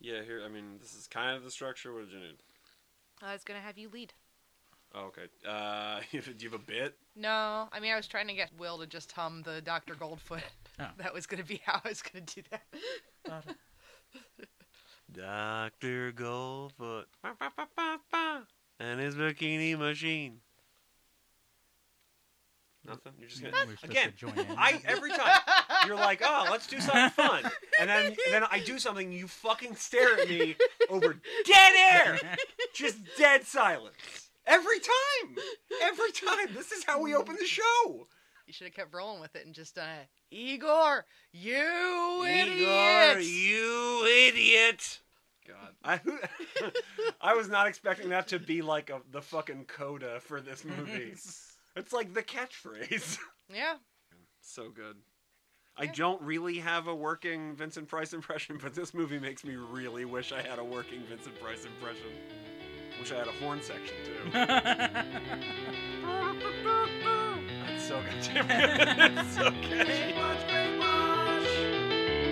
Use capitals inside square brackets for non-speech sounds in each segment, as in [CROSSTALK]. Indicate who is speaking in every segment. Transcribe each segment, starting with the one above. Speaker 1: Yeah, here. I mean, this is kind of the structure. What did you need?
Speaker 2: I was gonna have you lead.
Speaker 1: Oh, okay.
Speaker 3: [LAUGHS]
Speaker 1: Uh, do you have a bit?
Speaker 2: No, I mean I was trying to get Will to just hum the Doctor Goldfoot.
Speaker 4: Oh.
Speaker 2: [LAUGHS] That was gonna be how I was gonna do that.
Speaker 3: Dr. Goldfoot. Ba, ba, ba, ba, ba. And his bikini machine.
Speaker 1: Nothing. You're just
Speaker 4: We
Speaker 1: gonna.
Speaker 4: were supposed to
Speaker 3: Again,
Speaker 4: join in. [LAUGHS]
Speaker 3: I every time you're like, oh, let's do something fun, and then and then I do something, you fucking stare at me over dead air, just dead silence. Every time, every time. This is how we open the show.
Speaker 2: you should have kept rolling with it and just done it. Igor, you
Speaker 3: Igor,
Speaker 2: idiots!
Speaker 3: you idiot.
Speaker 1: God.
Speaker 3: I, [LAUGHS] I was not expecting that to be like a, the fucking coda for this
Speaker 4: [LAUGHS]
Speaker 3: movie. it's like the catchphrase.
Speaker 2: [LAUGHS] Yeah,
Speaker 1: So good.
Speaker 3: I
Speaker 2: Yeah.
Speaker 3: don't really have a working Vincent Price impression, but this movie makes me really wish I had a working Vincent Price impression. Wish I had a horn section too. That's so goddamn good. It's so catchy. Hey, watch, great watch.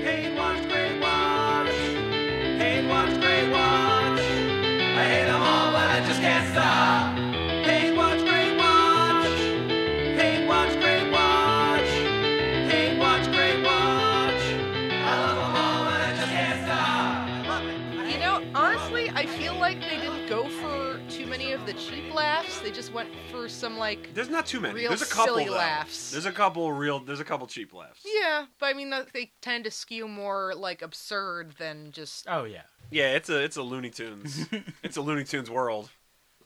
Speaker 3: Hey, watch, great watch. Hey, watch, great watch. I hate them all, but I just can't stop. Hey, watch, great watch. Hey, watch, great watch. Hey, watch, great watch. I love them all, but I just can't stop.
Speaker 2: you know, honestly, I feel like they didn't go for too many of the cheap laughs. They just went for some like,
Speaker 3: There's not too many.
Speaker 2: Real
Speaker 3: there's a couple
Speaker 2: silly
Speaker 3: though.
Speaker 2: laughs.
Speaker 3: There's a couple real. There's a couple cheap laughs.
Speaker 2: yeah, but I mean they tend to skew more like absurd than just
Speaker 3: Uh,
Speaker 4: oh yeah.
Speaker 3: Yeah, it's a it's a Looney
Speaker 2: [LAUGHS]
Speaker 3: Tunes. it's a Looney Tunes world.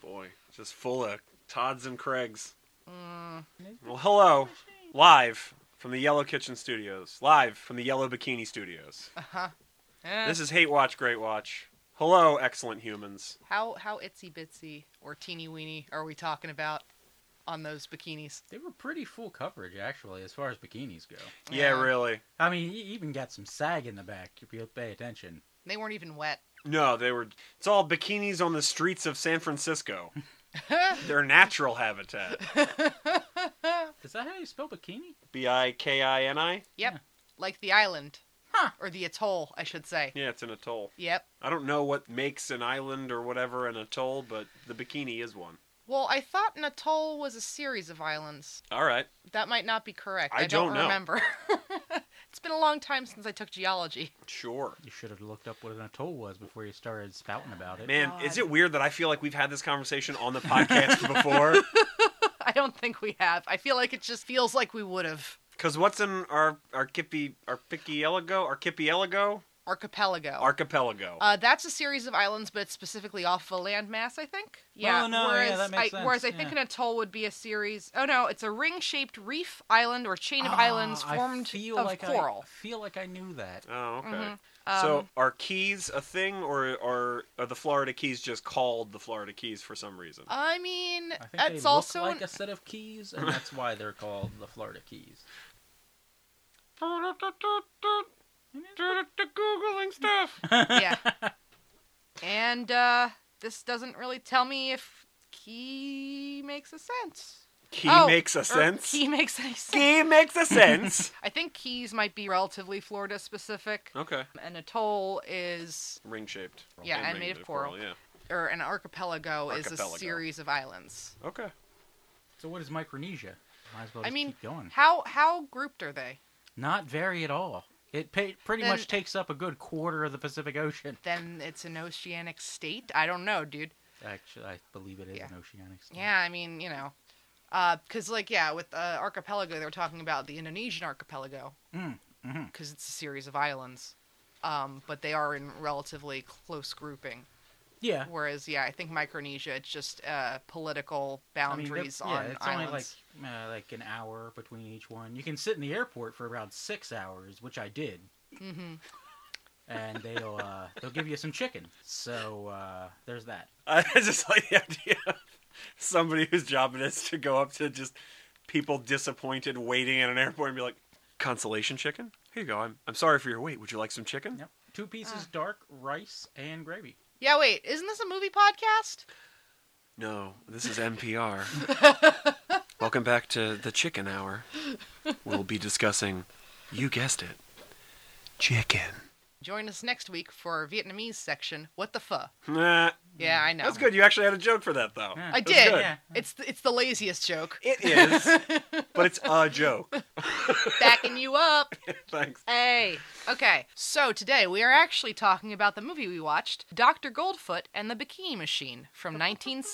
Speaker 3: Boy, just full of Tods and Craigs.
Speaker 2: mm,
Speaker 3: Well, hello, live from the Yellow Kitchen Studios. Live from the Yellow Bikini Studios.
Speaker 2: eh,
Speaker 3: This is Hate Watch, Great Watch. Hello, excellent humans.
Speaker 2: how how itsy bitsy or teeny weeny are we talking about on those bikinis?
Speaker 4: They were pretty full coverage actually, as far as bikinis go.
Speaker 3: Yeah,
Speaker 2: Yeah.
Speaker 3: really.
Speaker 4: I mean, you even got some sag in the back if you pay attention.
Speaker 2: They weren't even wet.
Speaker 3: No, they were. It's all bikinis on the streets of San Francisco.
Speaker 2: [LAUGHS]
Speaker 3: Their natural habitat.
Speaker 4: Is that how you spell bikini?
Speaker 3: B i k i n i.
Speaker 2: Yep.
Speaker 4: Yeah.
Speaker 2: Like the island.
Speaker 4: Huh.
Speaker 2: Or the atoll, I should say.
Speaker 3: Yeah, it's an atoll.
Speaker 2: Yep.
Speaker 3: I don't know what makes an island or whatever an atoll, but the bikini is one.
Speaker 2: Well, I thought an atoll was a series of islands.
Speaker 3: All right.
Speaker 2: That might not be correct.
Speaker 3: I
Speaker 2: I, don't,
Speaker 3: don't know.
Speaker 2: remember. [LAUGHS] it's been a long time since I took geology. [LAUGHS]
Speaker 3: Sure.
Speaker 4: You should have looked up what an atoll was before you started spouting about it.
Speaker 3: Man,
Speaker 2: God.
Speaker 3: is it weird that I feel like we've had this conversation on the
Speaker 2: [LAUGHS]
Speaker 3: podcast before?
Speaker 2: I don't think we have. I feel like it just feels like we would have.
Speaker 3: Because what's in our Archipi, archipelago? Archipelago?
Speaker 2: Archipelago.
Speaker 3: Archipelago.
Speaker 2: uh, that's a series of islands, but it's specifically off of a landmass, I think. Yeah.
Speaker 4: Oh, no, yeah,
Speaker 2: whereas
Speaker 4: that makes
Speaker 2: I,
Speaker 4: sense,
Speaker 2: Whereas I think
Speaker 4: yeah.
Speaker 2: an atoll would be a series. Oh no, it's a ring-shaped reef island or chain of
Speaker 4: Ah,
Speaker 2: islands
Speaker 4: I
Speaker 2: formed
Speaker 4: feel
Speaker 2: of
Speaker 4: like
Speaker 2: coral.
Speaker 4: I feel like I knew that.
Speaker 3: oh, okay.
Speaker 2: mhm.
Speaker 3: so are keys a thing, or are, are the Florida Keys just called the Florida Keys for some reason?
Speaker 2: I mean,
Speaker 4: I think they
Speaker 2: that's
Speaker 4: look
Speaker 2: also
Speaker 4: like
Speaker 2: an-
Speaker 4: a set of keys, and that's why they're called the Florida Keys.
Speaker 3: Googling stuff.
Speaker 2: [LAUGHS] yeah.
Speaker 4: [LAUGHS]
Speaker 2: And uh, this doesn't really tell me if key makes a sense.
Speaker 3: Key
Speaker 2: Oh,
Speaker 3: er, makes
Speaker 2: or
Speaker 3: a sense. [LAUGHS]
Speaker 2: Key [LAUGHS] makes any sense.
Speaker 3: Key makes a sense.
Speaker 2: I think keys might be relatively Florida specific.
Speaker 3: [LAUGHS] okay.
Speaker 2: An atoll is,
Speaker 3: Ring shaped.
Speaker 2: Yeah, and made of coral.
Speaker 3: Yeah.
Speaker 2: or an archipelago, is a
Speaker 3: Archipelago.
Speaker 2: series of islands.
Speaker 3: Okay.
Speaker 4: So what is Micronesia? Might as well
Speaker 2: I
Speaker 4: just
Speaker 2: mean,
Speaker 4: keep going.
Speaker 2: How how grouped are they?
Speaker 4: Not very at all. It pa- pretty
Speaker 2: Then-
Speaker 4: much takes up a good quarter of the Pacific Ocean.
Speaker 2: Then it's an oceanic state. I don't know, dude.
Speaker 4: Actually, I believe it is
Speaker 2: Yeah.
Speaker 4: an oceanic. state.
Speaker 2: Yeah, I mean, you know, because like yeah, with uh, archipelago, they were talking about the Indonesian archipelago
Speaker 4: Mm, mhm.
Speaker 2: because it's a series of islands, um, but they are in relatively close grouping.
Speaker 4: Yeah.
Speaker 2: Whereas yeah, I think Micronesia it's just uh, political
Speaker 4: I mean, they're-
Speaker 2: boundaries
Speaker 4: yeah,
Speaker 2: on
Speaker 4: it's
Speaker 2: islands.
Speaker 4: only like uh, like an hour between each one. You can sit in the airport for about six hours, which I did,
Speaker 2: hmm [LAUGHS]
Speaker 4: and they'll uh, they'll give you some chicken. So uh, there's that.
Speaker 3: I [LAUGHS] just like the idea of somebody whose job it is to go up to just people disappointed waiting at an airport and be like, consolation chicken? Here you go. I'm, I'm sorry for your wait. Would you like some chicken?
Speaker 4: Yep. Two
Speaker 2: Uh.
Speaker 4: pieces dark rice and gravy.
Speaker 2: Yeah, wait, isn't this a movie podcast?
Speaker 3: No, this is NPR. Welcome back to the chicken hour. We'll be discussing, you guessed it, chicken.
Speaker 2: Join us next week for our Vietnamese section. What the fuh?
Speaker 3: Nah,
Speaker 2: Yeah, I know.
Speaker 3: Hmm. that's good. You actually had a joke for that though.
Speaker 4: Yeah.
Speaker 2: I
Speaker 3: That's
Speaker 2: did.
Speaker 3: good.
Speaker 4: Yeah.
Speaker 2: It's the, it's the laziest
Speaker 3: [LAUGHS]
Speaker 2: joke.
Speaker 3: It is, but it's a joke.
Speaker 2: Backing you up.
Speaker 3: Thanks.
Speaker 2: Hey. Okay. So today we are actually talking about the movie we watched, Dr. Goldfoot and the Bikini Machine from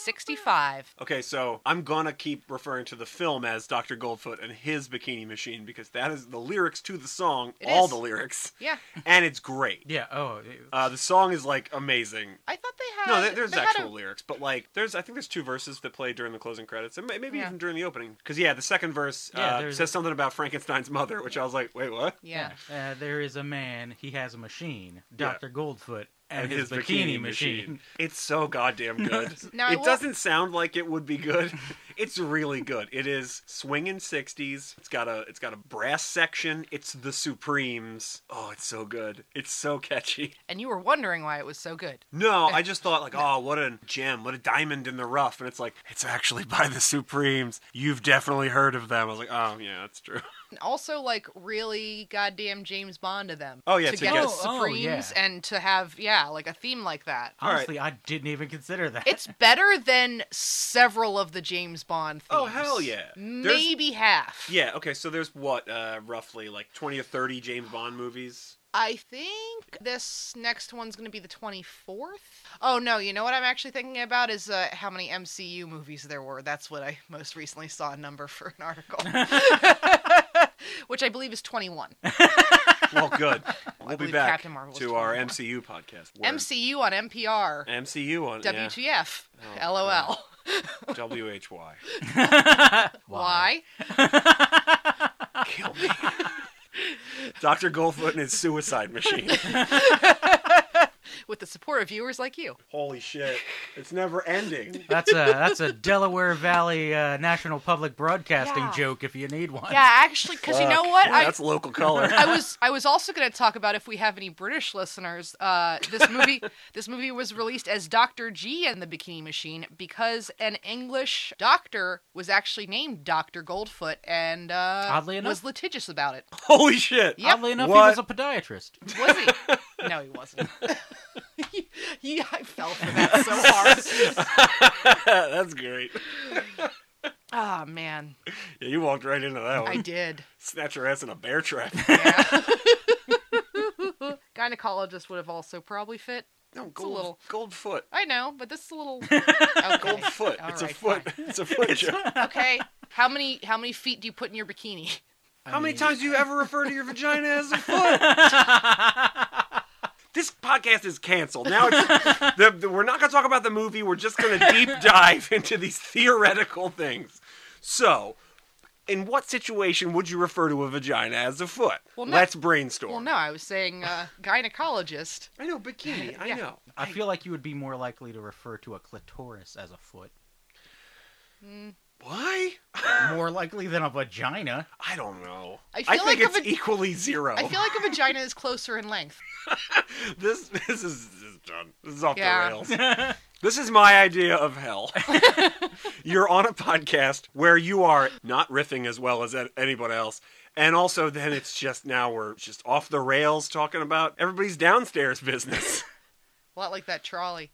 Speaker 2: 1965.
Speaker 3: Okay, so I'm gonna keep referring to the film as Dr. Goldfoot and his Bikini Machine because that is the lyrics to the song,
Speaker 2: It
Speaker 3: all
Speaker 2: is.
Speaker 3: the lyrics,
Speaker 2: Yeah.
Speaker 3: and it's great.
Speaker 4: Yeah. Oh. it-
Speaker 3: Uh, the song is like amazing.
Speaker 2: I thought they
Speaker 3: No,
Speaker 2: had
Speaker 3: there- there's
Speaker 2: they had
Speaker 3: actual
Speaker 2: a-
Speaker 3: lyrics, but like, there's I think there's two verses that play during the closing credits, and may- maybe
Speaker 2: Yeah.
Speaker 3: even during the opening. Because yeah, the second verse
Speaker 4: Yeah,
Speaker 3: uh,
Speaker 4: there's-
Speaker 3: says something about Frankenstein's mother, which I was like, wait, what?
Speaker 2: yeah.
Speaker 4: Uh, there is a man. He has a machine.
Speaker 3: Yeah.
Speaker 4: Dr. Goldfoot and, his, bikini, machine.
Speaker 3: It's so
Speaker 4: [LAUGHS]
Speaker 3: goddamn good.
Speaker 2: Now, I
Speaker 3: it
Speaker 2: will-
Speaker 3: doesn't sound like it would be good. It's really good. It is swinging '60s. It's got a it's got a brass section. It's the Supremes. Oh, it's so good. It's so catchy.
Speaker 2: And you were wondering why it was so good.
Speaker 3: No, I just thought like, oh, what a gem, what a diamond in the rough, and it's like it's actually by the Supremes. You've definitely heard of them. I was like, oh yeah, that's true.
Speaker 2: And also like really goddamn James Bond to them.
Speaker 3: Oh, yeah,
Speaker 2: To
Speaker 3: to
Speaker 2: get
Speaker 3: get-
Speaker 2: the
Speaker 4: Oh, oh,
Speaker 2: Supremes
Speaker 4: yeah.
Speaker 2: and to have yeah, like a theme like that.
Speaker 3: All right.
Speaker 4: Honestly, I didn't even consider that.
Speaker 2: It's better than several of the James Bond themes.
Speaker 3: Oh, hell yeah. There's-
Speaker 2: Maybe half.
Speaker 3: Yeah. Okay. So there's what uh, roughly like twenty or thirty James Bond movies.
Speaker 2: I think this next one's going to be the 24th. Oh no, you know what I'm actually thinking about is uh, how many MCU movies there were. That's what I most recently saw a number for an
Speaker 3: [LAUGHS]
Speaker 2: article. [LAUGHS] Which I believe is 21.
Speaker 3: Well,
Speaker 2: [LAUGHS]
Speaker 3: good. We'll be
Speaker 2: believe
Speaker 3: back
Speaker 2: Captain Marvel was
Speaker 3: to our
Speaker 2: 21.
Speaker 3: MCU podcast. Word.
Speaker 2: MCU on NPR.
Speaker 3: MCU on yeah. [LAUGHS]
Speaker 2: WTF.
Speaker 3: Oh,
Speaker 2: LOL.
Speaker 3: God. WHY.
Speaker 2: [LAUGHS] Why?
Speaker 3: Kill me. [LAUGHS] Dr. Goldfoot and his suicide machine.
Speaker 2: With the support of viewers like you.
Speaker 3: [LAUGHS] Holy shit. It's never ending.
Speaker 4: [LAUGHS] That's a that's a Delaware Valley uh, National Public Broadcasting
Speaker 2: Yeah.
Speaker 4: joke if you need one.
Speaker 2: Yeah, actually, because you know
Speaker 3: Fuck.
Speaker 2: what?
Speaker 3: Boy,
Speaker 2: I,
Speaker 3: That's local
Speaker 2: [LAUGHS]
Speaker 3: color.
Speaker 2: I was I was also going to talk about if we have any British listeners. Uh, this [LAUGHS] movie this movie was released as Doctor G and the Bikini Machine because an English doctor was actually named Doctor Goldfoot and uh,
Speaker 4: Oddly enough.
Speaker 2: was litigious about [LAUGHS] it.
Speaker 3: Holy shit.
Speaker 2: Yep.
Speaker 4: Oddly enough,
Speaker 3: What?
Speaker 4: he was a podiatrist.
Speaker 2: Was he? no, he wasn't. [LAUGHS] yeah, I fell for that so hard.
Speaker 3: [LAUGHS] That's great.
Speaker 2: [LAUGHS] Ah man,
Speaker 3: Yeah, you walked right into that one.
Speaker 2: I [LAUGHS] did.
Speaker 3: Snatch your ass in a bear [LAUGHS] trap.
Speaker 2: Yeah. [LAUGHS] Gynecologist would have also probably fit.
Speaker 3: No,
Speaker 2: a
Speaker 3: gold,
Speaker 2: little-
Speaker 3: gold [LAUGHS] foot.
Speaker 2: I know, but this is a [LAUGHS] little okay.
Speaker 3: Gold foot.
Speaker 2: All
Speaker 3: it's a
Speaker 2: right,
Speaker 3: foot.
Speaker 2: fine.
Speaker 3: It's a foot joke.
Speaker 2: Okay. How many how many feet do you put in your bikini?
Speaker 4: I
Speaker 3: How many
Speaker 4: mean,
Speaker 3: times do you ever refer to your vagina as a foot? [LAUGHS] this podcast is canceled. Now it's, [LAUGHS] the, the- we're not going to talk about the movie. We're just going to [LAUGHS] deep dive into these theoretical things. So, in what situation would you refer to a vagina as a foot?
Speaker 2: Well, no-
Speaker 3: Let's brainstorm.
Speaker 2: Well, no, I was saying uh, gynecologist.
Speaker 3: I know bikini. [LAUGHS] I
Speaker 2: Yeah.
Speaker 3: know.
Speaker 4: I feel like you would be more likely to refer to a clitoris as a foot,
Speaker 3: Why?
Speaker 4: more likely than a vagina.
Speaker 3: I don't know.
Speaker 2: I
Speaker 3: I think
Speaker 2: feel like
Speaker 3: it's
Speaker 2: if it-
Speaker 3: equally zero.
Speaker 2: I feel like a vagina is closer in length.
Speaker 3: [LAUGHS] this this is, this is done. This is off
Speaker 2: Yeah.
Speaker 3: the
Speaker 2: [LAUGHS]
Speaker 3: rails. This is my idea of hell. You're on a podcast where you are not riffing as well as a- anyone else. And also, then it's just now we're just off the rails talking about everybody's downstairs business. [LAUGHS]
Speaker 2: A lot like that trolley.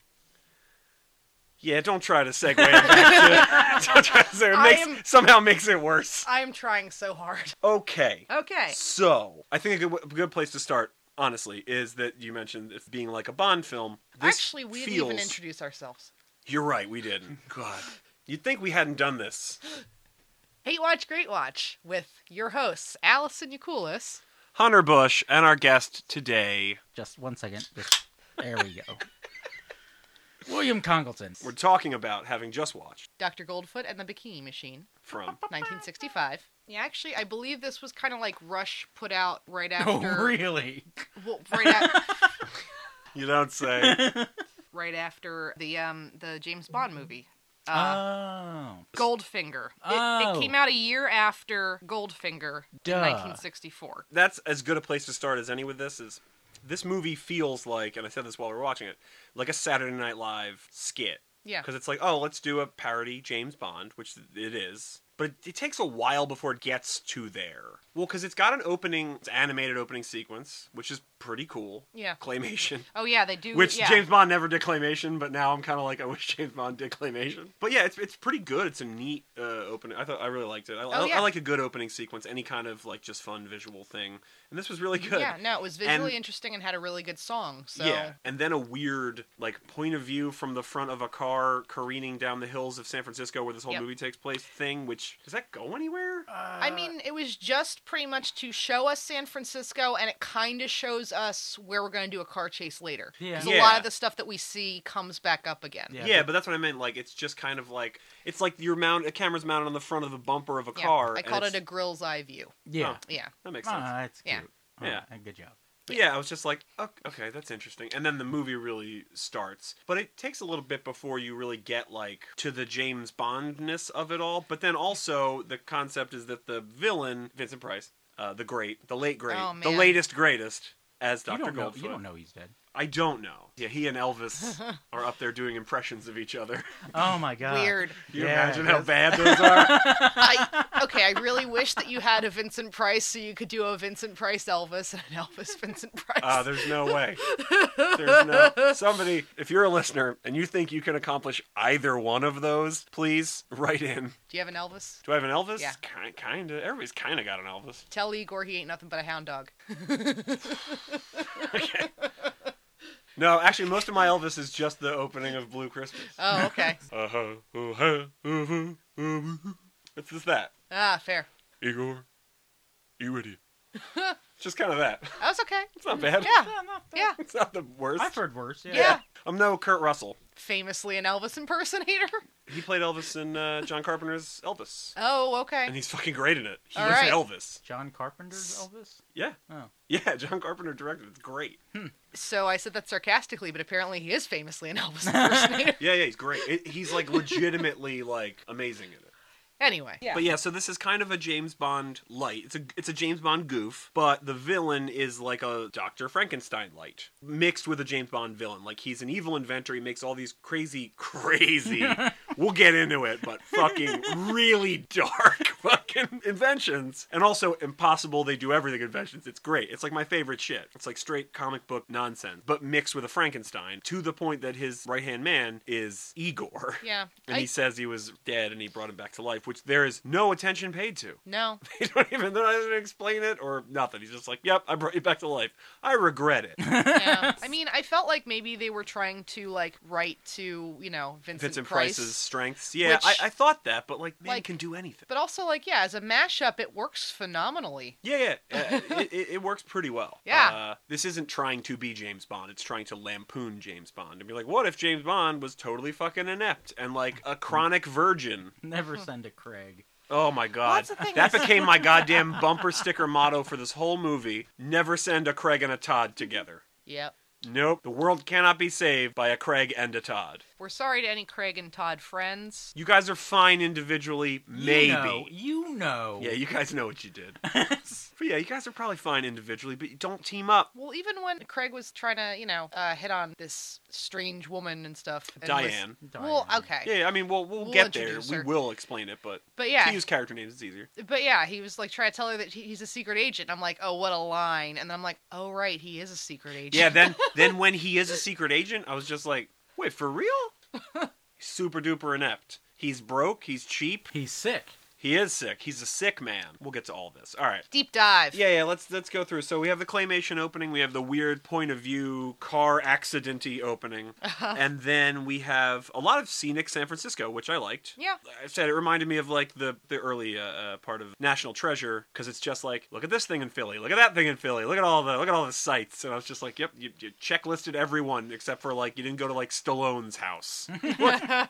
Speaker 3: yeah, don't try to segue it back to. [LAUGHS] Don't try to segue. It
Speaker 2: I
Speaker 3: makes,
Speaker 2: am-
Speaker 3: somehow makes it worse.
Speaker 2: I am trying so hard.
Speaker 3: Okay.
Speaker 2: Okay.
Speaker 3: So, I think a good, good place to start, honestly, is that you mentioned it being like a Bond film. This
Speaker 2: Actually, we didn't even
Speaker 3: feels-
Speaker 2: introduce ourselves.
Speaker 3: You're right, we
Speaker 2: [LAUGHS]
Speaker 3: didn't. God. You'd think we hadn't done this.
Speaker 2: Hate Watch Great Watch with your hosts, Allison Yakulis.
Speaker 3: Hunter Bush and our guest today.
Speaker 4: Just one second. Just, there we go. [LAUGHS] William Congleton.
Speaker 3: We're talking about having just watched
Speaker 2: Dr. Goldfoot and the Bikini Machine,
Speaker 3: from.
Speaker 2: 1965. Yeah, actually, I believe this was kind of like Rush put out
Speaker 3: [LAUGHS]
Speaker 2: right
Speaker 4: [LAUGHS] Oh,
Speaker 2: after,
Speaker 4: really?
Speaker 2: [LAUGHS] well, right, a-
Speaker 3: You don't
Speaker 2: [LAUGHS]
Speaker 3: say.
Speaker 2: right after the um the James Bond movie.
Speaker 3: Ah.
Speaker 4: oh,
Speaker 2: Goldfinger. It, it
Speaker 4: Oh.
Speaker 2: came out a year after Goldfinger, in
Speaker 4: Duh.
Speaker 2: 1964.
Speaker 3: That's as good a place to start as any with this is this movie feels like, and I said this while we were watching it, like a Saturday Night Live skit.
Speaker 2: Yeah.
Speaker 3: Because it's like, oh, let's do a parody James Bond, which it is. but it takes a while before it gets to there. Well, because it's got an opening, it's animated opening sequence, which is pretty cool.
Speaker 2: Yeah.
Speaker 3: Claymation.
Speaker 2: Oh yeah, they do.
Speaker 3: Which
Speaker 2: yeah.
Speaker 3: James Bond never did claymation, but now I'm kind of like I wish James Bond did claymation. But yeah, it's it's pretty good. It's a neat uh, opening. I thought I really liked it. I, I-
Speaker 2: Oh, yeah.
Speaker 3: I like a good opening sequence, any kind of like just fun visual thing, and this was really good.
Speaker 2: Yeah, no, it was visually
Speaker 3: And-
Speaker 2: interesting and had a really good song. So
Speaker 3: Yeah, and then a weird like point of view from the front of a car careening down the hills of San Francisco where this whole
Speaker 2: Yep.
Speaker 3: movie takes place thing. Which does that go anywhere?
Speaker 2: I mean, it was just pretty much to show us San Francisco, and it kind of shows us where we're going to do a car chase later.
Speaker 4: Yeah.
Speaker 2: Because a lot
Speaker 3: Yeah.
Speaker 2: of the stuff that we see comes back up again.
Speaker 4: Yeah.
Speaker 3: yeah, but, that's what I meant. Like it's just kind of like it's like your mount a camera's mounted on the front of the bumper of a
Speaker 2: Yeah,
Speaker 3: car.
Speaker 2: I
Speaker 3: and
Speaker 2: called it
Speaker 3: it's-
Speaker 2: a grill's eye view.
Speaker 4: yeah.
Speaker 3: Oh.
Speaker 2: Yeah.
Speaker 3: that makes sense.
Speaker 4: Ah, that's
Speaker 2: Yeah.
Speaker 4: cute.
Speaker 3: Yeah.
Speaker 4: Ah, good job.
Speaker 3: But yeah, I was just like, "Oh, okay, that's interesting. And then the movie really starts, but it takes a little bit before you really get like to the James Bondness of it all. But then also the concept is that the villain, Vincent Price, uh, the great, the late great,
Speaker 2: Oh,
Speaker 3: the
Speaker 2: man.
Speaker 3: latest greatest, as
Speaker 4: You
Speaker 3: Doctor
Speaker 4: don't know.
Speaker 3: Goldfoot.
Speaker 4: You don't know he's dead.
Speaker 3: I don't know. Yeah, he and
Speaker 2: [LAUGHS]
Speaker 3: Elvis are up there doing impressions of each other. [LAUGHS]
Speaker 4: Oh my god.
Speaker 2: Weird.
Speaker 3: Can you
Speaker 4: Yeah,
Speaker 3: imagine how bad
Speaker 4: that's- [LAUGHS]
Speaker 3: those are?
Speaker 2: I okay. I really wish that you had a Vincent Price so you could do a Vincent Price Elvis and an Elvis Vincent Price.
Speaker 3: Uh, there's no way. There's no somebody. If you're a listener and you think you can accomplish either one of those, please write in.
Speaker 2: do you have an Elvis?
Speaker 3: Do I have an Elvis?
Speaker 2: Yeah.
Speaker 3: Kind, kind of. Everybody's kind of got an Elvis.
Speaker 2: Tell Igor he ain't nothing but a hound dog.
Speaker 3: No, actually, most of my Elvis is just the opening of Blue Christmas. [LAUGHS]
Speaker 2: Oh, okay.
Speaker 3: Uh huh. Uh huh. Uh huh. Uh huh. It's just that.
Speaker 2: ah, fair.
Speaker 3: Igor, you idiot. just kind of that.
Speaker 2: That was okay.
Speaker 3: It's not bad.
Speaker 2: Yeah.
Speaker 4: Yeah, not bad.
Speaker 2: Yeah.
Speaker 3: It's not the worst.
Speaker 4: I've heard worse. Yeah.
Speaker 2: Yeah.
Speaker 3: I'm no Kurt Russell.
Speaker 2: Famously an Elvis impersonator. [LAUGHS]
Speaker 3: He played Elvis in uh, John Carpenter's Elvis,
Speaker 2: Oh, okay.
Speaker 3: and he's fucking great in it. He
Speaker 2: All
Speaker 3: is
Speaker 2: right.
Speaker 3: Elvis.
Speaker 4: John Carpenter's Elvis.
Speaker 3: Yeah.
Speaker 4: Oh.
Speaker 3: Yeah. John Carpenter directed. it. It's great.
Speaker 2: So I said that sarcastically, but apparently he is famously
Speaker 3: [LAUGHS]
Speaker 2: an Elvis impersonator.
Speaker 3: Yeah. Yeah. He's great. It, he's like legitimately like amazing in it.
Speaker 2: anyway.
Speaker 3: But yeah, so this is kind of a James Bond light. It's a it's a James Bond goof, but the villain is like a Dr. Frankenstein light mixed with a James Bond villain. Like he's an evil inventor, he makes all these crazy [LAUGHS] crazy we'll get into it, but fucking really dark [LAUGHS] fucking inventions and also impossible they do everything inventions. It's great. It's like my favorite shit. It's like straight comic book nonsense, but mixed with a Frankenstein to the point that his right-hand man is Igor. [LAUGHS]
Speaker 2: Yeah.
Speaker 3: And
Speaker 2: I-
Speaker 3: he says he was dead and he brought him back to life, which there is no attention paid to. [LAUGHS]
Speaker 2: no.
Speaker 3: They don't even, they're not even gonna explain it or nothing. He's just like, yep, I brought you back to life. I regret
Speaker 2: [LAUGHS]
Speaker 3: it.
Speaker 2: Yeah. I mean, I felt like maybe they were trying to like write to you know Vincent,
Speaker 3: Vincent
Speaker 2: Price.
Speaker 3: Price's strengths. Yeah,
Speaker 2: Which-
Speaker 3: I, I thought that, but like, man
Speaker 2: Like-
Speaker 3: can do anything.
Speaker 2: But also, like, yeah, as a mashup, it works phenomenally.
Speaker 3: Yeah, yeah, uh, it, it, it works pretty well.
Speaker 2: [LAUGHS] Yeah.
Speaker 3: Uh, this isn't trying to be James Bond. It's trying to lampoon James Bond and be like, what if James Bond was totally fucking inept and like
Speaker 2: Mm.
Speaker 3: a chronic virgin?
Speaker 4: Never send a Craig.
Speaker 3: Oh my god.
Speaker 2: Lots of things.
Speaker 3: That became my goddamn bumper sticker motto for this whole movie. Never send a Craig and a Todd together.
Speaker 2: Yep.
Speaker 3: Nope. The world cannot be saved by a Craig and a Todd.
Speaker 2: We're sorry to any Craig and Todd friends.
Speaker 3: You guys are fine individually, maybe.
Speaker 4: You know. You know. [LAUGHS]
Speaker 3: Yeah, you guys know what you did. but yeah, you guys are probably fine individually, but you don't team up.
Speaker 2: Well, even when Craig was trying to, you know, uh, hit on this strange woman and stuff. And was-
Speaker 3: Diane.
Speaker 2: Well,
Speaker 4: Diane.
Speaker 2: okay.
Speaker 3: Yeah, I mean, we'll we'll,
Speaker 2: We'll
Speaker 3: get there.
Speaker 2: introduce
Speaker 3: We
Speaker 2: her.
Speaker 3: will explain it, but
Speaker 2: But yeah,
Speaker 3: to use character names is
Speaker 2: [LAUGHS]
Speaker 3: easier.
Speaker 2: but yeah, he was like trying to tell her that he, he's a secret agent. I'm like, oh, what a line. And then I'm like, oh, right, he is a secret agent.
Speaker 3: Yeah, then then when he is a secret agent, I was just like, wait, for real? Super duper inept. He's broke. He's cheap.
Speaker 4: He's sick.
Speaker 3: He is sick. He's a sick man. We'll get to all this. All right.
Speaker 2: Deep dive.
Speaker 3: Yeah, yeah. Let's let's go through. So we have the claymation opening. We have the weird point of view car accidenty opening,
Speaker 2: Uh-huh.
Speaker 3: and then we have a lot of scenic San Francisco, which I liked.
Speaker 2: Yeah.
Speaker 3: I said it reminded me of like the the early uh, uh, part of National Treasure because it's just like look at this thing in Philly, look at that thing in Philly, look at all the look at all the sights, and I was just like, yep, you, you checklisted everyone except for like you didn't go to like Stallone's
Speaker 2: [LAUGHS]
Speaker 3: house.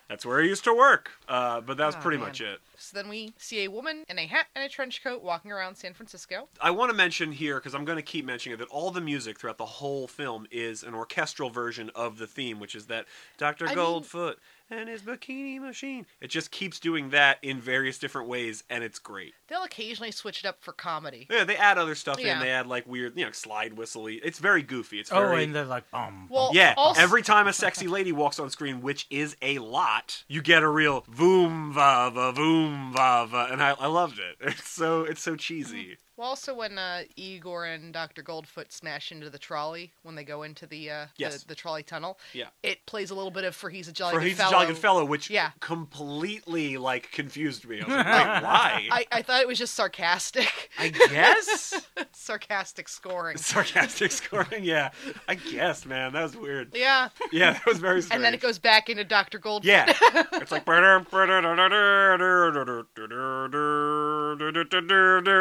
Speaker 3: That's where I used to work. Uh, but that was
Speaker 2: Oh,
Speaker 3: pretty
Speaker 2: man.
Speaker 3: much it.
Speaker 2: So then we see a woman in a hat and a trench coat walking around San Francisco.
Speaker 3: I want to mention here because I'm going to keep mentioning it that all the music throughout the whole film is an orchestral version of the theme, which is that Dr.
Speaker 2: I mean-
Speaker 3: Goldfoot and his bikini machine. It just keeps doing that in various different ways, and it's great.
Speaker 2: They'll occasionally switch it up for comedy.
Speaker 3: Yeah, they add other stuff in.
Speaker 2: Yeah.
Speaker 3: They add like weird, you know, slide whistly. It's very goofy. It's
Speaker 4: Oh,
Speaker 3: very.
Speaker 4: and they're like, um. [LAUGHS]
Speaker 2: Well,
Speaker 3: yeah,
Speaker 2: also,
Speaker 3: every time a sexy lady walks on screen, which is a lot, you get a real voom va va voom va uh, and I, I loved it. It's so it's so cheesy.
Speaker 2: Well, also when uh, Igor and Doctor Goldfoot smash into the trolley when they go into the uh,
Speaker 3: Yes.
Speaker 2: the, the trolley tunnel,
Speaker 3: Yeah.
Speaker 2: it plays a little bit of "For He's a Jolly
Speaker 3: For
Speaker 2: Good
Speaker 3: he's
Speaker 2: Fellow."
Speaker 3: a jolly good fellow, which
Speaker 2: Yeah.
Speaker 3: completely like confused me. I was like, wait, why?
Speaker 2: I, I thought it was just sarcastic, [LAUGHS]
Speaker 4: [LAUGHS]
Speaker 3: I guess
Speaker 2: sarcastic scoring.
Speaker 3: sarcastic scoring. Yeah, I guess, man, that was weird.
Speaker 2: Yeah,
Speaker 3: Yeah, that was very. Strange.
Speaker 2: and then it goes back into Doctor Goldfoot.
Speaker 3: Yeah, it's like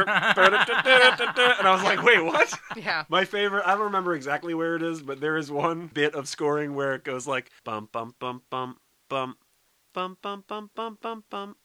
Speaker 3: and I was like, wait, what?
Speaker 2: yeah.
Speaker 3: My favorite, I don't remember exactly where it is, but there is one bit of scoring where it goes like bum bum bum bum bum bum bum bum bum bum bum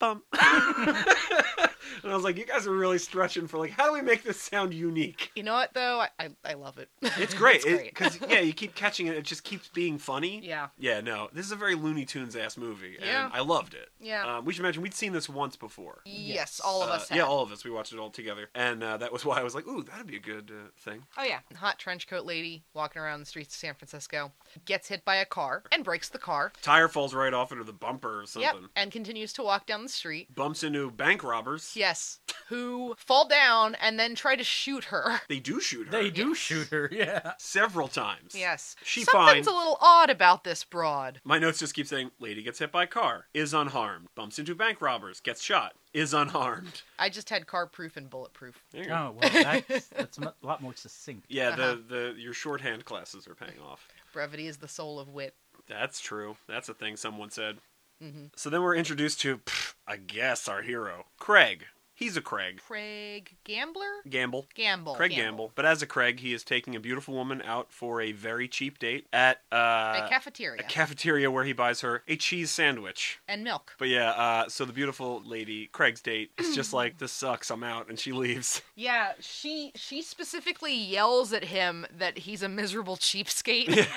Speaker 3: bum. [LAUGHS] and I was like, you guys are really stretching for like, how do we make this sound unique?
Speaker 2: You know what though? I I, I love it.
Speaker 3: It's great
Speaker 2: great.
Speaker 3: because yeah, you keep catching it. It just keeps being funny.
Speaker 2: yeah,
Speaker 3: Yeah, no, this is a very Looney Tunes ass movie, and
Speaker 2: Yeah.
Speaker 3: I loved it.
Speaker 2: yeah.
Speaker 3: Um, we should mention we'd seen this once before.
Speaker 2: yes, all of
Speaker 3: Uh,
Speaker 2: us.
Speaker 3: yeah,
Speaker 2: have.
Speaker 3: all of us. We watched it all together, and uh, that was why I was like, "Ooh, that'd be a good uh, thing."
Speaker 2: Oh yeah, hot trench coat lady walking around the streets of San Francisco gets hit by a car and breaks the car.
Speaker 3: Tire falls right off into the bumper or
Speaker 2: Yep,
Speaker 3: something.
Speaker 2: and continues to walk down the street.
Speaker 3: Bumps into bank robbers.
Speaker 2: Yes, who fall down and then try to shoot her.
Speaker 3: They do shoot her
Speaker 4: They do
Speaker 2: Yes.
Speaker 4: shoot her, [LAUGHS] yeah.
Speaker 3: several times.
Speaker 2: Yes,
Speaker 3: She
Speaker 2: something's
Speaker 3: fine.
Speaker 2: a little odd about this broad.
Speaker 3: My notes just keep saying, "Lady gets hit by car, is unharmed. Bumps into bank robbers, gets shot, is unharmed."
Speaker 2: I just had car proof and bulletproof.
Speaker 3: There you go.
Speaker 4: Oh, well, [LAUGHS] that's, that's a lot more succinct.
Speaker 3: Yeah,
Speaker 2: Uh-huh.
Speaker 3: the, the your shorthand classes are paying off.
Speaker 2: Brevity is the soul of wit.
Speaker 3: That's true. That's a thing someone said.
Speaker 2: hmm
Speaker 3: So then we're introduced to, pff, I guess, our hero, Craig. He's a Craig.
Speaker 2: Craig Gambler,
Speaker 3: Gamble.
Speaker 2: Gamble,
Speaker 3: Craig Gamble. But as a Craig, he is taking a beautiful woman out for a very cheap date at uh,
Speaker 2: a cafeteria
Speaker 3: a cafeteria where he buys her a cheese sandwich.
Speaker 2: and milk.
Speaker 3: But yeah, uh, so the beautiful lady, Craig's date, is just like, this sucks, I'm out, and she leaves. [LAUGHS]
Speaker 2: Yeah, she she specifically yells at him that he's a miserable cheapskate.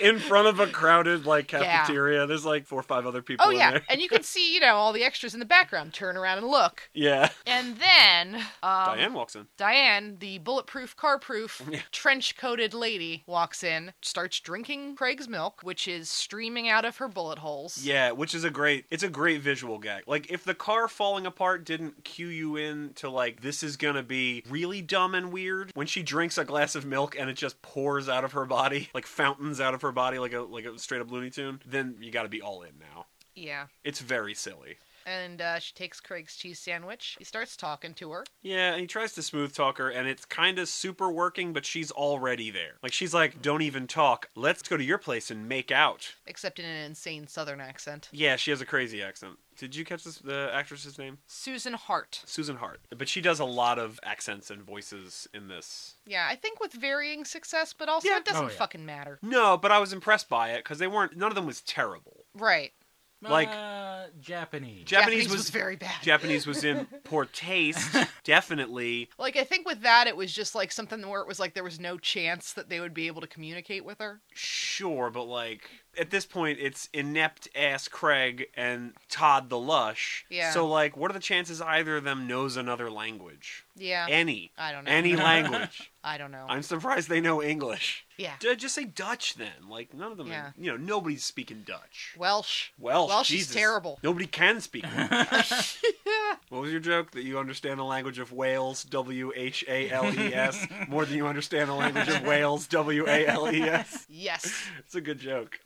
Speaker 3: in front of a crowded, like,
Speaker 2: Yeah.
Speaker 3: cafeteria. There's like four or five other people
Speaker 2: Oh
Speaker 3: in
Speaker 2: yeah,
Speaker 3: there. [LAUGHS]
Speaker 2: and you can see you know all the extras in the background turn around and look,
Speaker 3: Yeah.
Speaker 2: and then um,
Speaker 3: Diane walks in.
Speaker 2: Diane, the bulletproof, car-proof,
Speaker 3: Yeah.
Speaker 2: trench-coated lady, walks in, starts drinking Craig's milk, which is streaming out of her bullet holes.
Speaker 3: Yeah, which is a great it's a great visual gag. Like if the car falling apart didn't cue you in to like this is going to be really dumb and weird when she drinks a glass of milk and it just pours out of her body, like fountains out of her body like a like a straight up Looney Tune, then you got to be all in now.
Speaker 2: Yeah.
Speaker 3: It's very silly.
Speaker 2: And uh, she takes Craig's cheese sandwich. He starts talking to her.
Speaker 3: Yeah, and he tries to smooth talk her, and it's kind of super working, but she's already there. Like, she's like, don't even talk. Let's go to your place and make out.
Speaker 2: Except in an insane southern accent.
Speaker 3: Yeah, she has a crazy accent. Did you catch this, the actress's name?
Speaker 2: Susan Hart.
Speaker 3: Susan Hart. But she does a lot of accents and voices in this.
Speaker 2: Yeah, I think with varying success, but also
Speaker 3: Yeah.
Speaker 2: it doesn't
Speaker 4: Oh, yeah.
Speaker 2: fucking matter.
Speaker 3: No, but I was impressed by it because they weren't, none of them was terrible.
Speaker 2: Right.
Speaker 3: Like-
Speaker 4: Uh, Japanese.
Speaker 3: Ja- Japanese was-
Speaker 2: was, very bad.
Speaker 3: Japanese was in poor taste, definitely.
Speaker 2: Like I think with that it was just like something where it was like there was no chance that they would be able to communicate with her.
Speaker 3: Sure, but like, at this point, it's inept ass Craig and Todd the Lush.
Speaker 2: Yeah.
Speaker 3: So, like, what are the chances either of them knows another language?
Speaker 2: Yeah.
Speaker 3: Any.
Speaker 2: I don't know. [LAUGHS]
Speaker 3: Any language.
Speaker 2: I don't know.
Speaker 3: I'm surprised they know English.
Speaker 2: yeah.
Speaker 3: D- just say Dutch then. Like, none of them,
Speaker 2: Yeah.
Speaker 3: you know, nobody's speaking Dutch.
Speaker 2: Welsh.
Speaker 3: Welsh,
Speaker 2: Welsh is
Speaker 3: Jesus.
Speaker 2: terrible.
Speaker 3: Nobody can
Speaker 2: [LAUGHS]
Speaker 3: speak Welsh. what was your joke? That you understand the language of Wales, W H A L E S, more than you understand the language
Speaker 2: [LAUGHS]
Speaker 3: of Wales, W A L E S. [LAUGHS]
Speaker 2: Yes.
Speaker 3: It's a good joke.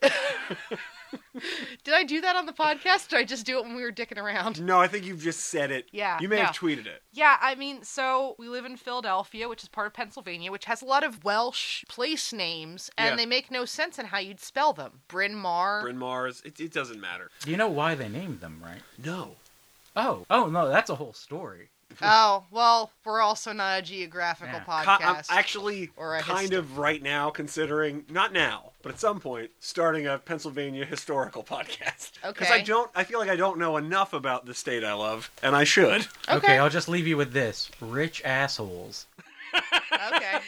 Speaker 2: Did I do that on the podcast or did I just do it when we were dicking around?
Speaker 3: No, I think you've just said it.
Speaker 2: Yeah,
Speaker 3: You may have
Speaker 2: no.
Speaker 3: tweeted it.
Speaker 2: Yeah, I mean, so we live in Philadelphia, which is part of Pennsylvania, which has a lot of Welsh place names, and
Speaker 3: Yeah.
Speaker 2: they make no sense in how you'd spell them. Bryn Mawr.
Speaker 3: Bryn Mars, it, it doesn't matter.
Speaker 4: You know why they named them, right?
Speaker 3: No.
Speaker 4: Oh, oh no, that's a whole story.
Speaker 2: oh, well, we're also not a geographical
Speaker 4: Yeah.
Speaker 3: Co- I'm
Speaker 2: podcast.
Speaker 3: actually
Speaker 2: Or a
Speaker 3: kind
Speaker 2: histo-
Speaker 3: of right now considering, not now, but at some point, starting a Pennsylvania historical podcast. Because I
Speaker 2: [LAUGHS] Okay.
Speaker 3: don't, I feel like I don't know enough about the state I love, and I should. [LAUGHS]
Speaker 2: okay.
Speaker 4: I'll just leave you with this: rich assholes.
Speaker 2: okay.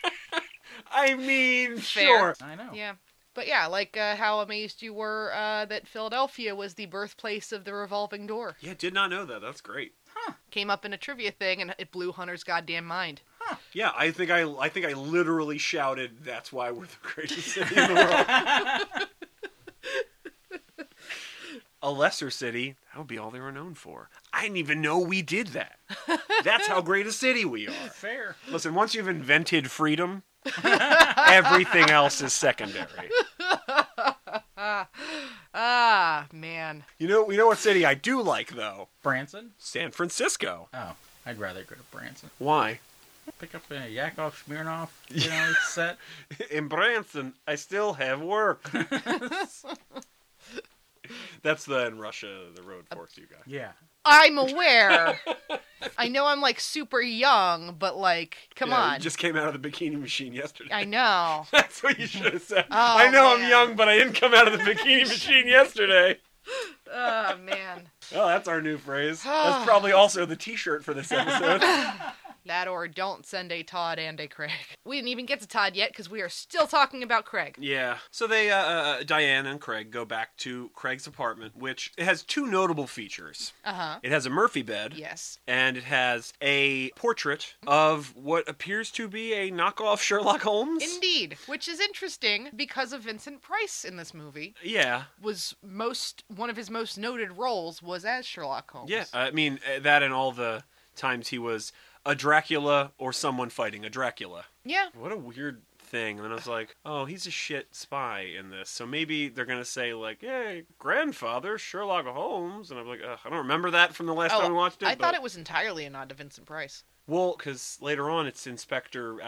Speaker 3: [LAUGHS] I mean,
Speaker 2: Fair.
Speaker 3: sure.
Speaker 4: I know.
Speaker 2: Yeah. But yeah, like uh, how amazed you were uh, that Philadelphia was the birthplace of the revolving door.
Speaker 3: Yeah, did not know that. That's great.
Speaker 2: Came up in a trivia thing and it blew Hunter's goddamn mind.
Speaker 3: Yeah, I think I, I think I literally shouted, "That's why we're the greatest city in the world." A lesser city That would be all they were known for. I didn't even know we did that. That's how great a city we are.
Speaker 4: Fair.
Speaker 3: Listen, once you've invented freedom, everything else is secondary.
Speaker 2: Ah, man.
Speaker 3: You know, you know what city I do like though?
Speaker 4: Branson?
Speaker 3: San Francisco.
Speaker 4: Oh, I'd rather go to Branson.
Speaker 3: Why?
Speaker 4: Pick up a Yakov Smirnoff, you [LAUGHS] know, set.
Speaker 3: In Branson, I still have
Speaker 2: [LAUGHS]
Speaker 3: work. That's the in Russia the road forks you got.
Speaker 4: Yeah.
Speaker 2: I'm
Speaker 3: [LAUGHS]
Speaker 2: aware. I know I'm like super young, but like, come
Speaker 3: Yeah,
Speaker 2: on.
Speaker 3: You just came out of the bikini machine yesterday. [LAUGHS]
Speaker 2: [LAUGHS] I know.
Speaker 3: That's what you should have said.
Speaker 2: Oh,
Speaker 3: I know I'm
Speaker 2: man.
Speaker 3: young, but I didn't come out of the
Speaker 2: [LAUGHS]
Speaker 3: bikini machine yesterday.
Speaker 2: Oh man,
Speaker 3: Well, that's our new phrase.
Speaker 2: [SIGHS]
Speaker 3: That's probably also the T-shirt for this episode.
Speaker 2: [LAUGHS] that or don't send a Todd and a Craig. We didn't even get to Todd yet because we are still talking about Craig.
Speaker 3: Yeah. So they, uh, uh, Diane and Craig, go back to Craig's apartment, which it has two notable features.
Speaker 2: Uh huh.
Speaker 3: It has a Murphy bed,
Speaker 2: Yes.
Speaker 3: and it has a portrait of what appears to be a knockoff Sherlock Holmes.
Speaker 2: Indeed, which is interesting because of Vincent Price in this movie
Speaker 3: Yeah.
Speaker 2: was most one of his most noted roles was as Sherlock Holmes.
Speaker 3: Yeah. I mean uh, that, and all the times he was a Dracula or someone fighting a Dracula.
Speaker 2: yeah.
Speaker 3: What a weird thing. And then I was like, oh, he's a shit spy in this. So maybe they're going to say, like, hey, grandfather, Sherlock Holmes. And I'm like, Ugh, I don't remember that from the last time we watched it.
Speaker 2: Oh, I thought
Speaker 3: but-
Speaker 2: it was entirely a nod to Vincent Price.
Speaker 3: Well, because later on it's Inspector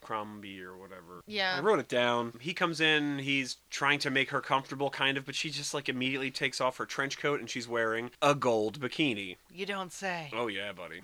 Speaker 3: Abercrombie or whatever.
Speaker 2: Yeah.
Speaker 3: I wrote it down. He comes in, he's trying to make her comfortable, kind of, but she just like immediately takes off her trench coat and she's wearing a gold bikini.
Speaker 2: You don't say.
Speaker 3: Oh, yeah, buddy.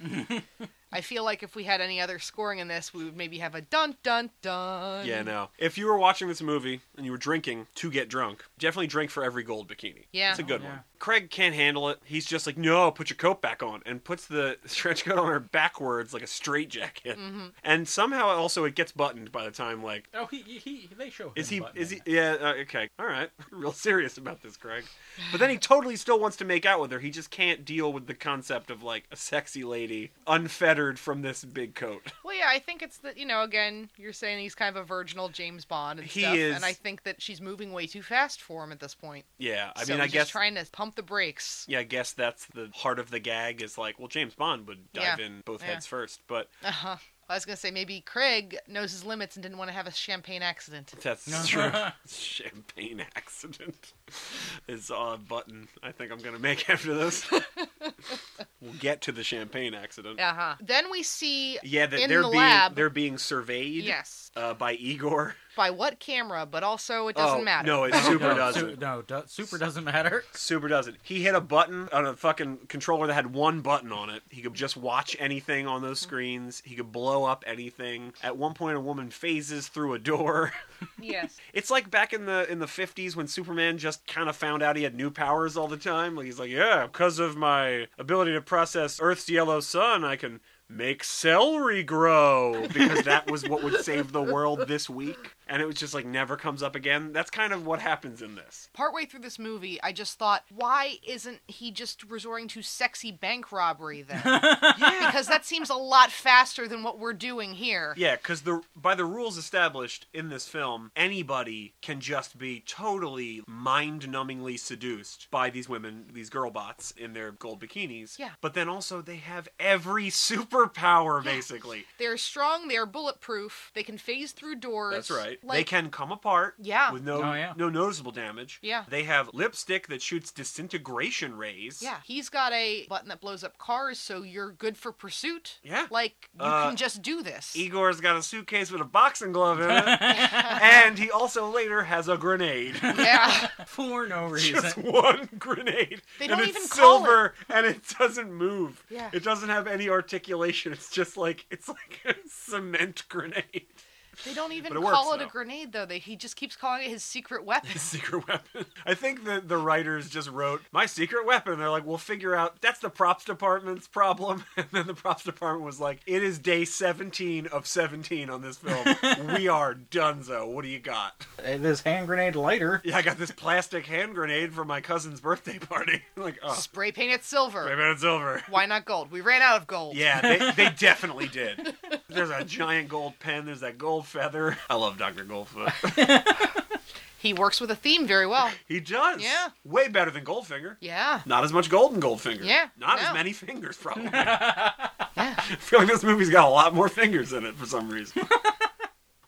Speaker 2: I feel like if we had any other scoring in this, we would maybe have a dun dun dun.
Speaker 3: [LAUGHS] yeah, no. If you were watching this movie and you were drinking to get drunk, definitely drink for every gold bikini.
Speaker 2: Yeah.
Speaker 3: It's a good
Speaker 4: Oh, yeah.
Speaker 3: one. Craig can't handle it. He's just like, no, put your coat back on, and puts the [LAUGHS] trench coat on her backwards like a straitjacket.
Speaker 2: Mhm.
Speaker 3: And somehow also it gets buttoned by the time, like,
Speaker 4: Oh, he, he, he they show him.
Speaker 3: Is he?
Speaker 4: buttoning
Speaker 3: Is he?
Speaker 4: it.
Speaker 3: Yeah. Uh, okay. All right. [LAUGHS] Real serious about this, Craig. But then he totally still wants to make out with her. He just can't deal with the concept of like a sexy lady unfettered from this big coat. [LAUGHS]
Speaker 2: Well, yeah, I think it's that you know. Again, you're saying he's kind of a virginal James Bond and
Speaker 3: He
Speaker 2: stuff,
Speaker 3: is-
Speaker 2: and I think that she's moving way too fast for him at this point.
Speaker 3: Yeah. I
Speaker 2: So
Speaker 3: mean, I
Speaker 2: he's
Speaker 3: guess.
Speaker 2: just trying to pump the brakes.
Speaker 3: yeah, I guess that's the heart of the gag is like, well, James Bond would dive in both
Speaker 2: Yeah.
Speaker 3: heads first, but
Speaker 2: Uh huh. I was gonna say maybe Craig knows his limits and didn't want to have a champagne accident.
Speaker 3: that's true. [LAUGHS] Champagne accident [LAUGHS] is a button I think I'm gonna make after
Speaker 2: [LAUGHS]
Speaker 3: this. we'll get to the champagne accident.
Speaker 2: Uh huh. Then we see
Speaker 3: Yeah, that
Speaker 2: In
Speaker 3: they're
Speaker 2: the
Speaker 3: being
Speaker 2: lab.
Speaker 3: they're being surveyed.
Speaker 2: yes
Speaker 3: uh, by Igor.
Speaker 2: by what camera, but also it [LAUGHS] doesn't
Speaker 3: oh,
Speaker 2: matter.
Speaker 3: [LAUGHS]
Speaker 2: [LAUGHS]
Speaker 3: No, it super
Speaker 4: no,
Speaker 3: doesn't.
Speaker 4: Su- no, do- super doesn't matter. [LAUGHS]
Speaker 3: super doesn't. He hit a button on a fucking controller that had one button on it. He could just watch anything on those screens. He could blow up anything. At one point, a woman phases through a door. [LAUGHS]
Speaker 2: Yes.
Speaker 3: It's like back in the in the fifties when Superman just kind of found out he had new powers all the time. Like he's like, yeah, because of my ability to process Earth's yellow sun, I can make celery grow because that was what would save the world this week. And it was just like never comes up again. That's kind of what happens in this.
Speaker 2: Partway through this movie, I just thought, why isn't he just resorting to sexy bank robbery then? Because that seems a lot faster than what we're doing here.
Speaker 3: Yeah, because the by the rules established in this film, anybody can just be totally mind-numbingly seduced by these women, these girl bots in their gold bikinis.
Speaker 2: Yeah.
Speaker 3: But then also they have every superpower basically.
Speaker 2: They're strong, they're bulletproof, they can phase through doors.
Speaker 3: That's right.
Speaker 2: Like,
Speaker 3: they can come apart.
Speaker 2: Yeah.
Speaker 3: With no
Speaker 4: Oh, yeah.
Speaker 3: no noticeable damage.
Speaker 2: Yeah.
Speaker 3: They have lipstick that shoots disintegration rays.
Speaker 2: Yeah, he's got a button that blows up cars, so you're good for pursuit.
Speaker 3: Yeah.
Speaker 2: Like, you
Speaker 3: Uh,
Speaker 2: can just do this.
Speaker 3: Igor's got a suitcase with a boxing glove
Speaker 2: [LAUGHS]
Speaker 3: in it, and he also later has a grenade. [LAUGHS]
Speaker 2: yeah.
Speaker 4: For [LAUGHS] no reason.
Speaker 3: just one [LAUGHS] grenade.
Speaker 2: They
Speaker 3: and
Speaker 2: don't
Speaker 3: it's
Speaker 2: even call
Speaker 3: silver and it doesn't move.
Speaker 2: Yeah.
Speaker 3: It doesn't have any articulation. It's just like it's like [LAUGHS] a cement grenade.
Speaker 2: They don't even
Speaker 3: But it
Speaker 2: call
Speaker 3: works,
Speaker 2: it
Speaker 3: though.
Speaker 2: a grenade, though. They, he just keeps calling it his secret weapon.
Speaker 3: [LAUGHS] His secret weapon. I think the the writers just wrote my secret weapon. They're like, we'll figure out that's the props department's problem. [LAUGHS] And then the props department was like, it is day seventeen of seventeen on this [LAUGHS] film. we are donezo. What do you got?
Speaker 4: Hey, this hand grenade lighter.
Speaker 3: Yeah, I got this plastic hand grenade for my cousin's birthday party. [LAUGHS] like, oh,
Speaker 2: [LAUGHS] Spray painted silver.
Speaker 3: maybe it's over.
Speaker 2: Why not gold? We ran out of gold.
Speaker 3: Yeah,
Speaker 2: [LAUGHS]
Speaker 3: they, they definitely did. There's a giant gold pen. There's that gold feather. I love Dr. Goldfoot.
Speaker 2: He works with a theme very well.
Speaker 3: [LAUGHS] He does.
Speaker 2: Yeah.
Speaker 3: Way better than Goldfinger.
Speaker 2: Yeah.
Speaker 3: Not as much gold in Goldfinger.
Speaker 2: Yeah,
Speaker 3: Not as
Speaker 2: no.
Speaker 3: many fingers, probably.
Speaker 2: [LAUGHS] Yeah.
Speaker 3: [LAUGHS] I feel like this movie's got a lot more fingers in it for some reason.
Speaker 2: [LAUGHS]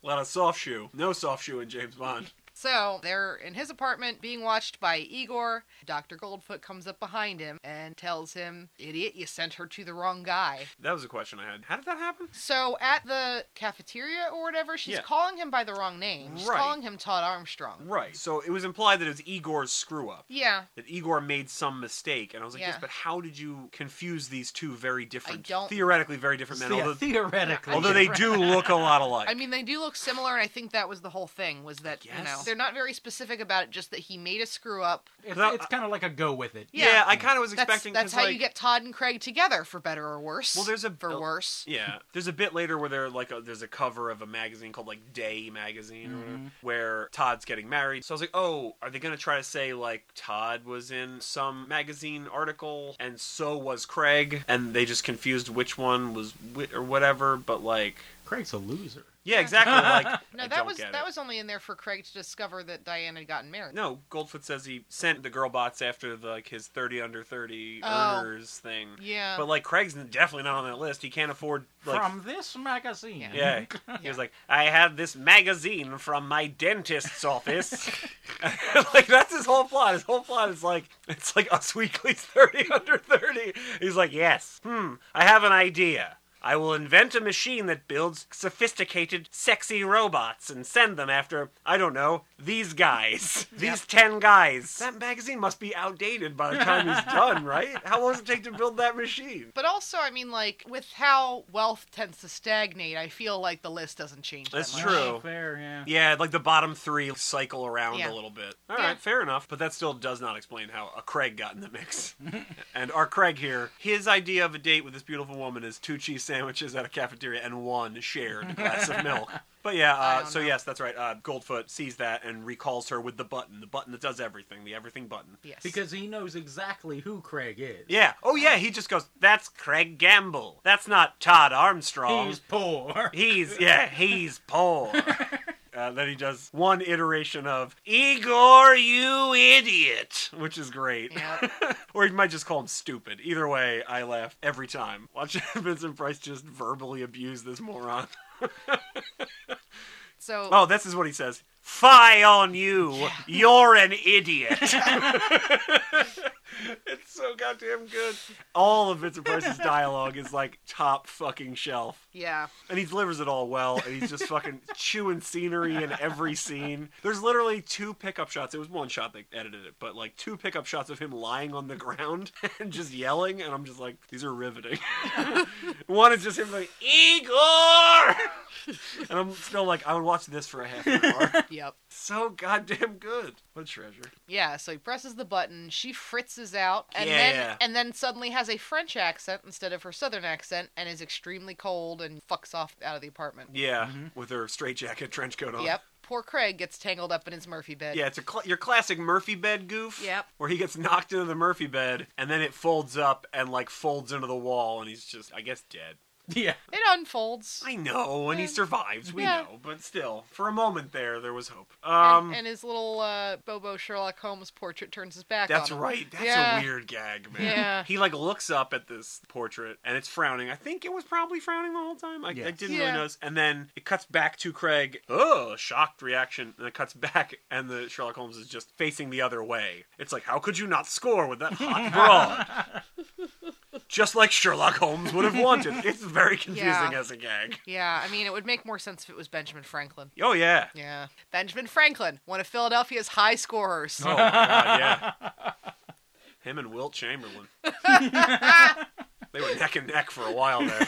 Speaker 3: a lot of soft shoe. No soft shoe in James Bond.
Speaker 2: So they're in his apartment being watched by Igor. Dr. Goldfoot comes up behind him and tells him, Idiot, you sent her to the wrong guy.
Speaker 3: That was a question I had. How did that happen?
Speaker 2: So at the cafeteria or whatever, she's
Speaker 3: Yeah.
Speaker 2: calling him by the wrong name. She's
Speaker 3: Right.
Speaker 2: calling him Todd Armstrong.
Speaker 3: Right. So it was implied that it was Igor's screw up.
Speaker 2: Yeah.
Speaker 3: That Igor made some mistake, and I was like,
Speaker 2: Yeah.
Speaker 3: yes, but how did you confuse these two very different,
Speaker 2: I don't-
Speaker 3: theoretically very different men?
Speaker 4: Yeah,
Speaker 3: although
Speaker 4: theoretically.
Speaker 3: although they do look a lot alike.
Speaker 2: I mean, they do look similar, and I think that was the whole thing was that, you know,
Speaker 3: Yes.
Speaker 2: they're not very specific about it, just that he made a screw up.
Speaker 4: It's,
Speaker 3: Well,
Speaker 4: it's kind of like a go with it.
Speaker 2: Yeah.
Speaker 3: yeah, I kind of was
Speaker 2: That's,
Speaker 3: expecting.
Speaker 2: that's
Speaker 3: 'cause,
Speaker 2: how
Speaker 3: like,
Speaker 2: you get Todd and Craig together, for better or worse.
Speaker 3: Well, there's a-
Speaker 2: For worse.
Speaker 3: Yeah, there's a bit later where they're like, a, there's a cover of a magazine called like Day Magazine, or
Speaker 2: Mm-hmm.
Speaker 3: whatever,
Speaker 4: Mhm.
Speaker 3: where Todd's getting married. So I was like, oh, are they gonna try to say like Todd was in some magazine article and so was Craig, and they just confused which one was wh- or whatever? But like,
Speaker 4: Craig's a loser.
Speaker 3: yeah,
Speaker 2: [LAUGHS]
Speaker 3: exactly. like,
Speaker 2: No,
Speaker 3: I
Speaker 2: that
Speaker 3: don't
Speaker 2: was
Speaker 3: get
Speaker 2: that
Speaker 3: it.
Speaker 2: was only in there for Craig to discover that Diane had gotten married.
Speaker 3: No, Goldfoot says he sent the girl bots after the, like his thirty under thirty
Speaker 2: Oh.
Speaker 3: earners thing.
Speaker 2: Yeah.
Speaker 3: But like Craig's definitely not on that list. He can't afford like
Speaker 4: From this magazine.
Speaker 3: Yeah. He
Speaker 2: Yeah.
Speaker 3: was like, I have this magazine from my dentist's office. [LAUGHS] like that's his whole plot. His whole plot is like it's like Us Weekly's thirty under thirty. He's like, Yes, hmm, I have an idea. I will invent a machine that builds sophisticated, sexy robots and send them after, I don't know, these guys. These ten guys. That magazine must be outdated by the time he's done, right? How long does it take to build that machine?
Speaker 2: But also, I mean, like with how wealth tends to stagnate, I feel like the list doesn't change.
Speaker 3: That's
Speaker 4: [LAUGHS]
Speaker 2: that much.
Speaker 3: true.
Speaker 4: Fair, yeah.
Speaker 3: Yeah, like the bottom three cycle around
Speaker 2: Yeah.
Speaker 3: a little bit. All right,
Speaker 2: Yeah.
Speaker 3: fair enough. But that still does not explain how a Craig got in the mix. and our Craig here, his idea of a date with this beautiful woman is two cheese sandwiches at a cafeteria and one shared glass of milk. But yeah,
Speaker 2: I
Speaker 3: uh,
Speaker 2: don't
Speaker 3: so
Speaker 2: know.
Speaker 3: yes, that's right. Uh, Goldfoot sees that and recalls her with the button, the button that does everything, the everything button.
Speaker 2: Yes.
Speaker 4: Because he knows exactly who Craig is.
Speaker 3: Yeah. Oh yeah. He just goes. That's Craig Gamble. That's not Todd Armstrong.
Speaker 4: He's [LAUGHS] poor.
Speaker 3: He's yeah, he's poor. [LAUGHS] Uh, then he does one iteration of Igor, you idiot, which is great.
Speaker 2: Yeah.
Speaker 3: [LAUGHS] or he might just call him stupid. Either way, I laugh every time. Watch [LAUGHS] Vincent Price just verbally abuse this moron.
Speaker 2: So
Speaker 3: Oh, this is what he says. Fie on you! You're an idiot. it's so goddamn good. All of Vincent Price's dialogue is like top fucking shelf.
Speaker 2: yeah,
Speaker 3: And he delivers it all well, and he's just fucking chewing scenery in every scene. There's literally two pickup shots. It was one shot they edited it, but like two pickup shots of him lying on the ground [LAUGHS] and just yelling, and I'm just like, these are riveting. one is just him like, Igor! and I'm still like, I would watch this for a half an
Speaker 2: [LAUGHS]
Speaker 3: hour.
Speaker 2: yep,
Speaker 3: so goddamn good. What a treasure.
Speaker 2: yeah. So he presses the button. She fritzes out, and
Speaker 3: Yeah,
Speaker 2: then
Speaker 3: yeah.
Speaker 2: and then suddenly has a French accent instead of her Southern accent, and is extremely cold and fucks off out of the apartment.
Speaker 3: Yeah, with her straitjacket trench coat on.
Speaker 2: Yep. Poor Craig gets tangled up in his Murphy bed.
Speaker 3: Yeah, it's a cl- your classic Murphy bed goof.
Speaker 2: Yep.
Speaker 3: Where he gets knocked into the Murphy bed and then it folds up and like folds into the wall and he's just, I guess, dead.
Speaker 4: yeah.
Speaker 2: It unfolds.
Speaker 3: I know, and he
Speaker 2: Yeah.
Speaker 3: survives. We
Speaker 2: Yeah.
Speaker 3: know, but still, for a moment there, there was hope.
Speaker 2: And-
Speaker 3: Um,
Speaker 2: and, his little uh, Bobo Sherlock Holmes portrait turns his back
Speaker 3: that's
Speaker 2: on him.
Speaker 3: right. That's
Speaker 2: Um, Yeah.
Speaker 3: a weird gag, man.
Speaker 2: Yeah.
Speaker 3: He like looks up at this portrait and it's frowning. I think it was probably frowning the whole time. I, I
Speaker 4: Yes.
Speaker 3: didn't
Speaker 2: Yeah.
Speaker 3: really notice. And then it cuts back to Craig. Oh, shocked reaction. And it cuts [LAUGHS] back, and the Sherlock Holmes is just facing the other way. It's like, how could you not score with that hot broad? just like Sherlock Holmes would have wanted. It's very confusing
Speaker 2: Yeah.
Speaker 3: as a gag.
Speaker 2: Yeah, I mean, it would make more sense if it was Benjamin Franklin.
Speaker 3: Oh yeah.
Speaker 2: Yeah. Benjamin Franklin, one of Philadelphia's high scorers.
Speaker 3: Oh my god, yeah. [LAUGHS] Him and Wilt [LAUGHS] Chamberlain. they were neck and neck for a while there.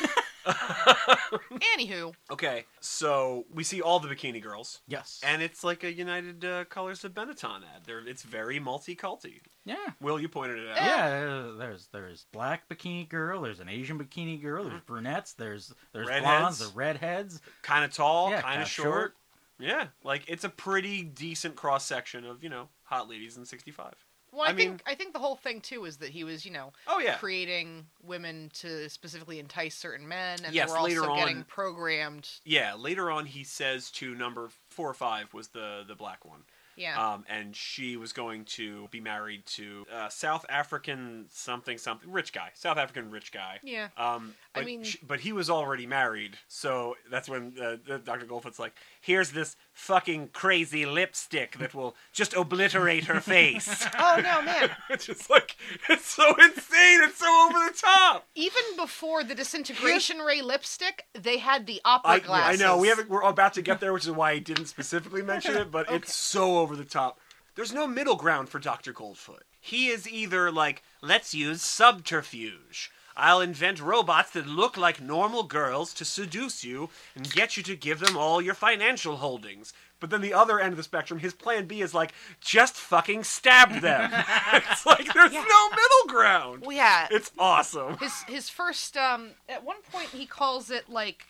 Speaker 2: Anywho,
Speaker 3: Okay, so we see all the bikini girls,
Speaker 4: Yes.
Speaker 3: and it's like a United uh, Colors of Benetton ad. They're, it's very multi-culty.
Speaker 4: yeah.
Speaker 3: Will, you pointed it out.
Speaker 4: Yeah, there's there's black bikini girl, there's an Asian bikini girl, there's brunettes, there's there's
Speaker 3: Redheads.
Speaker 4: blondes, there's redheads.
Speaker 3: Kind of tall,
Speaker 4: Yeah,
Speaker 3: kind
Speaker 4: kinda
Speaker 3: of short.
Speaker 4: short.
Speaker 3: Yeah, like it's a pretty decent cross section of you know hot ladies in '65.
Speaker 2: well, I,
Speaker 3: I
Speaker 2: think
Speaker 3: mean-
Speaker 2: I think the whole thing too is that he was, you know,
Speaker 3: Oh yeah,
Speaker 2: creating women to specifically entice certain men, and
Speaker 3: Yes,
Speaker 2: they were also
Speaker 3: later on-
Speaker 2: getting programmed.
Speaker 3: yeah. Later on, he says to number four or five was the the black one.
Speaker 2: Yeah.
Speaker 3: Um, and she was going to be married to uh, South African something something rich guy, South African rich guy.
Speaker 2: yeah.
Speaker 3: Um,
Speaker 2: I
Speaker 3: but
Speaker 2: mean-
Speaker 3: sh- but he was already married, so that's when uh, the- Dr. Goldfoot's like, "Here's this fucking crazy lipstick that will just obliterate her
Speaker 2: [LAUGHS]
Speaker 3: face."
Speaker 2: [LAUGHS]
Speaker 3: [LAUGHS]
Speaker 2: Oh no, man.
Speaker 3: it's just like it's so insane, it's so over the top.
Speaker 2: Even before the disintegration ray lipstick, they had the opera
Speaker 3: I, I
Speaker 2: glasses.
Speaker 3: know we haven't. We're about to get there, which is why I didn't specifically mention it. But it's so over the top. There's no middle ground for Doctor Goldfoot. He is either like, let's use subterfuge. I'll invent robots that look like normal girls to seduce you and get you to give them all your financial holdings. But then the other end of the spectrum, his plan B is like, just fucking stab them. it's like there's no middle ground.
Speaker 2: Well, yeah.
Speaker 3: It's awesome.
Speaker 2: [LAUGHS] His his first um at one point he calls it like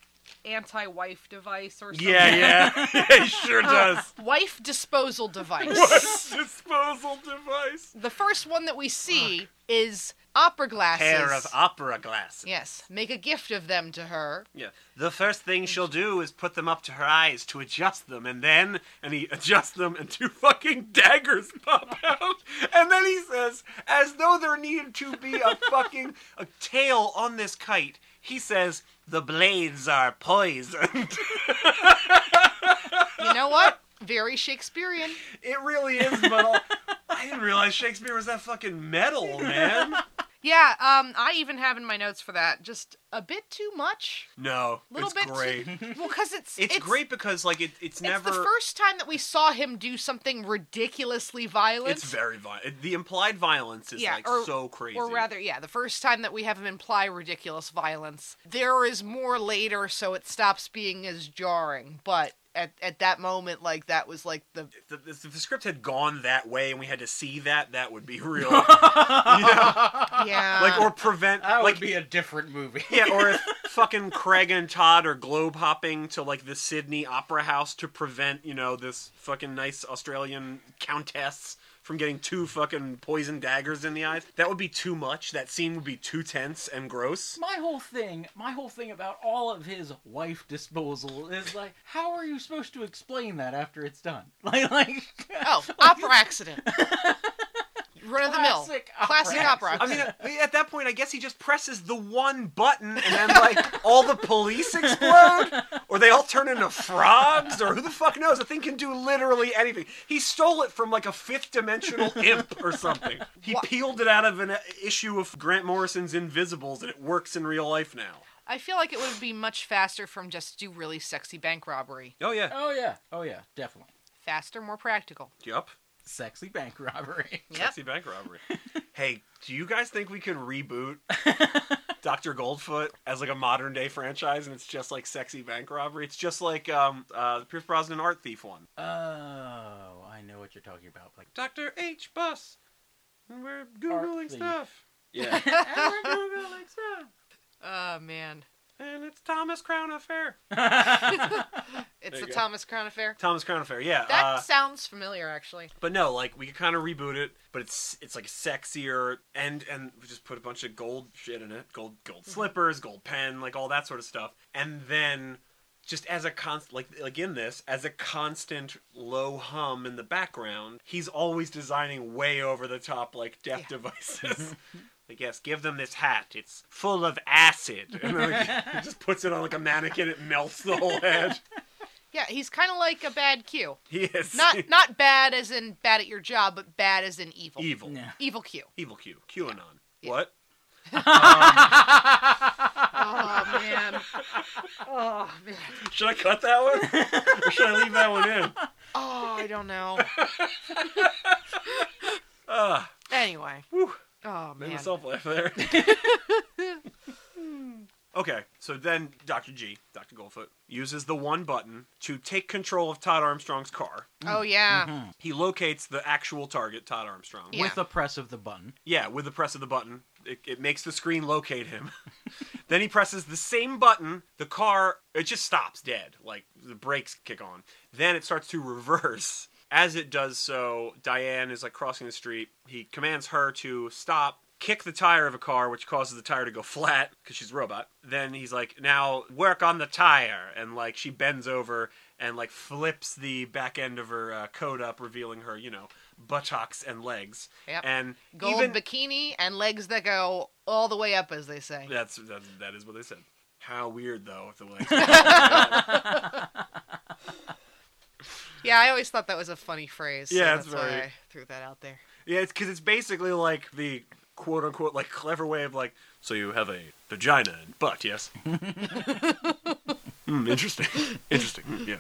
Speaker 2: anti-wife device or something.
Speaker 3: Yeah, yeah. [LAUGHS] yeah he sure does.
Speaker 2: Wife disposal
Speaker 3: [LAUGHS]
Speaker 2: device.
Speaker 3: disposal device.
Speaker 2: The first one that we see is opera glasses.
Speaker 3: Pair of opera glasses.
Speaker 2: Yes, make a gift of them to her.
Speaker 3: Yeah. The first thing she'll do is put them up to her eyes to adjust them, and then and he adjusts them, and two fucking daggers pop out, and then he says, as though there needed to be a fucking a tail on this kite. He says the blades are poisoned.
Speaker 2: You know what? Very Shakespearean.
Speaker 3: [LAUGHS] it really is, but I'll- I didn't realize Shakespeare was that fucking metal, [LAUGHS] man.
Speaker 2: Yeah, um I even have in my notes for that just a bit too much.
Speaker 3: [LAUGHS] No,
Speaker 2: Little
Speaker 3: it's
Speaker 2: bit too- [LAUGHS]
Speaker 3: great.
Speaker 2: Well, cuz it's,
Speaker 3: It's, great because like it, it's
Speaker 2: It's
Speaker 3: never
Speaker 2: the first time that we saw him do something ridiculously violent.
Speaker 3: It's very violent. The implied violence is
Speaker 2: Yeah,
Speaker 3: like
Speaker 2: or-
Speaker 3: so crazy.
Speaker 2: Or rather, yeah, the first time that we have him imply ridiculous violence. There is more later, so it stops being as jarring. But at, at that moment, like, that was like
Speaker 3: [LAUGHS]
Speaker 2: the.
Speaker 3: If the, if the script had gone that way and we had to see that, that would be real.
Speaker 2: [LAUGHS]
Speaker 3: You know?
Speaker 2: Yeah.
Speaker 3: Like or prevent
Speaker 4: That
Speaker 3: like
Speaker 4: would be a different movie.
Speaker 3: [LAUGHS] yeah, or if fucking Craig and Todd are globe hopping to like the Sydney Opera House to prevent you know this fucking nice Australian countess from getting two fucking poison daggers in the eyes. That would be too much. That scene would be too tense and gross.
Speaker 4: my whole thing, my whole thing about all of his wife disposal is like, how are you supposed to explain that after it's done? [LAUGHS] Like, like
Speaker 2: oh, opera
Speaker 3: [LAUGHS]
Speaker 2: accident. Run of the mill.
Speaker 4: Classic opera
Speaker 2: Classic opera
Speaker 4: accident.
Speaker 3: I mean,
Speaker 2: accident.
Speaker 3: at- at that point, I guess he just presses the one button, and then like all the police explode, or they all turn into frogs, or who the fuck knows? The thing can do literally anything. He stole it from like a fifth dimensional imp or something. He
Speaker 2: Wha-
Speaker 3: peeled it out of an uh, issue of Grant Morrison's Invisibles, and it works in real life now.
Speaker 2: I feel like it would be much faster from just do really sexy bank robbery.
Speaker 3: Oh yeah.
Speaker 4: oh yeah, oh yeah, definitely.
Speaker 2: Faster, more practical.
Speaker 3: Yep.
Speaker 4: Sexy bank [LAUGHS] robbery.
Speaker 2: Yep.
Speaker 3: Sexy bank robbery. hey, do you guys think we could reboot Doctor Goldfoot as like a modern day franchise, and it's just like sexy bank robbery? It's just like um, uh, the Pierce Brosnan art thief one.
Speaker 4: Oh, I know what you're talking about. Like,
Speaker 3: Doctor H Bus. And we're
Speaker 4: Googling
Speaker 3: googling
Speaker 4: thief.
Speaker 3: stuff. Yeah. and we're googling stuff.
Speaker 2: Oh, man.
Speaker 3: And it's Thomas Crown Affair.
Speaker 2: It's
Speaker 3: There
Speaker 2: the
Speaker 3: you go.
Speaker 2: Thomas Crown Affair.
Speaker 3: Thomas Crown Affair. Yeah.
Speaker 2: That
Speaker 3: uh,
Speaker 2: sounds familiar, actually.
Speaker 3: But no, like we could kind of reboot it, but it's it's like sexier and and we just put a bunch of gold shit in it, gold gold
Speaker 2: Mm-hmm.
Speaker 3: slippers, gold pen, like all that sort of stuff, and then just as a constant, like like in this, as a constant low hum in the background, he's always designing way over the top like death
Speaker 2: Yeah. [LAUGHS]
Speaker 3: devices. [LAUGHS] Like yes, give them this hat. It's full of acid. [LAUGHS] And then like, he just puts it on like a mannequin. It melts the
Speaker 2: [LAUGHS]
Speaker 3: whole head.
Speaker 2: Yeah, he's kind of like a bad
Speaker 3: [LAUGHS]
Speaker 2: Q.
Speaker 3: He is
Speaker 2: Not not bad as in bad at your job, but bad as in evil.
Speaker 3: evil.
Speaker 4: Yeah.
Speaker 2: Evil
Speaker 3: [LAUGHS]
Speaker 2: Q.
Speaker 3: Evil Q. QAnon.
Speaker 2: Yeah.
Speaker 3: What?
Speaker 2: Oh man. Oh man.
Speaker 3: Should I cut that one? or should I leave that one in?
Speaker 2: Oh, I don't know.
Speaker 3: [LAUGHS] Uh,
Speaker 2: Anyway.
Speaker 3: whew,
Speaker 2: Oh
Speaker 3: made
Speaker 2: man.
Speaker 3: myself laugh there. [LAUGHS] okay, so then Dr. G, Dr. Goldfoot, uses the one button to take control of Todd Armstrong's car.
Speaker 2: Oh yeah.
Speaker 3: He locates the actual target, Todd Armstrong.
Speaker 2: Yeah.
Speaker 4: With the press of the button.
Speaker 3: Yeah, with the press of the button, it, it makes the screen locate him. [LAUGHS] then he presses the same button, the car, it just stops dead. Like the brakes kick on. Then it starts to reverse. As it does so, Diane is like crossing the street. He commands her to stop, kick the tire of a car, which causes the tire to go flat because she's a robot. Then he's like, now work on the tire. And like she bends over and like flips the back end of her uh, coat up, revealing her, you know, buttocks and legs.
Speaker 2: Yep.
Speaker 3: And
Speaker 2: Gold
Speaker 3: even
Speaker 2: bikini and legs that go all the way up, as they say.
Speaker 3: that's, that's that is what they said. How weird though, if the legs.
Speaker 2: Yeah, I always thought that was a funny phrase. so
Speaker 3: Yeah,
Speaker 2: that's
Speaker 3: it's
Speaker 2: why
Speaker 3: very-
Speaker 2: I threw that out there.
Speaker 3: Yeah, it's because it's basically like the quote unquote like clever way of like so you have a vagina and butt, yes. Hmm, interesting, interesting. Hmm, yeah,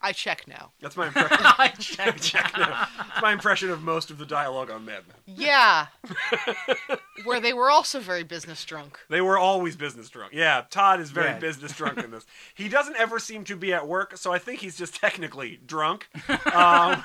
Speaker 2: I check now.
Speaker 3: that's my impression.
Speaker 4: [LAUGHS] [LAUGHS] I checked.
Speaker 3: that's my impression of most of the dialogue on Mad Men.
Speaker 2: [LAUGHS] Yeah, where they were also very business drunk.
Speaker 3: They were always business drunk. Yeah, Todd is very
Speaker 4: Yeah.
Speaker 3: business drunk in this. He doesn't ever seem to be at work, so I think he's just technically drunk. Um,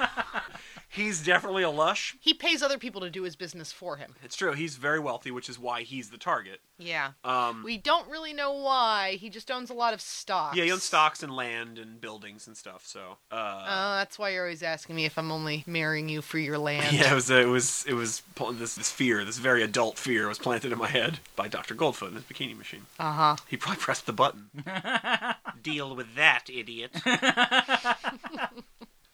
Speaker 3: he's definitely a lush.
Speaker 2: He pays other people to do his business for him.
Speaker 3: It's true. He's very wealthy, which is why he's the target.
Speaker 2: Yeah,
Speaker 3: Um,
Speaker 2: we don't really know why. He just owns a lot of stocks.
Speaker 3: Yeah, he owns stocks and land and buildings and stuff. So, uh,
Speaker 2: Uh, that's why you're always asking me if I'm only marrying you for your land.
Speaker 3: yeah, it was it was it was pl- this this fear, this very adult fear, was planted in my head by Doctor Goldfoot and his bikini machine.
Speaker 2: Uh huh.
Speaker 3: He probably pressed the
Speaker 2: [LAUGHS]
Speaker 3: button. Deal with that, idiot.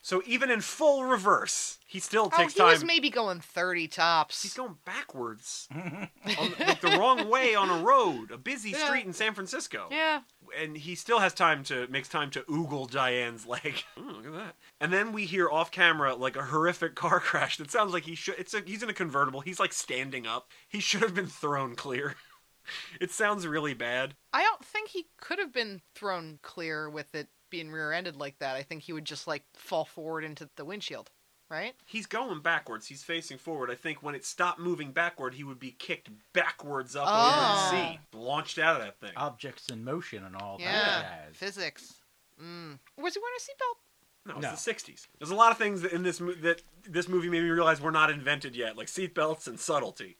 Speaker 3: so even in full reverse, he still
Speaker 2: Oh,
Speaker 3: takes
Speaker 2: he
Speaker 3: time.
Speaker 2: was maybe going 30 tops.
Speaker 3: He's going
Speaker 2: [LAUGHS]
Speaker 3: backwards, on, like the wrong way on a road, a busy
Speaker 2: Yeah.
Speaker 3: street in San Francisco.
Speaker 2: yeah.
Speaker 3: and he still has time to makes time to oogle Diane's leg. [LAUGHS] Ooh, look at that. And then we hear off camera like a horrific car [LAUGHS] crash that sounds like he should. It's a, he's in a convertible. He's like standing up. He should have been thrown clear. [LAUGHS] it sounds really bad.
Speaker 2: I don't think he could have been thrown clear with it being rear ended like that. I think he would just, like, fall forward into the windshield, right?
Speaker 3: He's going backwards. He's facing forward. I think when it stopped moving backward, he would be kicked backwards up
Speaker 2: Oh.
Speaker 3: over the sea, launched out of that thing.
Speaker 4: Objects in motion and all
Speaker 2: yeah.
Speaker 4: that. jazz.
Speaker 2: Physics. Mm. Was he wearing a seatbelt?
Speaker 3: No, it's the
Speaker 4: No.
Speaker 3: '60s. There's a lot of things that in this mo- that this movie made me realize were not invented yet, like seatbelts and subtlety,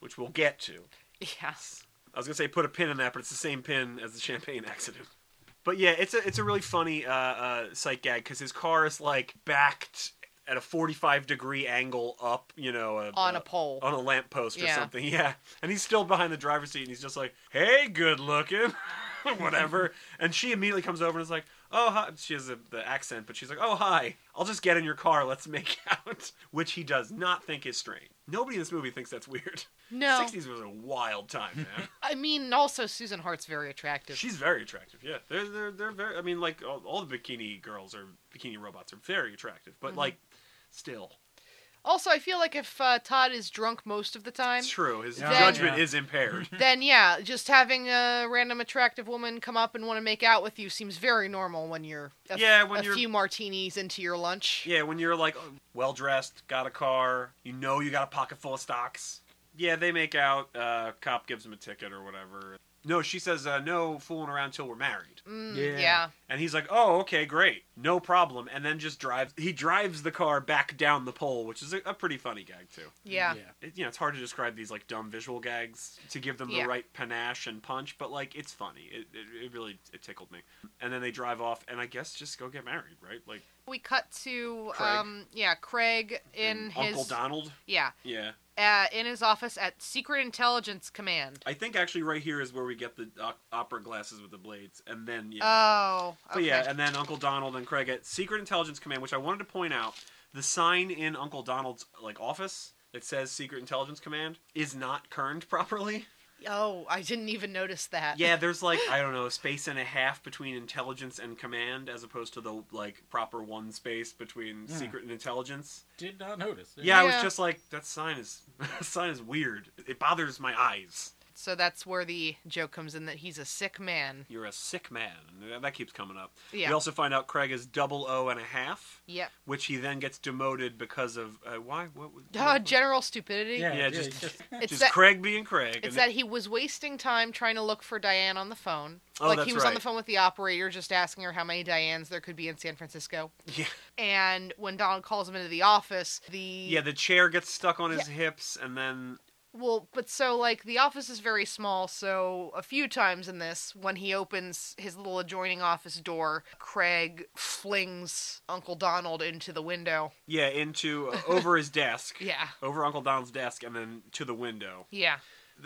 Speaker 3: which we'll get to.
Speaker 2: Yes.
Speaker 3: I was gonna say put a pin in that, but it's the same pin as the champagne accident. But yeah, it's a it's a really funny uh, uh, sight gag because his car is like backed at a 45 degree angle up, you know, a,
Speaker 2: On a pole.
Speaker 3: Uh, on a lamppost or
Speaker 2: Yeah.
Speaker 3: something. [LAUGHS] Yeah, and he's still behind the driver's seat, and he's just like, "Hey, good looking," [LAUGHS]
Speaker 2: [LAUGHS]
Speaker 3: whatever. and she immediately comes over and is like, "Oh, hi." she has a, the accent, but she's like, "Oh, hi. I'll just get in your car. Let's make [LAUGHS] out," which he does not think is strange. Nobody in this movie thinks that's weird.
Speaker 2: No.
Speaker 3: 60s was a wild time,
Speaker 2: [LAUGHS]
Speaker 3: man.
Speaker 2: I mean, also, Susan Hart's very attractive.
Speaker 3: She's very attractive. Yeah, they're they're they're very. I mean, like all, all the bikini girls or bikini robots are very attractive,
Speaker 2: Mm-hmm.
Speaker 3: but like, still,
Speaker 2: Also, I feel like if uh, Todd is drunk most of the time,
Speaker 3: it's true. His
Speaker 2: Then-
Speaker 3: judgment
Speaker 4: Yeah.
Speaker 3: is
Speaker 2: [LAUGHS]
Speaker 3: impaired.
Speaker 2: then yeah, just having a random attractive woman come up and want to make out with you seems very normal when you're a,
Speaker 3: Yeah, when
Speaker 2: a
Speaker 3: you're-
Speaker 2: few martinis into your lunch.
Speaker 3: yeah, when you're like well dressed, got a car, you know you got a pocket full of stocks. Yeah, they make out. Uh, cop gives him a ticket or whatever. No, she says uh, no fooling around till we're married.
Speaker 2: Mm,
Speaker 4: Yeah.
Speaker 2: yeah.
Speaker 3: And he's like, "Oh, okay, great, no problem." And then just drives. He drives the car back down the pole, which is a, a pretty funny gag too.
Speaker 2: Yeah.
Speaker 3: it, you know, it's hard to describe these like dumb visual gags to give them
Speaker 2: Yeah.
Speaker 3: the right panache and punch, but like it's funny. It, it, it really it tickled me. And then they drive off, and I guess just go get married, right? Like
Speaker 2: We cut to
Speaker 3: Craig.
Speaker 2: um yeah, Craig
Speaker 3: and
Speaker 2: in his
Speaker 3: Uncle Donald.
Speaker 2: yeah,
Speaker 3: Yeah,
Speaker 2: uh, in his office at Secret Intelligence Command.
Speaker 3: I think actually right here is where we get the o- opera glasses with the blades, and then yeah,
Speaker 2: Oh. Okay.
Speaker 3: but yeah, and then Uncle Donald and Craig at Secret Intelligence Command, which I wanted to point out, the sign in Uncle Donald's like office that says Secret Intelligence Command is not kerned [LAUGHS] properly.
Speaker 2: oh, I didn't even notice that.
Speaker 3: yeah, there's like I don't know, a space and a half between intelligence and command, as opposed to the like proper one space between
Speaker 4: Yeah.
Speaker 3: secret and intelligence.
Speaker 4: Did not notice.
Speaker 3: Hmm. Yeah, I was
Speaker 2: Yeah.
Speaker 3: just like that sign is [LAUGHS] that sign is weird. It bothers my eyes.
Speaker 2: So that's where the joke comes in that he's a sick man.
Speaker 3: You're a sick man. And That keeps coming up.
Speaker 2: Yeah.
Speaker 3: We also find out Craig is double O and a half,
Speaker 2: Yep.
Speaker 3: which he then gets demoted because of uh, why? What? was-
Speaker 2: Uh, general stupidity.
Speaker 4: Yeah,
Speaker 3: Yeah,
Speaker 4: yeah,
Speaker 3: just-
Speaker 4: just-
Speaker 2: It's
Speaker 3: just
Speaker 2: that
Speaker 3: Craig being Craig.
Speaker 2: It's
Speaker 3: and-
Speaker 2: that he was wasting time trying to look for Diane on the phone.
Speaker 3: Oh,
Speaker 2: like
Speaker 3: that's
Speaker 2: he was on the
Speaker 3: right.
Speaker 2: phone with the operator just asking her how many Dianes there could be in San Francisco.
Speaker 3: [LAUGHS] yeah,
Speaker 2: And when Donald calls him into the office, the
Speaker 3: yeah. The chair gets stuck on his hips, and then
Speaker 2: well, but so like the office is very small, so a few times in this when he opens his little adjoining office door, Craig flings Uncle Donald into the window.
Speaker 3: yeah,
Speaker 2: [LAUGHS]
Speaker 3: into uh, over his desk.
Speaker 2: Yeah.
Speaker 3: over Uncle Donald's desk and then to the window.
Speaker 2: Yeah.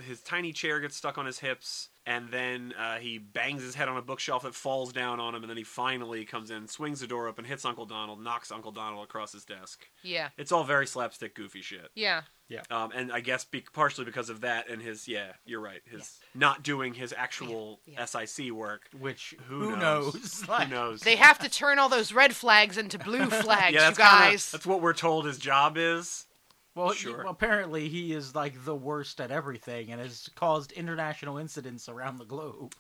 Speaker 3: His tiny chair gets stuck on his hips. and then uh, he bangs his head on a bookshelf that falls down on him, and then he finally comes in, swings the door open, hits Uncle Donald, knocks Uncle Donald across his desk.
Speaker 2: Yeah.
Speaker 3: It's all very slapstick, goofy shit.
Speaker 2: Yeah.
Speaker 3: Um, and I guess be- partially because of that and his, yeah, you're right, his not doing his actual
Speaker 2: Yeah, yeah.
Speaker 3: SIC work.
Speaker 4: [LAUGHS] Which
Speaker 3: Who,
Speaker 5: Who
Speaker 3: knows?
Speaker 5: knows?
Speaker 4: [LAUGHS]
Speaker 3: Who
Speaker 5: Like-
Speaker 3: knows?
Speaker 2: They have to turn all those red flags into blue
Speaker 3: [LAUGHS]
Speaker 2: flags,
Speaker 3: yeah,
Speaker 2: you
Speaker 3: that's kinda- [LAUGHS]
Speaker 2: guys.
Speaker 3: that's what we're told his job is.
Speaker 4: Well, y-
Speaker 3: Sure.
Speaker 4: well, apparently he is like the worst at everything and has caused international incidents around
Speaker 3: [LAUGHS]
Speaker 4: the globe.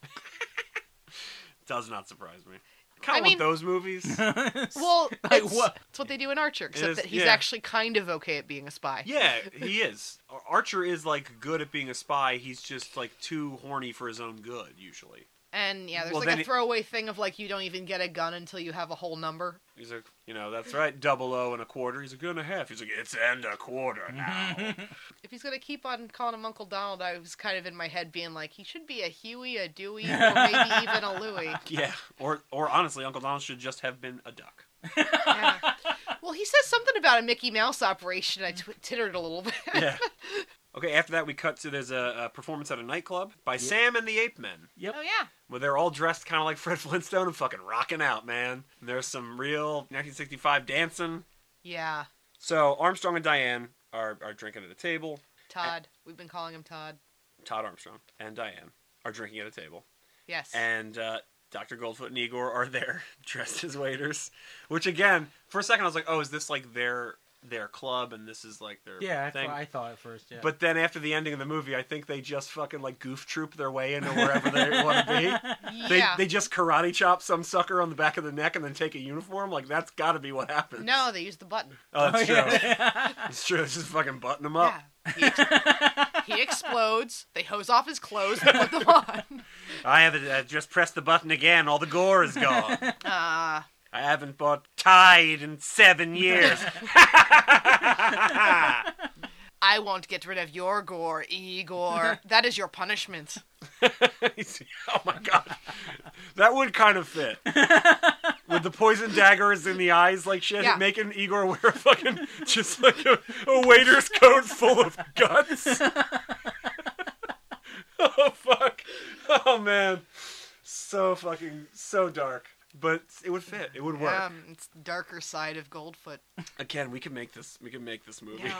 Speaker 3: Does not surprise me. Kind
Speaker 2: I
Speaker 3: of
Speaker 2: mean-
Speaker 3: want those movies. [LAUGHS]
Speaker 2: well,
Speaker 4: Like
Speaker 2: it's,
Speaker 4: what?
Speaker 2: it's what they do in Archer, except
Speaker 3: is,
Speaker 2: that he's
Speaker 3: yeah.
Speaker 2: actually kind of okay at being a spy.
Speaker 3: yeah, he is. Ar- Archer is like good at being a spy. He's just like too horny for his own good usually.
Speaker 2: And yeah, there's
Speaker 3: Well,
Speaker 2: like
Speaker 3: then
Speaker 2: a
Speaker 3: it-
Speaker 2: throwaway thing of like you don't even get a gun until you have a whole number.
Speaker 3: He's like, you know, that's right, double O and a quarter. He's like, and a half. He's like, it's and a quarter now.
Speaker 2: If he's gonna keep on calling him Uncle Donald, I was kind of in my head being like, he should be a Huey, a Dewey, or maybe
Speaker 3: [LAUGHS]
Speaker 2: even a Louie.
Speaker 3: yeah, or or honestly, Uncle Donald should just have been a duck.
Speaker 2: Yeah. Well, he says something about a Mickey Mouse operation. I tw- tittered a little bit.
Speaker 4: [LAUGHS]
Speaker 3: Yeah. okay. After that, we cut to there's a, a performance at a nightclub by Sam and the Ape Men.
Speaker 4: Yep.
Speaker 2: Oh yeah,
Speaker 3: Well, they're all dressed kind of like [LAUGHS] Fred Flintstone and fucking rocking out, man. And there's some real 1965 dancing.
Speaker 2: yeah.
Speaker 3: So Armstrong and Diane are, are drinking at a table.
Speaker 2: Todd, we've been calling him Todd.
Speaker 3: Todd Armstrong and Diane are drinking at a table.
Speaker 2: Yes.
Speaker 3: And uh, Dr. Goldfoot and Igor are there [LAUGHS] dressed as waiters. Which, again, for a second I was like, oh, is this like their their club and this is like their
Speaker 4: Yeah, that's
Speaker 3: thing?
Speaker 4: what I thought at first. Yeah.
Speaker 3: But then after the ending of the movie, I think they just fucking like goof troop their way into wherever they want to be.
Speaker 4: [LAUGHS]
Speaker 3: They,
Speaker 2: yeah.
Speaker 3: they just karate chop some sucker on the back of the neck and then take a uniform. Like that's got to be what happens.
Speaker 2: No, they use the button.
Speaker 3: oh, that's true.
Speaker 4: yeah.
Speaker 3: It's true. It's just fucking button them up.
Speaker 2: Yeah. He, ex- he explodes. They hose off his clothes and
Speaker 3: [LAUGHS]
Speaker 2: put them on.
Speaker 3: I haven't uh, just pressed the button again. All the gore is gone.
Speaker 4: [LAUGHS]
Speaker 2: Uh,
Speaker 3: I haven't bought Tide in
Speaker 4: [LAUGHS]
Speaker 3: seven years.
Speaker 2: I won't get rid of your gore,
Speaker 4: [LAUGHS]
Speaker 2: Igor. That is your punishment.
Speaker 3: [LAUGHS] oh my god, that would kind of
Speaker 2: [LAUGHS]
Speaker 3: fit. With the poison daggers in the eyes, like shit,
Speaker 2: Yeah.
Speaker 3: making Igor wear a fucking just like a, a waiter's coat full of
Speaker 2: [LAUGHS]
Speaker 3: guts. oh fuck. Oh man, so fucking so dark. But it would fit. It would work.
Speaker 2: Um, it's the darker side of Goldfoot.
Speaker 3: Again, we can make this. We can make this movie.
Speaker 2: Yeah.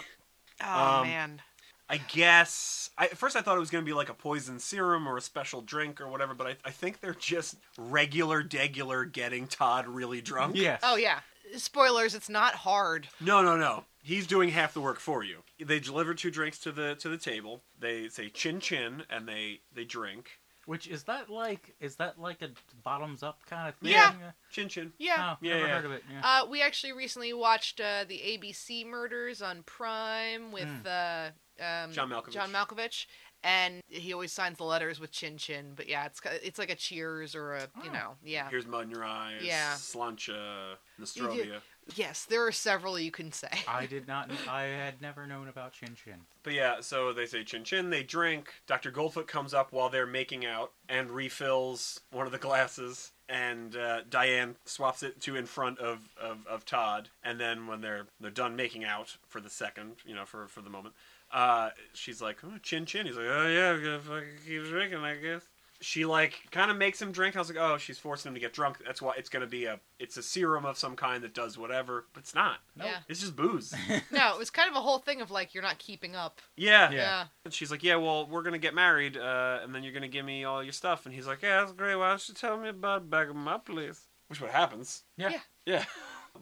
Speaker 2: Oh
Speaker 3: Um,
Speaker 2: man.
Speaker 3: I guess. I, at first, I thought it was going to be like a poison serum or a special drink or whatever, but I, I think they're just regular, degular getting Todd really drunk.
Speaker 4: yes.
Speaker 2: Oh yeah. Spoilers. It's not hard.
Speaker 3: No, no, no. He's doing half the work for you. They deliver two drinks to the to the table. They say chin chin, and they they drink
Speaker 4: Which is that like? Is that like a bottoms up kind of thing?
Speaker 2: Yeah.
Speaker 3: chin chin.
Speaker 2: Yeah.
Speaker 4: Oh,
Speaker 3: Yeah,
Speaker 4: never
Speaker 3: yeah.
Speaker 4: heard of it. Yeah.
Speaker 2: Uh, we actually recently watched uh, the ABC murders on Prime with
Speaker 4: Hmm.
Speaker 2: uh, um,
Speaker 3: John Malkovich.
Speaker 2: John Malkovich, and he always signs the letters with Chin Chin. But yeah, it's ki- it's like a Cheers or a you
Speaker 4: Oh.
Speaker 2: know yeah.
Speaker 3: Here's mud in your eyes.
Speaker 2: Yeah.
Speaker 3: Slancha,
Speaker 2: You
Speaker 3: Nostrovia.
Speaker 2: Yes, there are several you can say.
Speaker 4: I did not. I had never known about Chin Chin.
Speaker 3: But yeah, so they say chin chin, they drink. Dr. Goldfoot comes up while they're making out and refills one of the glasses. And uh, Diane swaps it to in front of, of, of Todd. And then when they're they're done making out for the second, you know, for, for the moment, uh, she's like, "Ooh, chin chin. He's like, oh yeah, I'm gonna fucking keep drinking, I guess. She like kind of makes him drink. I was like, oh, she's forcing him to get drunk. That's why it's gonna be a it's a serum of some kind that does whatever, but it's not.
Speaker 4: Nope.
Speaker 2: Yeah.
Speaker 3: It's just booze.
Speaker 2: [LAUGHS] No, it was kind of a whole thing of like you're not keeping up.
Speaker 4: Yeah.
Speaker 3: and she's like, "Yeah, well, we're gonna get married, uh, and then you're gonna give me all your stuff." And he's like, "Yeah, that's great. Why don't you tell me about back in my place?" Which what happens?
Speaker 4: Yeah.
Speaker 2: Yeah.
Speaker 3: Yeah.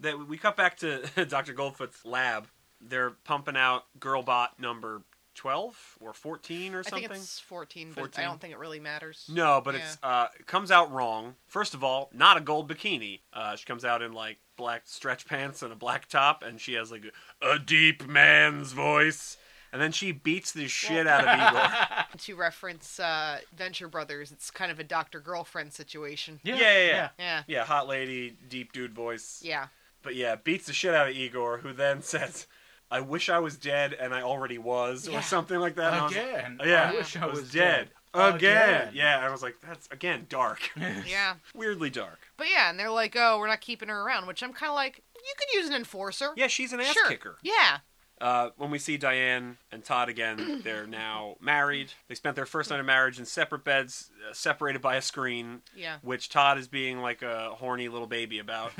Speaker 3: that we cut back to [LAUGHS] Dr. Goldfoot's lab. They're pumping out Girlbot number twelve or fourteen or
Speaker 2: I think
Speaker 3: something.
Speaker 2: it's 14, but
Speaker 3: 14.
Speaker 2: I don't think it really matters.
Speaker 3: No, but it's uh, it comes out wrong. First of all, not a gold bikini. Uh, she comes out in like black stretch pants and a black top, and she has like a deep man's voice. And then she beats the shit out
Speaker 2: [LAUGHS]
Speaker 3: of Igor.
Speaker 2: To reference uh, Venture Brothers, it's kind of a doctor girlfriend situation.
Speaker 3: Yeah, yeah, yeah.
Speaker 2: Yeah.
Speaker 3: Yeah, hot lady, deep dude voice.
Speaker 2: Yeah.
Speaker 3: But yeah, beats the shit out of Igor, who then [LAUGHS] says, I wish I was dead and I already was,
Speaker 2: Yeah.
Speaker 3: or something like that. And I was-
Speaker 4: Again.
Speaker 3: yeah.
Speaker 4: I wish I was,
Speaker 3: dead. Again. Yeah, and I was like, that's, again,
Speaker 4: [LAUGHS]
Speaker 3: dark.
Speaker 2: Yeah.
Speaker 3: Weirdly dark.
Speaker 2: But yeah, and they're like, oh, we're not keeping her around, which I'm kind of like, you could use an enforcer.
Speaker 3: Yeah, she's an ass
Speaker 2: sure.
Speaker 3: kicker.
Speaker 2: Yeah.
Speaker 3: Uh, when we see Diane and Todd again. They're now married. They spent their first night of marriage in separate beds, uh, separated by a screen,
Speaker 2: Yeah.
Speaker 3: which Todd is being like a horny little baby [LAUGHS] about.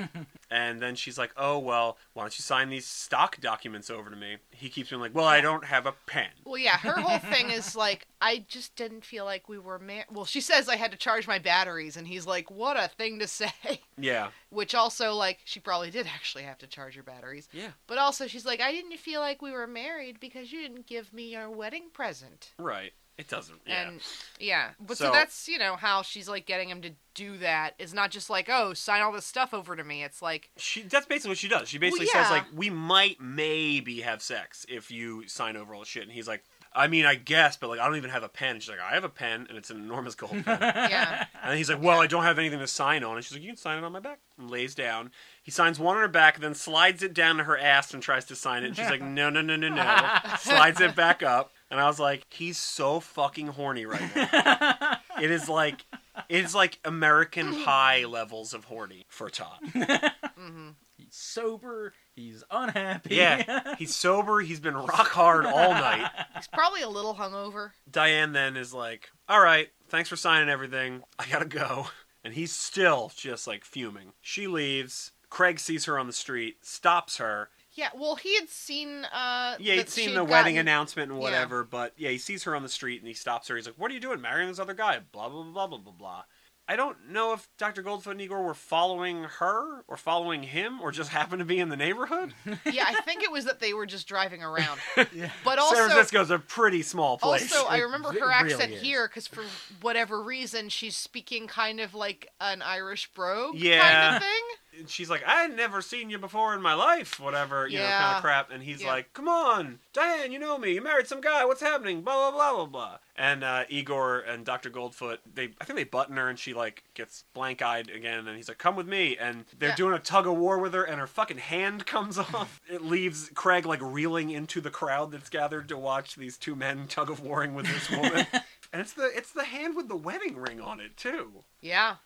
Speaker 3: and then she's like, "Oh well, why don't you sign these stock documents over to me?" He keeps being like, "Well, I don't have a pen."
Speaker 2: Well, yeah, her whole
Speaker 3: [LAUGHS]
Speaker 2: thing is like, I just didn't feel like we were man. Well, she says I had to charge my batteries, and he's like, what a thing to say.
Speaker 3: Yeah,
Speaker 2: Which also, like, she probably did [LAUGHS] actually have to charge her batteries.
Speaker 3: yeah,
Speaker 2: But also, she's like, I didn't feel like we were married because you didn't give me your wedding present.
Speaker 3: right. It doesn't. Yeah.
Speaker 2: And yeah, but so,
Speaker 3: So-
Speaker 2: that's you know how she's like getting him to do that. It's not just like, oh, sign all this stuff over to me. It's like,
Speaker 3: she that's basically what she does. She basically
Speaker 2: yeah.
Speaker 3: says like, "We might maybe have sex if you sign over all the shit." And he's like, "I mean, I guess, but like, I don't even have a pen." And she's like, "I have a pen, and it's an enormous gold [LAUGHS] pen."
Speaker 2: yeah,
Speaker 3: and he's like, "Well, I don't have anything to sign on." And she's like, "You can sign it on my back." And lays down. He signs one on her back, then slides it down to her ass and tries to sign it. And she's like, "No, no, no, no, no." slides it back up. And I was like, "He's so fucking horny right now." it is like it is like American Pie levels of horny for Todd.
Speaker 2: hmm
Speaker 4: He's sober. He's unhappy.
Speaker 3: Yeah, he's sober. He's been rock hard all night.
Speaker 2: he's probably a little hungover.
Speaker 3: Diane then is like, "All right, thanks for signing everything. I gotta go." [LAUGHS] And he's still just like fuming. She leaves. Craig sees her on the street, stops her.
Speaker 2: Yeah, well, he had seen. Uh,
Speaker 3: Yeah, he'd
Speaker 2: that
Speaker 3: seen
Speaker 2: she'd
Speaker 3: the wedding
Speaker 2: gotten-
Speaker 3: announcement and
Speaker 2: Yeah.
Speaker 3: whatever, but yeah, he sees her on the street and he stops her. He's like, "What are you doing, marrying this other guy?" Blah blah blah blah blah blah. I don't know if Dr. Goldfoot and Igor were following her or following him or just [LAUGHS] happened to be in the neighborhood.
Speaker 2: yeah, I think it was that they were just driving
Speaker 3: [LAUGHS]
Speaker 2: around.
Speaker 4: Yeah.
Speaker 2: But also,
Speaker 3: San Francisco's a pretty small place. [LAUGHS]
Speaker 2: also, I
Speaker 4: It
Speaker 2: remember
Speaker 4: re-
Speaker 2: her
Speaker 4: really
Speaker 2: accent here 'cause
Speaker 4: is.
Speaker 2: here because for whatever reason she's speaking kind of like an Irish brogue kind
Speaker 3: Yeah.
Speaker 2: of thing.
Speaker 3: and she's like, I had never seen you before in my life, whatever, you know, kind
Speaker 2: Yeah.
Speaker 3: of crap. And he's
Speaker 2: Yeah.
Speaker 3: like, Come on, Diane, you know me. You married some guy. What's happening? Blah blah blah blah blah. And uh, Igor and Doctor Goldfoot, they I think they button her, and she like gets blank eyed again. And he's like, Come with me. And they're
Speaker 2: Yeah.
Speaker 3: doing a tug of war with her, and her fucking hand [LAUGHS] comes off. it leaves Craig like reeling into the crowd that's gathered to watch these two men tug of warring with this
Speaker 2: [LAUGHS]
Speaker 3: woman. and it's the it's the hand with the wedding ring on it too
Speaker 2: Yeah,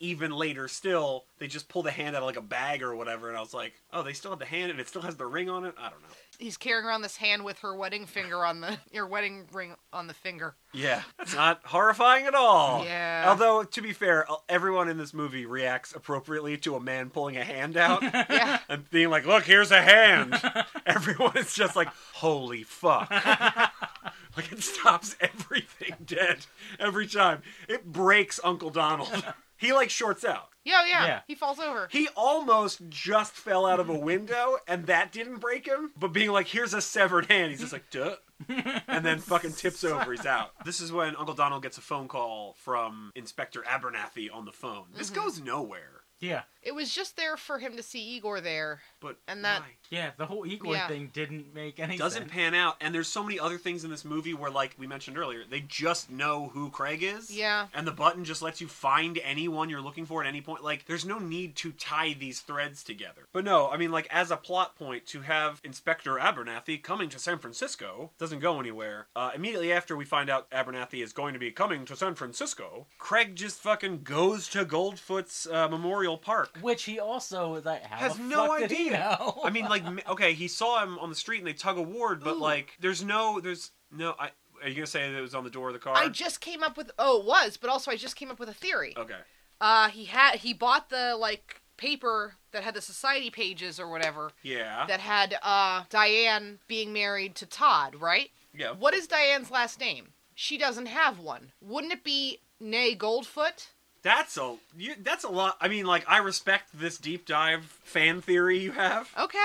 Speaker 3: even later still they just pull the hand out of like a bag or whatever and i was like oh they still have the hand and it still has the ring on it i don't know
Speaker 2: he's carrying around this hand with her wedding finger on the [LAUGHS] your wedding ring on the finger.
Speaker 3: yeah it's not horrifying at all
Speaker 2: Yeah.
Speaker 3: although to be fair uh, everyone in this movie reacts appropriately to a man pulling a hand out
Speaker 2: Yeah,
Speaker 3: [LAUGHS] and being like look here's a hand [LAUGHS] everyone is just like holy fuck [LAUGHS] like it stops everything dead every time it breaks uncle donald [LAUGHS] he like shorts out
Speaker 2: yeah, yeah.
Speaker 4: Yeah.
Speaker 2: He falls over.
Speaker 3: He almost just fell out of a window, and that didn't break him. But being like, "Here's a severed hand," he's just like, "Duh," and then fucking tips over. He's out. This is when Uncle Donald gets a phone call from Inspector Abernathy on the phone. This
Speaker 2: Mm-hmm.
Speaker 3: goes nowhere.
Speaker 4: [LAUGHS] Yeah.
Speaker 2: It was just there for him to see Igor there.
Speaker 3: But
Speaker 2: And that-
Speaker 3: why?
Speaker 4: Yeah. The whole Igor
Speaker 2: Yeah.
Speaker 4: thing didn't make any
Speaker 3: doesn't
Speaker 4: sense.
Speaker 3: pan out. And there's so many other things in this movie where, like we mentioned earlier, they just know who Craig is.
Speaker 2: Yeah.
Speaker 3: And the button just lets you find anyone you're looking for at any point. Like, there's no need to tie these threads together. But no, I mean, like, as a plot point, to have Inspector Abernathy coming to San Francisco doesn't go anywhere. Uh, immediately after we find out Abernathy is going to be coming to San Francisco, Craig just fucking goes to Goldfoot's uh, Memorial Park.
Speaker 4: Which he also was like, how
Speaker 3: Has
Speaker 4: the
Speaker 3: no
Speaker 4: fuck did he
Speaker 3: idea.
Speaker 4: [LAUGHS] know?
Speaker 3: I mean, like, m- okay, he saw him on the street and they tug a ward, but
Speaker 2: Ooh.
Speaker 3: like, there's no, there's no. I are you gonna say that it was on the door of the car?
Speaker 2: I just came up with oh it was, but also I just came up with a theory.
Speaker 3: okay.
Speaker 2: Uh, he had he bought the like paper that had the society pages or whatever
Speaker 3: Yeah.
Speaker 2: that had uh Diane being married to Todd, right?
Speaker 3: yeah.
Speaker 2: What is Diane's last name? She doesn't have one. Wouldn't it be Nay Goldfoot?
Speaker 3: That's a you, that's a lot. I mean, like, I respect this deep dive fan theory you have.
Speaker 2: Okay.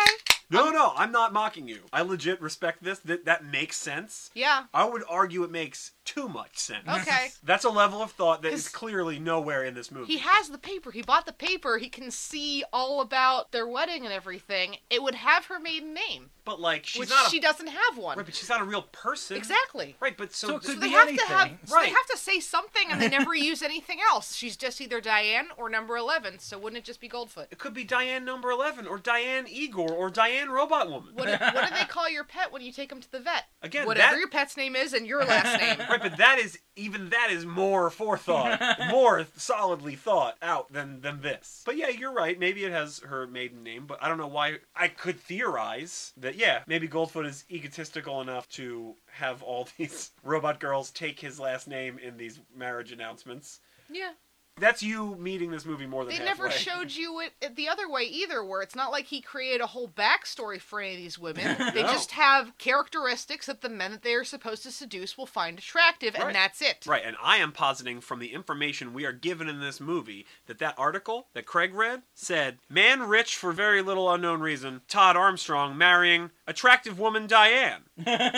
Speaker 3: No, no, I'm not mocking you. I legit respect this. That that makes sense.
Speaker 2: Yeah.
Speaker 3: I would argue it makes too much sense. [LAUGHS]
Speaker 2: Okay.
Speaker 3: That's a level of thought that is
Speaker 2: 'Cause-
Speaker 3: clearly nowhere in this movie.
Speaker 2: He has the paper. He bought the paper. He can see all about their wedding and everything. It would have her maiden name,
Speaker 3: but like, she's
Speaker 2: which
Speaker 3: not a
Speaker 2: she doesn't have one.
Speaker 3: right, but she's not a real person.
Speaker 2: Exactly.
Speaker 3: Right, but so,
Speaker 4: So it could
Speaker 2: So
Speaker 4: be
Speaker 2: they have to
Speaker 4: anything.
Speaker 2: have so
Speaker 3: Right.
Speaker 2: they have to say something and they never use anything else. She's just either Diane or number eleven, so wouldn't it just be Goldfoot?
Speaker 3: It could be Diane number 11 or Diane Igor or Diane man robot woman.
Speaker 2: What do, what do they call your pet when you take them to the vet?
Speaker 3: Again,
Speaker 2: Whatever
Speaker 3: that-
Speaker 2: your pet's name is and your last name.
Speaker 3: [LAUGHS] Right, but that is even that is more forethought, more solidly thought out than than this. But yeah, you're right. Maybe it has her maiden name, but I don't know why. I could theorize that yeah, maybe Goldfoot is egotistical enough to have all [LAUGHS] these robot girls take his last name in these marriage announcements.
Speaker 2: Yeah.
Speaker 3: That's you meeting this movie more than
Speaker 2: They
Speaker 3: halfway.
Speaker 2: never showed you it, it the other way either, where it's not like he created a whole backstory for any of these
Speaker 3: [LAUGHS]
Speaker 2: women. They
Speaker 3: No.
Speaker 2: just have characteristics that the men that they are supposed to seduce will find attractive,
Speaker 3: Right.
Speaker 2: and that's it.
Speaker 3: Right, and I am positing from the information we are given in this movie that that article that Craig read said, "Man rich for very little unknown reason, Todd Armstrong marrying attractive woman Diane,"
Speaker 2: Okay.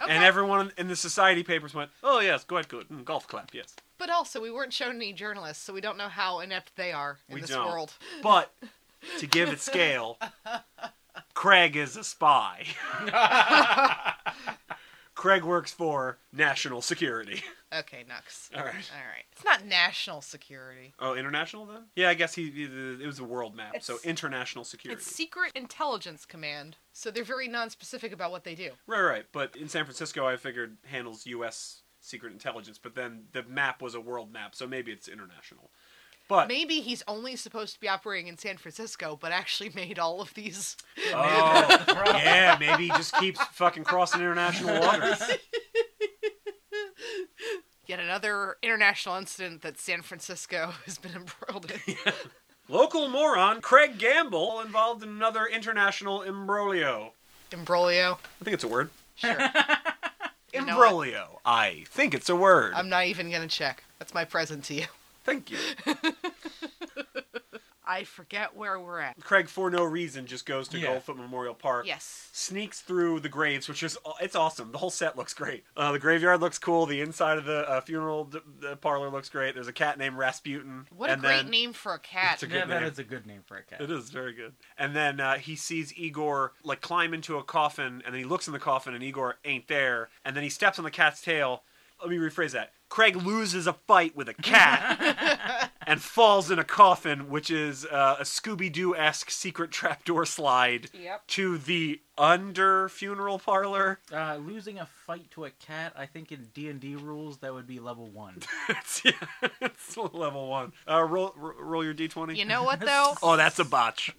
Speaker 3: and everyone in the society papers went, "Oh yes, good, good, mm, golf clap, yes."
Speaker 2: But also, we weren't shown any journalists, so we don't know how inept they are in
Speaker 3: we
Speaker 2: this
Speaker 3: don't.
Speaker 2: world.
Speaker 3: But to give it scale, Craig is a
Speaker 2: [LAUGHS]
Speaker 3: spy. Craig works for national security.
Speaker 2: Okay, Nux.
Speaker 3: All right.
Speaker 2: All right. It's not national security.
Speaker 3: Oh, international then? Yeah, I guess he. It was a world map, so
Speaker 2: It's-
Speaker 3: international security.
Speaker 2: It's Secret Intelligence Command, so they're very non-specific about what they do.
Speaker 3: Right, right. But in San Francisco, I figured handles U.S. secret intelligence, but then the map was a world map, so maybe it's international. But
Speaker 2: Maybe he's only supposed to be operating in San Francisco, but actually [LAUGHS] made all of these.
Speaker 3: oh, [LAUGHS] [LAUGHS] yeah, maybe he just keeps fucking crossing international waters.
Speaker 2: Yet another international incident that San Francisco [LAUGHS] has been embroiled in.
Speaker 3: Local moron Craig Gamble involved in another international imbroglio.
Speaker 2: Imbroglio.
Speaker 3: I think it's a word.
Speaker 2: [LAUGHS] Sure. You know what?
Speaker 3: Imbroglio. I think it's a word.
Speaker 2: I'm not even gonna check. That's my present to you.
Speaker 3: Thank you.
Speaker 2: I forget where we're at.
Speaker 3: Craig, for no reason, just goes to
Speaker 4: Yeah.
Speaker 3: Goldfoot Memorial Park.
Speaker 2: Yes.
Speaker 3: sneaks through the graves, which is uh, it's awesome. The whole set looks great. Uh, the graveyard looks cool. The inside of the uh, funeral d- the parlor looks great. There's a cat named Rasputin.
Speaker 2: What a
Speaker 3: And
Speaker 2: great
Speaker 3: then-
Speaker 2: name for a cat.
Speaker 3: It's a good
Speaker 4: yeah, that
Speaker 3: name.
Speaker 4: is a good name for a cat.
Speaker 3: It is very good. And then uh, he sees Igor like climb into a coffin, and then he looks in the coffin, and Igor ain't there. And then he steps on the cat's tail. Let me rephrase that. Craig loses a fight with a cat
Speaker 2: [LAUGHS]
Speaker 3: and falls in a coffin, which is uh, a Scooby Doo esque secret trapdoor slide
Speaker 2: Yep.
Speaker 3: to the under funeral parlor.
Speaker 4: Uh, losing a fight to a cat, I think in D and D rules that would be level
Speaker 3: [LAUGHS]
Speaker 4: one.
Speaker 3: it's, yeah, it's level one. Uh, roll, ro- roll your d20.
Speaker 2: You know what though?
Speaker 3: [LAUGHS] oh, that's a botch.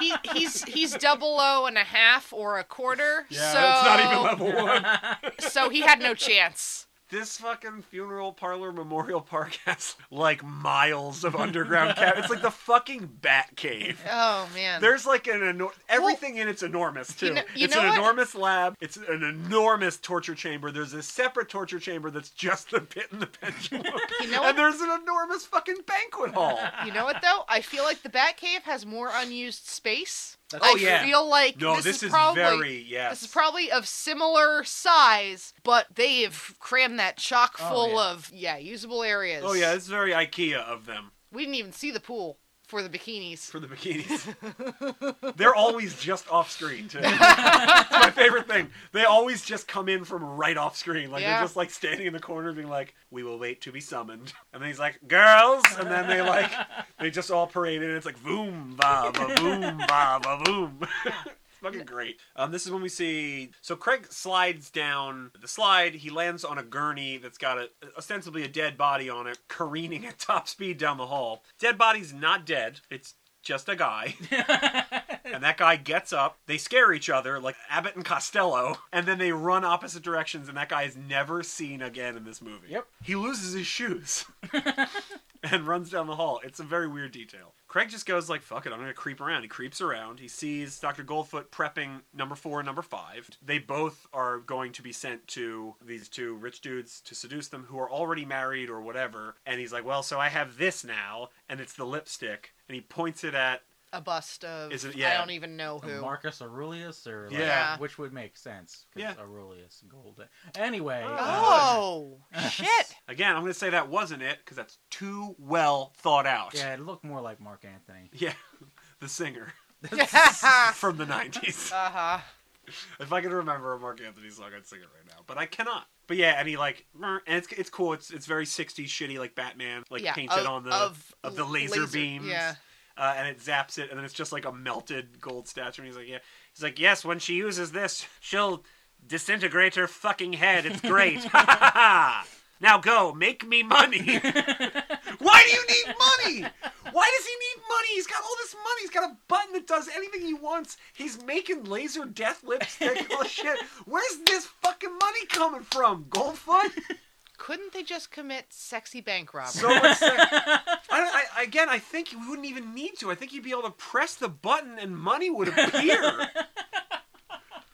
Speaker 2: He, he's he's double O and a half or a quarter.
Speaker 3: Yeah,
Speaker 2: so
Speaker 3: that's not even level one.
Speaker 2: [LAUGHS] so he had no chance.
Speaker 3: this fucking funeral parlor memorial park [LAUGHS] has like miles of underground cave. It's like the fucking bat cave.
Speaker 2: Oh man.
Speaker 3: There's like an enor- everything in it's enormous too.
Speaker 2: you kn- you
Speaker 3: it's
Speaker 2: know
Speaker 3: an
Speaker 2: what?
Speaker 3: enormous lab. It's an enormous torture chamber. There's a separate torture chamber that's just the pit and the pendulum.
Speaker 2: You know what?
Speaker 3: and there's an enormous fucking banquet
Speaker 2: [LAUGHS]
Speaker 3: hall.
Speaker 2: You know what though? I feel like the Batcave has more unused space.
Speaker 4: That's-
Speaker 3: Oh,
Speaker 2: I
Speaker 3: yeah.
Speaker 2: feel like
Speaker 3: No,
Speaker 2: this,
Speaker 3: this, is,
Speaker 2: probably
Speaker 3: very yes.
Speaker 2: this is probably of similar size, but they've crammed that chock
Speaker 4: Oh,
Speaker 2: full
Speaker 4: yeah.
Speaker 2: of yeah usable areas.
Speaker 3: Oh yeah, it's very IKEA of them
Speaker 2: we didn't even see the pool for the bikinis.
Speaker 3: for the bikinis. They're always just off screen too. [LAUGHS] it's my favorite thing. They always just come in from right off screen. Like
Speaker 2: Yeah.
Speaker 3: they're just like standing in the corner being like, We will wait to be summoned. And then he's like, Girls and then they like they just all parade in and it's like boom ba ba boom ba ba boom. [LAUGHS] It's Fucking great. Um, this is when we see. So Craig slides down the slide. He lands on a gurney that's got a ostensibly a dead body on it, careening at top speed down the hall. Dead body's not dead. It's just a guy. [LAUGHS] and that guy gets up. They scare each other like Abbott and Costello, and then they run opposite directions. And that guy is never seen again in this movie.
Speaker 4: Yep.
Speaker 3: He loses his shoes and runs down the hall. It's a very weird detail. Craig just goes like, "Fuck it, I'm gonna creep around." He creeps around. He sees Doctor Goldfoot prepping number four and number five. They both are going to be sent to these two rich dudes to seduce them, who are already married or whatever. And he's like, "Well, so I have this now, and it's the lipstick." And he points it at
Speaker 2: A bust of
Speaker 3: Is it- yeah.
Speaker 2: I don't even know who.
Speaker 4: Uh, Marcus Aurelius, or like,
Speaker 3: Yeah.
Speaker 4: which would make sense. 'cause
Speaker 3: Yeah.
Speaker 4: Aurelius and Gold. Anyway, uh,
Speaker 3: [LAUGHS]
Speaker 2: Oh shit! [LAUGHS]
Speaker 3: Again, I'm going to say that wasn't it because that's too well thought out.
Speaker 4: yeah, it looked more like Mark
Speaker 3: [LAUGHS]
Speaker 4: Anthony. [LAUGHS]
Speaker 3: Yeah. The singer
Speaker 2: uh
Speaker 3: [LAUGHS] from the
Speaker 2: [LAUGHS]
Speaker 3: 90s.
Speaker 2: huh.
Speaker 3: if I could remember a Mark Anthony song, I'd sing it right now, but I cannot. But yeah, and he like, and it's it's cool. It's it's very 60s shitty, like Batman, like
Speaker 2: Yeah,
Speaker 3: painted
Speaker 2: of-
Speaker 3: on the
Speaker 2: of
Speaker 3: the laser,
Speaker 2: laser-
Speaker 3: beams.
Speaker 2: yeah.
Speaker 3: uh, and it zaps it, and then it's just like a melted gold statue. And he's like, yeah, he's like, yes, when she uses this, she'll disintegrate her fucking head. It's great. [LAUGHS]
Speaker 2: [LAUGHS]
Speaker 3: Ha ha ha. Now go, make me money. [LAUGHS] Why do you need money? Why does he need money? He's got all this money. He's got a button that does anything he wants. He's making laser death lipstick. all shit. Where's this fucking money coming from, Goldfoot?
Speaker 2: Couldn't they just commit sexy bank robbery?
Speaker 3: So it's like, I, I, again, I think we wouldn't even need to. I think you'd be able to press the button and money would appear.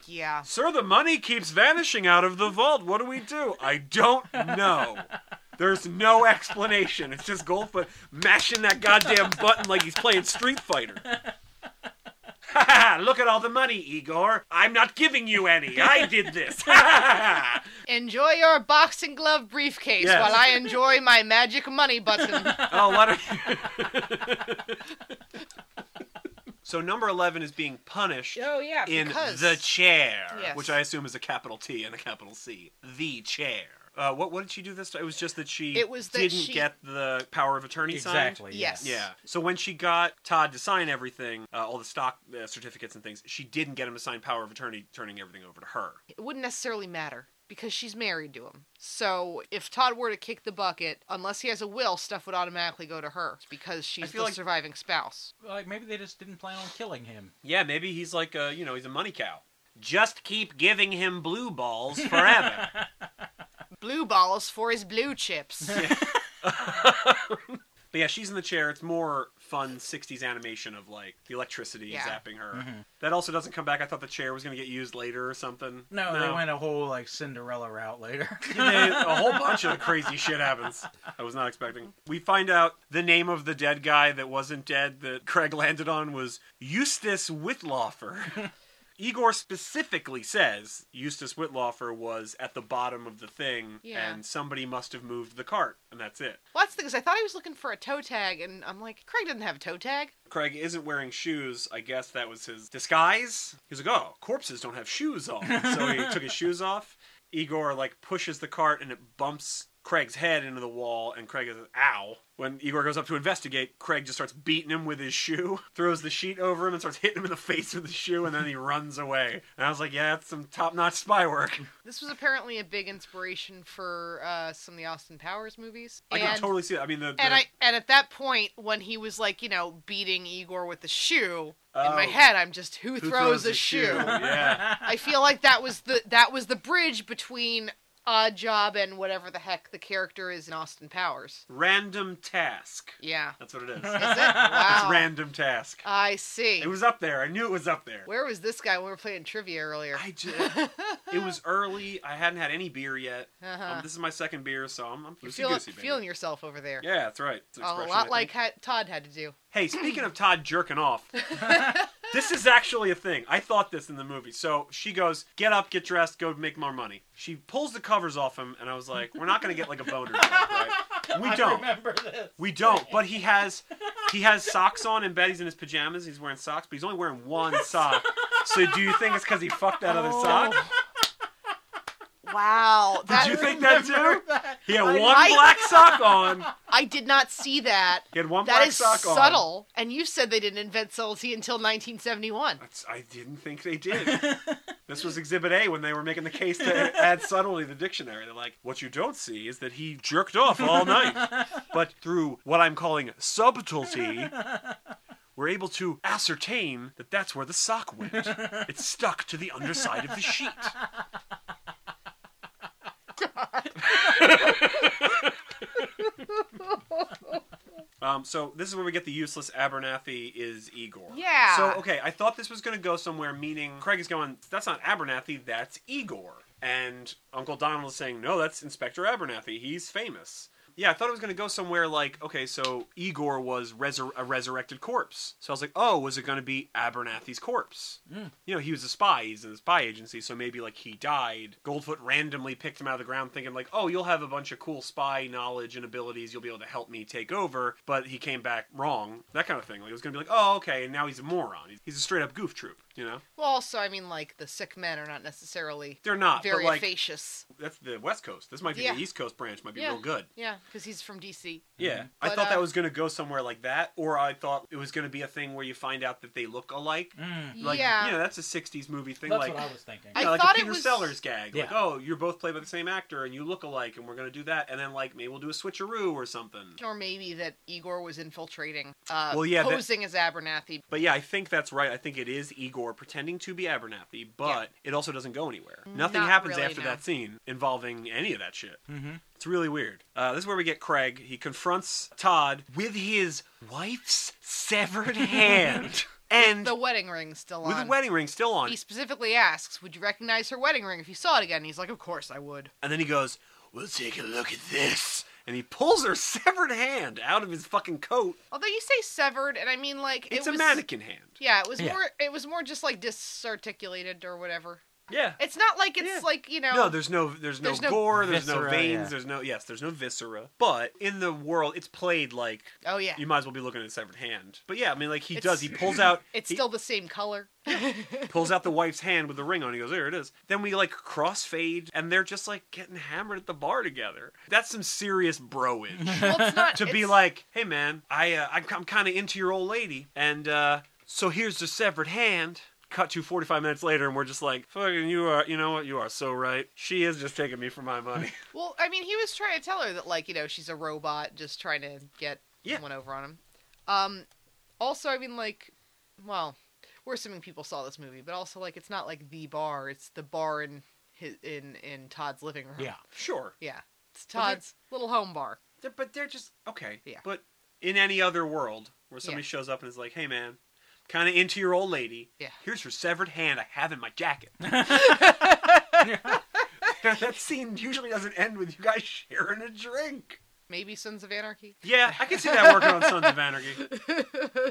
Speaker 2: yeah.
Speaker 3: Sir, the money keeps vanishing out of the vault. What do we do? I don't know. There's no explanation. It's just Goldfoot mashing that goddamn button like he's playing Street Fighter. [LAUGHS] Ha ha! Look at all the money, Igor. I'm not giving you any. I did this. [LAUGHS] Ha ha ha!
Speaker 2: Enjoy your boxing glove briefcase
Speaker 3: Yes.
Speaker 2: while I enjoy my magic money button.
Speaker 3: [LAUGHS] Oh, what are [LAUGHS] So number 11 is being punished
Speaker 2: oh yeah,
Speaker 3: [LAUGHS] in
Speaker 2: because
Speaker 3: the chair,
Speaker 2: Yes.
Speaker 3: which I assume is a capital T and a capital C. The chair. Uh, what what did she do this time? It was just that she
Speaker 2: It was that
Speaker 3: didn't
Speaker 2: she-
Speaker 3: get the power of attorney signed.
Speaker 4: Exactly.
Speaker 2: Yes.
Speaker 3: Yeah. So when she got Todd to sign everything, uh, all the stock uh, certificates and things, she didn't get him to sign power of attorney, turning everything over to her.
Speaker 2: it wouldn't necessarily matter because she's married to him. So if Todd were to kick the bucket, unless he has a will, stuff would automatically go to her because she's
Speaker 3: feel
Speaker 2: the
Speaker 3: like-
Speaker 2: surviving spouse.
Speaker 4: Like maybe they just didn't plan on killing him.
Speaker 3: Yeah, maybe he's like a you know he's a money cow. Just keep giving him blue balls [LAUGHS] forever.
Speaker 2: Blue balls for his blue chips.
Speaker 3: But yeah, she's in the chair. It's more fun 60s animation of like the electricity
Speaker 2: Yeah.
Speaker 3: zapping her.
Speaker 4: Mm-hmm.
Speaker 3: That also doesn't come back. I thought the chair was going to get used later or something.
Speaker 4: No, they went a whole like Cinderella route later.
Speaker 3: [LAUGHS] They- a whole bunch of crazy shit happens. I was not expecting. We find out the name of the dead guy that wasn't dead that Craig landed on was Eustace
Speaker 4: [LAUGHS]
Speaker 3: Whitlaufer. Igor specifically says Eustace Whitlaufer was at the bottom of the thing
Speaker 2: Yeah.
Speaker 3: and somebody must have moved the cart, and that's it.
Speaker 2: [LAUGHS] well, that's the thing is I thought he was looking for a toe tag, and I'm like, Craig doesn't have a toe tag.
Speaker 3: Craig isn't wearing shoes. I guess that was his disguise. He's like, oh, corpses don't have shoes on. So he took his shoes off. Igor, like, pushes the cart and it bumps Craig's head into the wall, and Craig is, ow. When Igor goes up to investigate, Craig just starts beating him with his shoe, [LAUGHS] throws the sheet over him, and starts hitting him in the face with the shoe, and then he runs away. And I was like, yeah, that's some top notch spy work.
Speaker 2: This was apparently a big inspiration for uh, some of the Austin Powers movies.
Speaker 3: I can
Speaker 2: and
Speaker 3: totally see that. I mean, the. the
Speaker 2: and I and at that point when he was like, you know, beating Igor with the shoe, in my
Speaker 3: Oh.
Speaker 2: head I'm just who,
Speaker 3: who
Speaker 2: throws, a
Speaker 3: the
Speaker 2: shoe?
Speaker 3: Yeah.
Speaker 2: I feel like that was the that was the bridge between Odd Job and whatever the heck the character is in Austin Powers.
Speaker 3: Random task.
Speaker 2: Yeah.
Speaker 3: That's what it
Speaker 2: [LAUGHS]
Speaker 3: is.
Speaker 2: Is it? Wow.
Speaker 3: [LAUGHS] It's random task.
Speaker 2: I see.
Speaker 3: It was up there. I knew it was up there.
Speaker 2: Where was this guy when we were playing trivia earlier?
Speaker 3: I just, it was early. I hadn't had any beer yet.
Speaker 2: Uh-huh.
Speaker 3: Um, this is my second beer, so I'm, I'm
Speaker 2: You're
Speaker 3: loosey
Speaker 2: feeling,
Speaker 3: goosey, baby.
Speaker 2: feeling yourself over there.
Speaker 3: Yeah, that's right. It's an
Speaker 2: a
Speaker 3: expression, I
Speaker 2: lot
Speaker 3: think.
Speaker 2: like ha- Todd had to do.
Speaker 3: Hey, speaking of Todd jerking off,
Speaker 2: [LAUGHS]
Speaker 3: [LAUGHS] this is actually a thing. I thought this in the movie. So she goes, "Get up, get dressed, go make more money." She pulls the covers off him, and I was like, "We're not gonna get like a boner, joke,
Speaker 2: [LAUGHS]
Speaker 3: right? We
Speaker 4: [LAUGHS] I
Speaker 3: don't.
Speaker 4: remember this.
Speaker 3: We don't." But he has, he has socks on, and Betty's in his pajamas. He's wearing socks, but he's only wearing
Speaker 2: [LAUGHS]
Speaker 3: one sock. So do you think it's because he fucked that
Speaker 2: Oh.
Speaker 3: other sock?
Speaker 2: Wow. That,
Speaker 3: Did you think
Speaker 4: [LAUGHS]
Speaker 3: that too?
Speaker 4: Remember that.
Speaker 3: He had
Speaker 4: I-
Speaker 3: one
Speaker 2: I-
Speaker 3: black sock on.
Speaker 2: I did not
Speaker 3: [LAUGHS]
Speaker 2: see that.
Speaker 3: He had one
Speaker 2: That
Speaker 3: black
Speaker 2: is
Speaker 3: sock on.
Speaker 2: subtle. And you said they didn't invent subtlety until 1971.
Speaker 3: That's, I didn't think they
Speaker 2: [LAUGHS]
Speaker 3: did. this was Exhibit A when they were making the case to add subtlety to the dictionary. They're like, what you don't see is that he jerked off all
Speaker 2: [LAUGHS]
Speaker 3: night. But through what I'm calling subtlety, we're able to ascertain that that's where the sock went. It stuck to the underside of the sheet. Um, so this is where we get the useless Abernathy is Igor.
Speaker 2: Yeah.
Speaker 3: So okay, I thought this was going to go somewhere. Meaning Craig is going, that's not Abernathy, that's Igor. And Uncle Donald is saying, no, that's Inspector Abernathy. He's famous. Yeah, I thought it was going to go somewhere like, okay, so Igor was resur- a resurrected corpse. So I was like, oh, was it going to be Abernathy's corpse? you know, he was a spy. He's in a spy agency, so maybe like he died. Goldfoot randomly picked him out of the ground, thinking like, "Oh, you'll have a bunch of cool spy knowledge and abilities. You'll be able to help me take over." But he came back wrong. That kind of thing. Like it was gonna be like, "Oh, okay," and now he's a moron. He's a straight up goof troop. You You know,
Speaker 2: Well, also, I mean, like the sick men are not necessarily
Speaker 3: they're not.
Speaker 2: very
Speaker 3: Uh, but like
Speaker 2: facious.
Speaker 3: that's the West Coast. This might be
Speaker 2: Yeah.
Speaker 3: the East Coast branch. Might be
Speaker 2: Yeah.
Speaker 3: real good.
Speaker 2: Yeah, because he's from DC.
Speaker 4: Mm-hmm.
Speaker 3: Yeah, I
Speaker 2: But,
Speaker 3: thought
Speaker 2: uh,
Speaker 3: that was going to go somewhere like that, or I thought it was going to be a thing where you find out that they look alike.
Speaker 4: Mm,
Speaker 3: Like,
Speaker 2: yeah.
Speaker 3: you know, that's a '60s movie thing.
Speaker 4: that's
Speaker 3: like,
Speaker 4: what I was thinking.
Speaker 2: I
Speaker 3: yeah, like
Speaker 2: thought
Speaker 3: a
Speaker 2: it
Speaker 3: Peter
Speaker 2: was-
Speaker 3: Sellers gag. Like,
Speaker 4: Yeah.
Speaker 3: oh, you're both played by the same actor and you look alike, and we're going to do that, and then like maybe we'll do a switcheroo or something.
Speaker 2: Or maybe that Igor was infiltrating, uh,
Speaker 3: Well, yeah, that-
Speaker 2: posing as Abernathy.
Speaker 3: But yeah, I think that's right. I think it is Igor pretending to be Abernathy, but it also doesn't go anywhere. Nothing
Speaker 2: Mm. Not
Speaker 3: happens
Speaker 2: really,
Speaker 3: after
Speaker 2: no.
Speaker 3: that scene involving any of that shit.
Speaker 4: Mm-hmm.
Speaker 3: It's really weird. Uh, this is where we get Craig. He confronts Todd with his wife's
Speaker 2: [LAUGHS]
Speaker 3: severed hand and
Speaker 2: The wedding ring still
Speaker 3: with
Speaker 2: on.
Speaker 3: a wedding ring still on.
Speaker 2: He specifically asks, "Would you recognize her wedding ring if you saw it again?" And he's like, "Of course I would."
Speaker 3: And then he goes, "We'll take a look at this." And he pulls her [LAUGHS] severed hand out of his fucking coat.
Speaker 2: Although you say severed, and I mean like it
Speaker 3: It's a
Speaker 2: was-
Speaker 3: mannequin hand.
Speaker 2: Yeah, it was
Speaker 4: Yeah.
Speaker 2: more. It was more just like disarticulated or whatever.
Speaker 3: Yeah.
Speaker 2: It's not like it's
Speaker 3: Yeah.
Speaker 2: like you know.
Speaker 3: No, there's no there's no
Speaker 2: There's no
Speaker 3: gore, there's no
Speaker 4: viscera,
Speaker 3: veins,
Speaker 4: yeah.
Speaker 3: there's no yes, there's no viscera. But in the world, it's played like
Speaker 2: oh yeah,
Speaker 3: you might as well be looking at a severed hand. But yeah, I mean like he
Speaker 2: It's-
Speaker 3: does, he pulls out
Speaker 2: it's
Speaker 3: he
Speaker 2: still the same color.
Speaker 3: pulls out the wife's hand with the ring on. He goes, "There it is." Then we like crossfade and they're just like getting hammered at the bar together. That's some serious broage.
Speaker 2: well,
Speaker 3: [LAUGHS]
Speaker 2: it's not
Speaker 3: to be
Speaker 2: it's-
Speaker 3: like, hey man, I uh, I'm, I'm kind of into your old lady, and uh, so here's the severed hand. Cut to 45 minutes later, and we're just like, fucking, you are, you know what, you are so right. She is just taking me for my
Speaker 2: [LAUGHS]
Speaker 3: money.
Speaker 2: Well, I mean, he was trying to tell her that, like, you know, she's a robot just trying to get
Speaker 3: Yeah.
Speaker 2: one over on him. Um, also, I mean, like, well, we're assuming people saw this movie, but also, like, it's not like the bar; it's the bar in his, in in Todd's living room.
Speaker 4: Yeah.
Speaker 3: sure.
Speaker 2: yeah, it's
Speaker 3: Well, they're-
Speaker 2: Todd's little home bar.
Speaker 3: They're- but they're just, okay.
Speaker 2: Yeah.
Speaker 3: But in any other world where somebody shows up and is like, hey man, kind of into your old lady,
Speaker 2: Yeah.
Speaker 3: here's her severed hand I have in my
Speaker 2: [LAUGHS]
Speaker 3: jacket. [LAUGHS] that scene usually doesn't end with you guys sharing a drink.
Speaker 2: Maybe Sons of Anarchy.
Speaker 3: Yeah, I can see that working on Sons of
Speaker 2: [LAUGHS]
Speaker 3: Anarchy.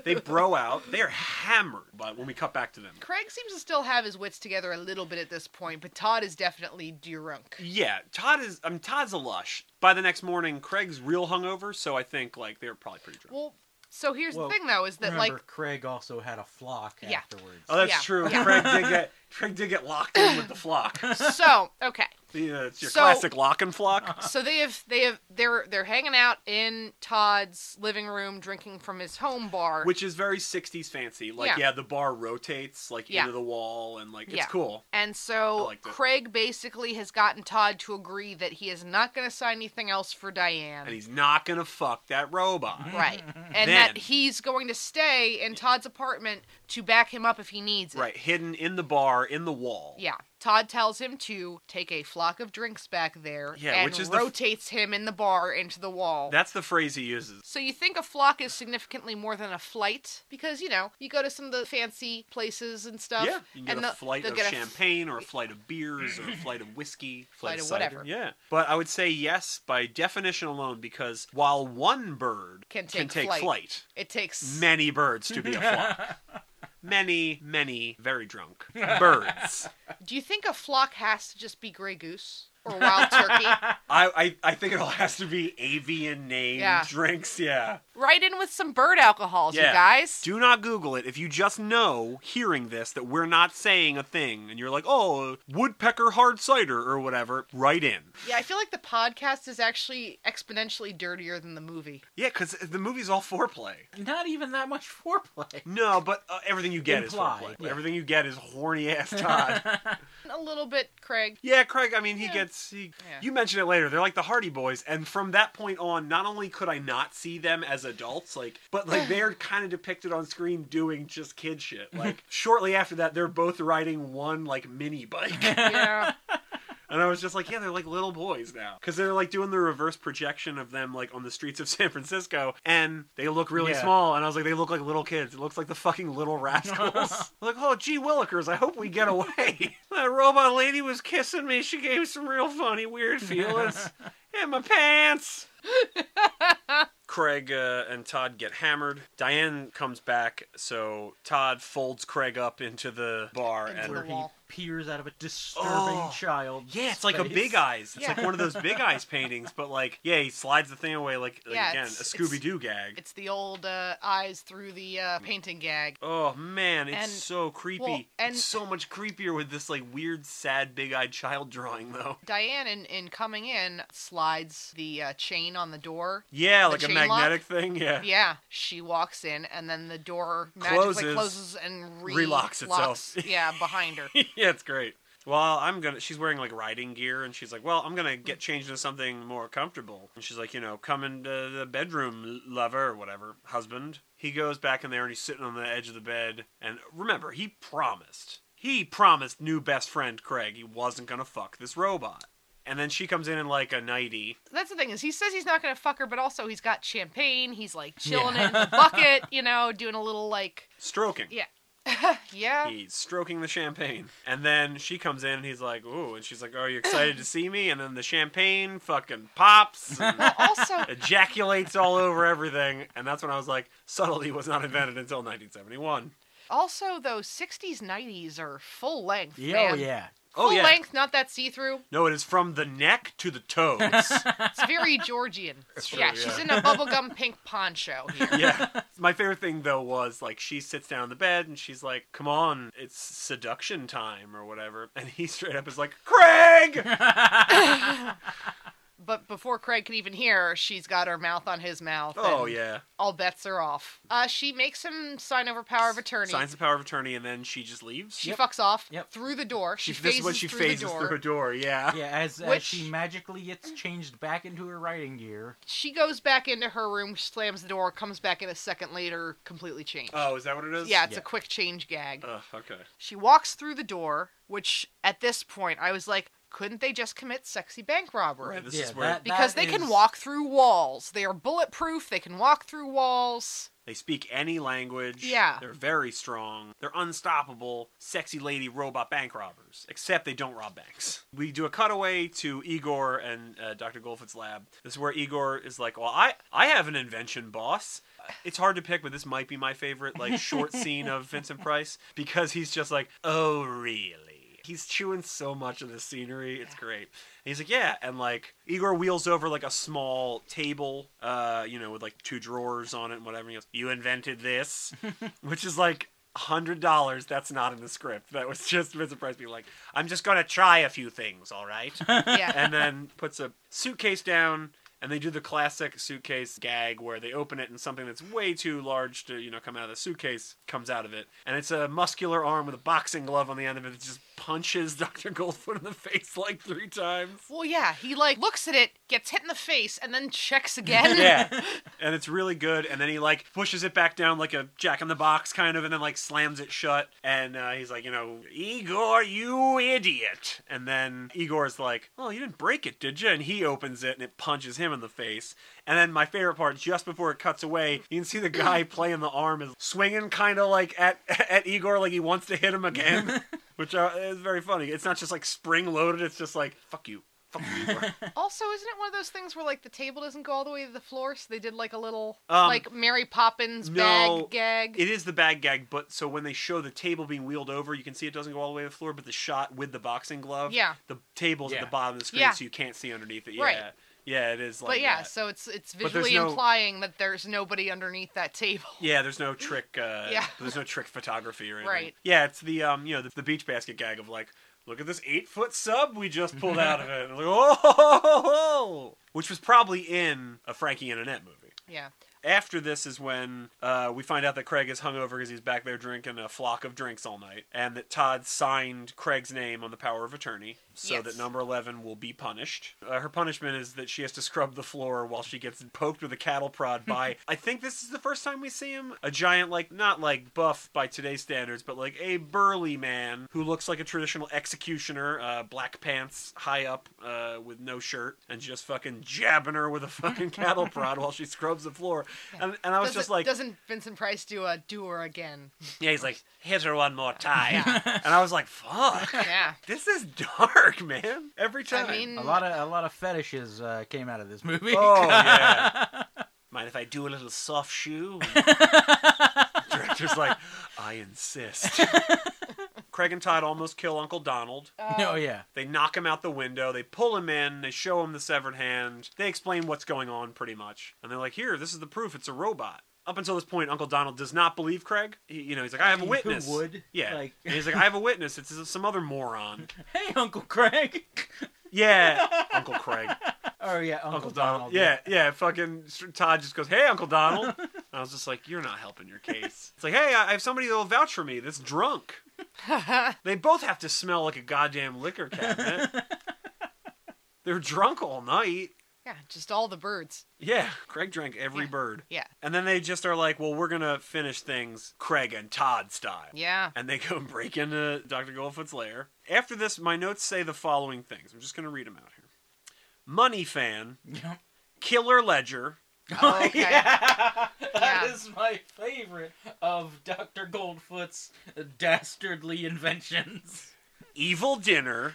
Speaker 3: They bro out. They are hammered. But when we cut back to them,
Speaker 2: Craig seems to still have his wits together a little bit at this point, but Todd is definitely drunk.
Speaker 3: yeah, Todd is. I mean, Todd's a lush. By the next morning, Craig's real hungover, so I think like they're probably pretty drunk.
Speaker 2: Well, so here's
Speaker 4: Well,
Speaker 2: the thing, though, is [LAUGHS] that
Speaker 4: Remember,
Speaker 2: like
Speaker 4: Craig also had a flock
Speaker 2: Yeah.
Speaker 4: afterwards.
Speaker 3: oh, that's
Speaker 2: yeah,
Speaker 3: true.
Speaker 2: yeah.
Speaker 3: Craig did
Speaker 2: [LAUGHS]
Speaker 3: get Craig did get locked in with the flock. [LAUGHS] Yeah,
Speaker 2: so okay.
Speaker 3: it's your
Speaker 2: So-
Speaker 3: classic lock and
Speaker 2: [LAUGHS]
Speaker 3: flock.
Speaker 2: so they have they have they're they're hanging out in Todd's living room drinking from his home bar.
Speaker 3: Which is very '60s fancy, like
Speaker 2: Yeah.
Speaker 3: yeah, the bar rotates like
Speaker 2: Yeah.
Speaker 3: into the wall, and like it's
Speaker 2: Yeah.
Speaker 3: cool.
Speaker 2: and
Speaker 3: I
Speaker 2: so
Speaker 3: like that.
Speaker 2: Craig basically has gotten Todd to agree that he is not going to sign anything else for Diane.
Speaker 3: And he's not gonna fuck that robot.
Speaker 2: right.
Speaker 3: [LAUGHS] Then-
Speaker 2: And that he's going to stay in Todd's apartment to back him up if he needs it.
Speaker 3: Right, hidden in the bar, in the wall.
Speaker 2: Yeah. Todd tells him to take a flock of drinks back there
Speaker 3: Yeah,
Speaker 2: and
Speaker 3: which is the f-
Speaker 2: rotates him in the bar into the wall.
Speaker 3: that's the phrase he uses.
Speaker 2: So you think a flock is significantly more than a flight because you know you go to some of the fancy places and stuff.
Speaker 3: Yeah, you can get
Speaker 2: and
Speaker 3: a
Speaker 2: they'll-
Speaker 3: flight
Speaker 2: they'll
Speaker 3: of
Speaker 2: get a f-
Speaker 3: champagne or a flight of beers
Speaker 2: [CLEARS THROAT]
Speaker 3: or a flight of whiskey,
Speaker 2: Flight of
Speaker 3: cider.
Speaker 2: whatever.
Speaker 3: Yeah, but I would say yes by definition alone because while one bird
Speaker 2: Can take flight.
Speaker 3: flight,
Speaker 2: it takes
Speaker 3: many birds to be a flock. many, many very drunk birds.
Speaker 2: Do you think a flock has to just be gray goose
Speaker 3: [LAUGHS]
Speaker 2: or wild turkey?
Speaker 3: I, I I think it all has to be avian named
Speaker 2: Yeah.
Speaker 3: drinks. Yeah,
Speaker 2: right in with some bird alcohols,
Speaker 3: Yeah.
Speaker 2: you guys.
Speaker 3: Do not Google it. If you just know, hearing this, that we're not saying a thing, and you're like, oh, woodpecker hard cider or whatever, right in.
Speaker 2: yeah, I feel like the podcast is actually exponentially dirtier than the movie.
Speaker 3: Yeah, because the movie's all foreplay.
Speaker 4: Not even that much foreplay.
Speaker 3: No, but uh, everything you get is
Speaker 4: Implied,
Speaker 3: foreplay.
Speaker 4: yeah.
Speaker 3: Everything you get is horny ass Todd. [LAUGHS]
Speaker 2: A little bit, Craig.
Speaker 3: yeah, Craig. I mean, he
Speaker 2: Yeah.
Speaker 3: gets. He,
Speaker 2: Yeah.
Speaker 3: You mentioned it later. They're like the Hardy Boys, and from that point on, not only could I not see them as adults, like, but
Speaker 2: [SIGHS]
Speaker 3: like they're kind of depicted on screen doing just kid shit. Like shortly after that, they're both riding one like mini bike.
Speaker 2: Yeah.
Speaker 3: [LAUGHS] And I was just like, yeah, they're like little boys now. Because they're like doing the reverse projection of them like on the streets of [LAUGHS] San Francisco and they look really
Speaker 4: Yeah.
Speaker 3: small. And I was like, they look like little kids. It looks like the fucking
Speaker 2: [LAUGHS]
Speaker 3: little rascals. like, oh, gee willikers, I hope we get away. [LAUGHS] that robot lady was kissing me. She gave some real funny, weird
Speaker 2: [LAUGHS]
Speaker 3: feelings. and my pants. Craig uh, and Todd get hammered. Diane comes back, so Todd folds Craig up into the bar
Speaker 2: Into
Speaker 3: and
Speaker 2: the wall.
Speaker 4: peers out of a disturbing
Speaker 3: Oh.
Speaker 4: child.
Speaker 3: Yeah, it's like a big
Speaker 4: eye.
Speaker 3: eyes. It's like
Speaker 2: Yeah.
Speaker 3: one of those big eyes paintings, but like, yeah, he slides the thing away like, like
Speaker 2: Yeah,
Speaker 3: again, a
Speaker 2: it's- it's-
Speaker 3: Scooby Doo gag.
Speaker 2: It's the old uh, eyes through the uh, painting gag.
Speaker 3: Oh man, it's
Speaker 2: and-
Speaker 3: so creepy.
Speaker 2: well, and-
Speaker 3: it's so much creepier with this like weird, sad, big eyed child drawing though.
Speaker 2: Diane, in, in coming in, slides the uh, chain on the door.
Speaker 3: Yeah,
Speaker 2: The
Speaker 3: like a
Speaker 2: chain lock?
Speaker 3: magnetic thing. Yeah.
Speaker 2: Yeah, she walks in, and then the door magically
Speaker 3: Closes.
Speaker 2: closes and re-
Speaker 3: Relocks itself.
Speaker 2: locks- yeah, behind her.
Speaker 3: [LAUGHS] yeah, it's great. Well, I'm gonna. She's wearing like riding gear, and she's like, "Well, I'm gonna get changed into something more comfortable." And she's like, "You know, come into the bedroom, lover or whatever, husband." He goes back in there, and he's sitting on the edge of the bed. And remember, he promised. He promised new best friend Craig he wasn't gonna fuck this robot. And then she comes in in like a nightie.
Speaker 2: That's the thing is he says he's not gonna fuck her, but also he's got champagne. He's like chilling in the bucket, you know, doing a little like
Speaker 3: stroking.
Speaker 2: Yeah. yeah.
Speaker 3: He's stroking the champagne. And then she comes in and he's like, ooh. And she's like, are you excited to see me? And then the champagne fucking pops and
Speaker 2: also,
Speaker 3: ejaculates all over everything. And that's when I was like, subtlety was not invented until 1971.
Speaker 2: also though, '60s '90s are full length.
Speaker 4: Yeah, oh,
Speaker 2: man.
Speaker 4: yeah.
Speaker 3: Oh,
Speaker 2: Full
Speaker 3: yeah.
Speaker 2: length, not that see through.
Speaker 3: No, it is from the neck to the
Speaker 2: [LAUGHS]
Speaker 3: toes.
Speaker 2: It's very Georgian.
Speaker 3: [LAUGHS] That's true,
Speaker 2: yeah,
Speaker 3: yeah.
Speaker 2: she's in a bubblegum pink poncho here.
Speaker 3: yeah. My favorite thing though was like she sits down on the bed and she's like, "Come on, it's seduction time or whatever," and he straight up is like,
Speaker 2: [LAUGHS]
Speaker 3: "Craig!"
Speaker 2: But before Craig can even hear, her, she's got her mouth on his mouth.
Speaker 3: oh
Speaker 2: and
Speaker 3: yeah.
Speaker 2: All bets are off. Uh, she makes him sign over power of attorney.
Speaker 3: Signs the power of attorney and then she just leaves.
Speaker 2: she
Speaker 4: Yep.
Speaker 2: fucks off
Speaker 4: Yep.
Speaker 2: through the door. She
Speaker 3: this
Speaker 2: phases,
Speaker 3: is when she
Speaker 2: through,
Speaker 3: phases
Speaker 2: the door.
Speaker 3: through a door. Yeah.
Speaker 4: Yeah, as, as
Speaker 2: Which-
Speaker 4: she magically gets changed back into her riding gear.
Speaker 2: She goes back into her room, slams the door, comes back in a second later, completely changed.
Speaker 3: Oh, is that what it is?
Speaker 2: yeah, it's
Speaker 4: Yeah.
Speaker 2: a quick change gag.
Speaker 3: Ugh, okay.
Speaker 2: She walks through the door, which at this point I was like, couldn't they just commit sexy bank robbery?
Speaker 3: Right, this
Speaker 4: Yeah,
Speaker 3: is where
Speaker 4: that-
Speaker 2: because they can
Speaker 4: is-
Speaker 2: walk through walls. They are bulletproof. They can walk
Speaker 3: [LAUGHS]
Speaker 2: through walls.
Speaker 3: they speak any language.
Speaker 2: Yeah.
Speaker 3: They're very strong. They're unstoppable, sexy lady robot bank robbers. Except they don't rob banks. We do a cutaway to Igor and uh, Dr. Golfit's lab. This is where Igor is like, "Well, I I have an invention, boss." It's hard to pick, but this might be my favorite like short scene of Vincent Price because he's just like, "Oh, really?" He's chewing so much of the scenery. It's great. And he's like, yeah, and like Igor wheels over like a small table, uh, you know, with like two drawers on it and whatever. And he goes, "You invented this," which is like hundred dollars. That's not in the script. That was just Vincent Price being like, "I'm just gonna try a few things, all right."
Speaker 2: Yeah.
Speaker 3: and then puts a suitcase down and they do the classic suitcase gag where they open it and something that's way too large to you know come out of the suitcase comes out of it and it's a muscular arm with a boxing glove on the end of it that just punches [LAUGHS] dr goldfoot in the face like three times
Speaker 2: well, yeah. He like looks at it, gets hit in the face, and then
Speaker 3: [LAUGHS]
Speaker 2: checks [LAUGHS] again.
Speaker 3: yeah and it's really good and then he like pushes it back down like a jack-in-the-box kind of and then like slams it shut and uh, he's like you know igor you idiot and then igor's like oh you didn't break it did you and he opens it and it punches him in the face and then my favorite part just before it cuts away you can see the guy playing the arm is swinging kind of like at [LAUGHS] at igor like he wants to hit him again which uh, is very funny it's not just like spring loaded it's just like fuck you fuck you igor
Speaker 2: Also, isn't it one of those things where like the table doesn't go all the way to the floor, so they did like a little
Speaker 3: Um,
Speaker 2: like Mary Poppins
Speaker 3: no,
Speaker 2: bag gag?
Speaker 3: It is the bag gag, but so when they show the table being wheeled over, you can see it doesn't go all the way to the floor, but the shot with the boxing glove,
Speaker 2: Yeah.
Speaker 3: the table's at
Speaker 4: Yeah.
Speaker 3: the bottom of the screen,
Speaker 2: Yeah.
Speaker 3: so you can't see underneath it. Yeah,
Speaker 2: Right.
Speaker 3: yeah, it is like.
Speaker 2: but yeah,
Speaker 3: that.
Speaker 2: so it's it's
Speaker 3: there's
Speaker 2: visually
Speaker 3: no-
Speaker 2: implying that there's nobody underneath that table.
Speaker 3: Yeah, there's no trick. Uh,
Speaker 2: [LAUGHS] Yeah.
Speaker 3: there's no trick photography or anything.
Speaker 2: Right.
Speaker 3: Yeah, it's the um, you know, the, the beach basket gag of like, look at this eight foot sub we just pulled out of it. And like, oh, which was probably in a Frankie and Annette movie.
Speaker 2: [LAUGHS] Yeah.
Speaker 3: After this is when uh, we find out that Craig is hungover because he's back there drinking a flock of drinks all night, and that Todd signed Craig's name on the power of attorney so
Speaker 2: Yes.
Speaker 3: that number 11 will be punished. Uh, her punishment is that she has to scrub the floor while she gets poked with a cattle prod
Speaker 2: [LAUGHS]
Speaker 3: by, I think this is the first time we see him, a giant, like, not like buff by today's standards, but like a burly man who looks like a traditional executioner, uh, black pants, high up, uh, with no shirt, and just fucking jabbing her with a
Speaker 2: [LAUGHS]
Speaker 3: fucking cattle prod while she scrubs the floor. And, and I was
Speaker 2: Doesn't-
Speaker 3: just like,
Speaker 2: doesn't Vincent Price do a
Speaker 3: [LAUGHS]
Speaker 2: doer again?
Speaker 3: yeah, he's like, hit her one
Speaker 2: [LAUGHS]
Speaker 3: more time. and I was like, fuck. [LAUGHS]
Speaker 2: Yeah.
Speaker 3: This is dark, man. Every
Speaker 2: I
Speaker 3: time.
Speaker 2: mean,
Speaker 4: A lot of a lot of fetishes uh, came out of this movie.
Speaker 3: Oh yeah. Mind if I do a little soft
Speaker 4: [LAUGHS]
Speaker 3: shoe? director's like, I insist. Craig and Todd almost kill Uncle Donald.
Speaker 4: [LAUGHS] oh yeah.
Speaker 3: They knock him out the window. They pull him in. They show him the severed hand. They explain what's going on pretty much. And they're like, here, this is the proof. It's a robot. Up until this point, Uncle Donald does not believe Craig. He, you know, he's like, I have a
Speaker 4: Who
Speaker 3: witness.
Speaker 4: would?
Speaker 3: Yeah.
Speaker 4: Like-
Speaker 3: And he's like, I have a witness. It's some other
Speaker 4: [LAUGHS]
Speaker 3: moron.
Speaker 4: Hey, Uncle Craig.
Speaker 3: Yeah. Uncle Craig.
Speaker 4: Oh yeah, Uncle,
Speaker 3: Uncle
Speaker 4: Donald.
Speaker 3: Donald. Yeah, yeah. Fucking Todd just goes, "Hey, Uncle [LAUGHS] Donald." And I was just like, "You're not helping [LAUGHS] your case." It's like, "Hey, I I have somebody that'll vouch for me. That's [LAUGHS] drunk." they both have to smell like a goddamn liquor [LAUGHS] cabinet. They're drunk all night.
Speaker 2: Yeah, just all the birds.
Speaker 3: Yeah, Craig drank every
Speaker 2: Yeah.
Speaker 3: bird.
Speaker 2: Yeah.
Speaker 3: And then they just are like, "Well, we're gonna finish things Craig and Todd style."
Speaker 2: Yeah.
Speaker 3: And they [LAUGHS] go and break into Dr. Goldfoot's lair. After this, my notes say the following things. I'm just gonna read them out here. Money fan,
Speaker 4: Yeah.
Speaker 3: killer ledger.
Speaker 2: Oh, okay.
Speaker 4: yeah. That
Speaker 2: Yeah.
Speaker 4: is my favorite of Dr. Goldfoot's dastardly inventions.
Speaker 3: Evil Dinner,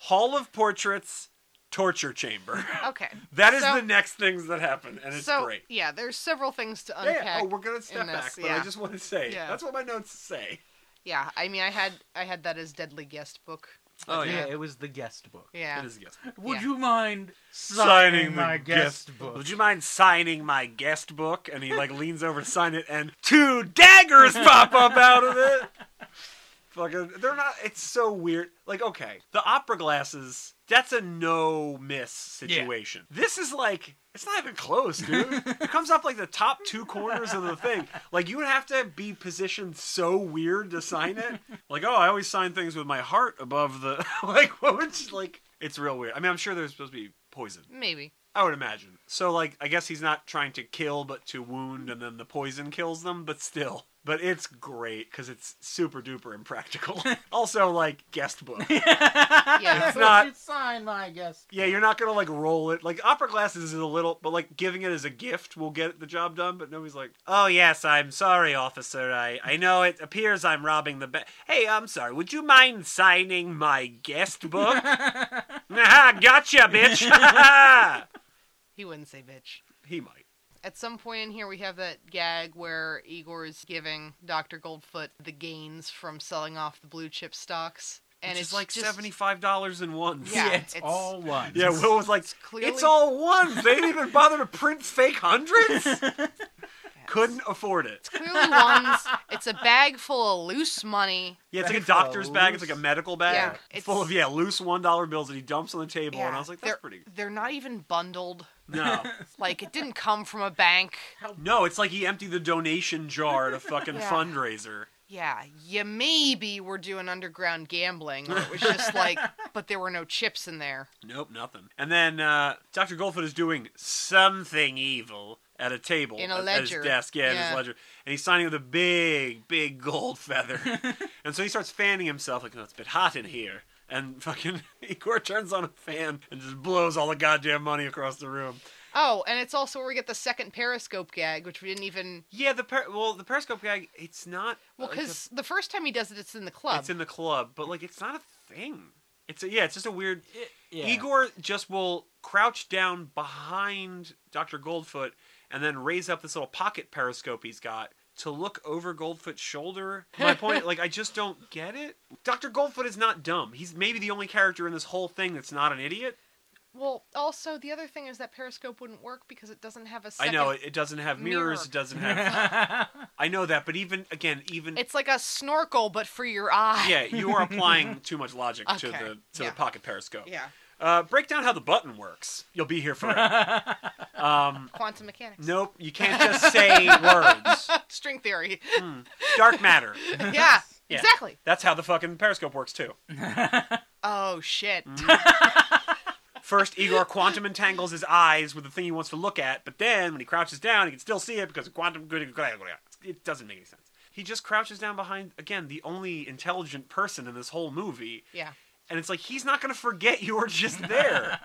Speaker 3: Hall of Portraits, Torture Chamber. [LAUGHS]
Speaker 2: Okay.
Speaker 3: That is
Speaker 2: So-
Speaker 3: the next things that happen, and it's
Speaker 2: so
Speaker 3: great.
Speaker 2: yeah, there's several things to
Speaker 3: Yeah,
Speaker 2: unpack.
Speaker 3: yeah. Oh, we're gonna
Speaker 2: in
Speaker 3: step
Speaker 2: this,
Speaker 3: back, but I
Speaker 2: yeah.
Speaker 3: just want to say
Speaker 2: Yeah.
Speaker 3: that's what my notes say.
Speaker 2: Yeah, I mean, I had I had that as deadly guest book.
Speaker 3: Oh
Speaker 2: yeah.
Speaker 4: it was the guest book.
Speaker 2: Yeah,
Speaker 3: It is a guest.
Speaker 4: Would
Speaker 2: Yeah.
Speaker 4: you mind
Speaker 3: the
Speaker 4: signing my guest, book?
Speaker 3: Would you mind signing my guest book? And he like leans over to sign it, and two daggers pop up out of it.
Speaker 4: [LAUGHS]
Speaker 3: Fucking, they're not. It's so weird. Like, okay, the opera glasses. That's a no miss situation. This is like. It's not even close, dude. It comes up like the top two corners of the thing. Like you would have to be positioned so weird to sign it. Like, oh, I always sign things with my heart above the. [LAUGHS] Like, what would you, like? It's real weird. I mean, I'm sure there's supposed to be poison. [LAUGHS]
Speaker 2: maybe.
Speaker 3: I would imagine. So, like, I guess he's not trying to kill, but to wound, and then the poison kills them, but still. But it's great because it's super duper impractical. also, like, guest book.
Speaker 2: Yeah.
Speaker 3: It's not-
Speaker 4: Would you sign my guest
Speaker 3: yeah, you're not going to, like, roll it. Like, opera glasses is a little, but, like, giving it as a gift will get the job done, but nobody's like, oh, yes, I'm sorry, officer. I, I know it appears I'm robbing the bank. Hey, I'm sorry. Would you mind signing my guest [LAUGHS] book? Aha, gotcha, bitch. [LAUGHS]
Speaker 2: He wouldn't say bitch.
Speaker 3: he might.
Speaker 2: At some point in here, we have that gag where Igor is giving Dr. Goldfoot the gains from selling off the blue chip stocks. And
Speaker 3: Which
Speaker 2: it's
Speaker 3: is like
Speaker 2: just-
Speaker 3: seventy-five dollars in one. [LAUGHS]
Speaker 2: Yeah,
Speaker 4: Yeah, it's,
Speaker 2: it's-
Speaker 4: all one.
Speaker 3: Yeah, Will was like, it's,
Speaker 2: clearly-
Speaker 3: all ones. They didn't even bother to print fake hundreds. [LAUGHS] Couldn't afford it.
Speaker 2: Clearly, ones. It's a bag full of loose money.
Speaker 3: Yeah, it's
Speaker 4: Bag
Speaker 3: like a doctor's
Speaker 4: full of
Speaker 3: bag. It's
Speaker 4: loose-
Speaker 3: like a medical bag
Speaker 2: Yeah, it's-
Speaker 3: full of yeah loose one dollar bills that he dumps on the table. And
Speaker 2: Yeah.
Speaker 3: I was like, that's
Speaker 2: they're,
Speaker 3: pretty.
Speaker 2: They're not even bundled.
Speaker 3: No,
Speaker 2: Like it didn't come from a bank.
Speaker 3: [LAUGHS] no, it's like he emptied the donation jar at a fucking
Speaker 2: [LAUGHS] Yeah.
Speaker 3: fundraiser.
Speaker 2: Yeah, you maybe were doing underground gambling, or it was just like, but there were no chips in there.
Speaker 3: Nope, nothing. And then uh, Dr. Goldfoot is doing something evil at a table
Speaker 2: In a
Speaker 3: at- at
Speaker 2: ledger.
Speaker 3: his desk, yeah, in his
Speaker 2: Yeah.
Speaker 3: ledger, and he's signing with a big, big gold feather.
Speaker 2: [LAUGHS]
Speaker 3: and so he starts fanning himself like, "Oh, it's a bit hot in here." And fucking [LAUGHS] Igor turns on a fan and just blows all the goddamn money across the room.
Speaker 2: Oh, and it's also where we get the second Periscope gag, which we didn't even.
Speaker 3: Yeah, the per- well, the Periscope gag, it's not
Speaker 2: Well,
Speaker 3: like, a-
Speaker 2: because the first time he does it, it's in the club.
Speaker 3: it's in the club, but like it's not a thing. It's a, yeah, it's just a weird
Speaker 4: Yeah.
Speaker 3: Igor just will crouch down behind Dr. Goldfoot and then raise up this little pocket periscope he's got to look over Goldfoot's shoulder. My
Speaker 2: [LAUGHS]
Speaker 3: point, like, I just don't get it. Dr. Goldfoot is not dumb. He's maybe the only character in this whole thing that's not an idiot.
Speaker 2: Well, also the other thing is that Periscope wouldn't work because it doesn't have a second.
Speaker 3: I know it, it doesn't have mirrors,
Speaker 2: mirror.
Speaker 3: it doesn't have.
Speaker 2: [LAUGHS]
Speaker 3: I know that, but even, again, even.
Speaker 2: It's like a snorkel, but for your eye.
Speaker 3: yeah, you are
Speaker 2: [LAUGHS]
Speaker 3: applying too much logic to
Speaker 2: Okay,
Speaker 3: the to
Speaker 2: yeah.
Speaker 3: the pocket periscope.
Speaker 2: Yeah.
Speaker 3: Uh, break down how the button works. You'll be here forever.
Speaker 2: [LAUGHS]
Speaker 3: um,
Speaker 2: Quantum mechanics.
Speaker 3: nope, you can't just say words.
Speaker 2: [LAUGHS]
Speaker 3: [LAUGHS]
Speaker 2: String theory.
Speaker 3: dark matter.
Speaker 2: yeah,
Speaker 3: Yeah.
Speaker 2: Exactly.
Speaker 3: That's how the fucking periscope works too.
Speaker 2: Oh shit.
Speaker 3: Mm-hmm. First, Igor quantum entangles his eyes with the thing he wants to look at, but then when he crouches down, he can still see it because of quantum. It doesn't make any sense. He just crouches down behind again the only intelligent person in this whole movie,
Speaker 2: [LAUGHS] yeah.
Speaker 3: and it's like he's not going to forget you were just there.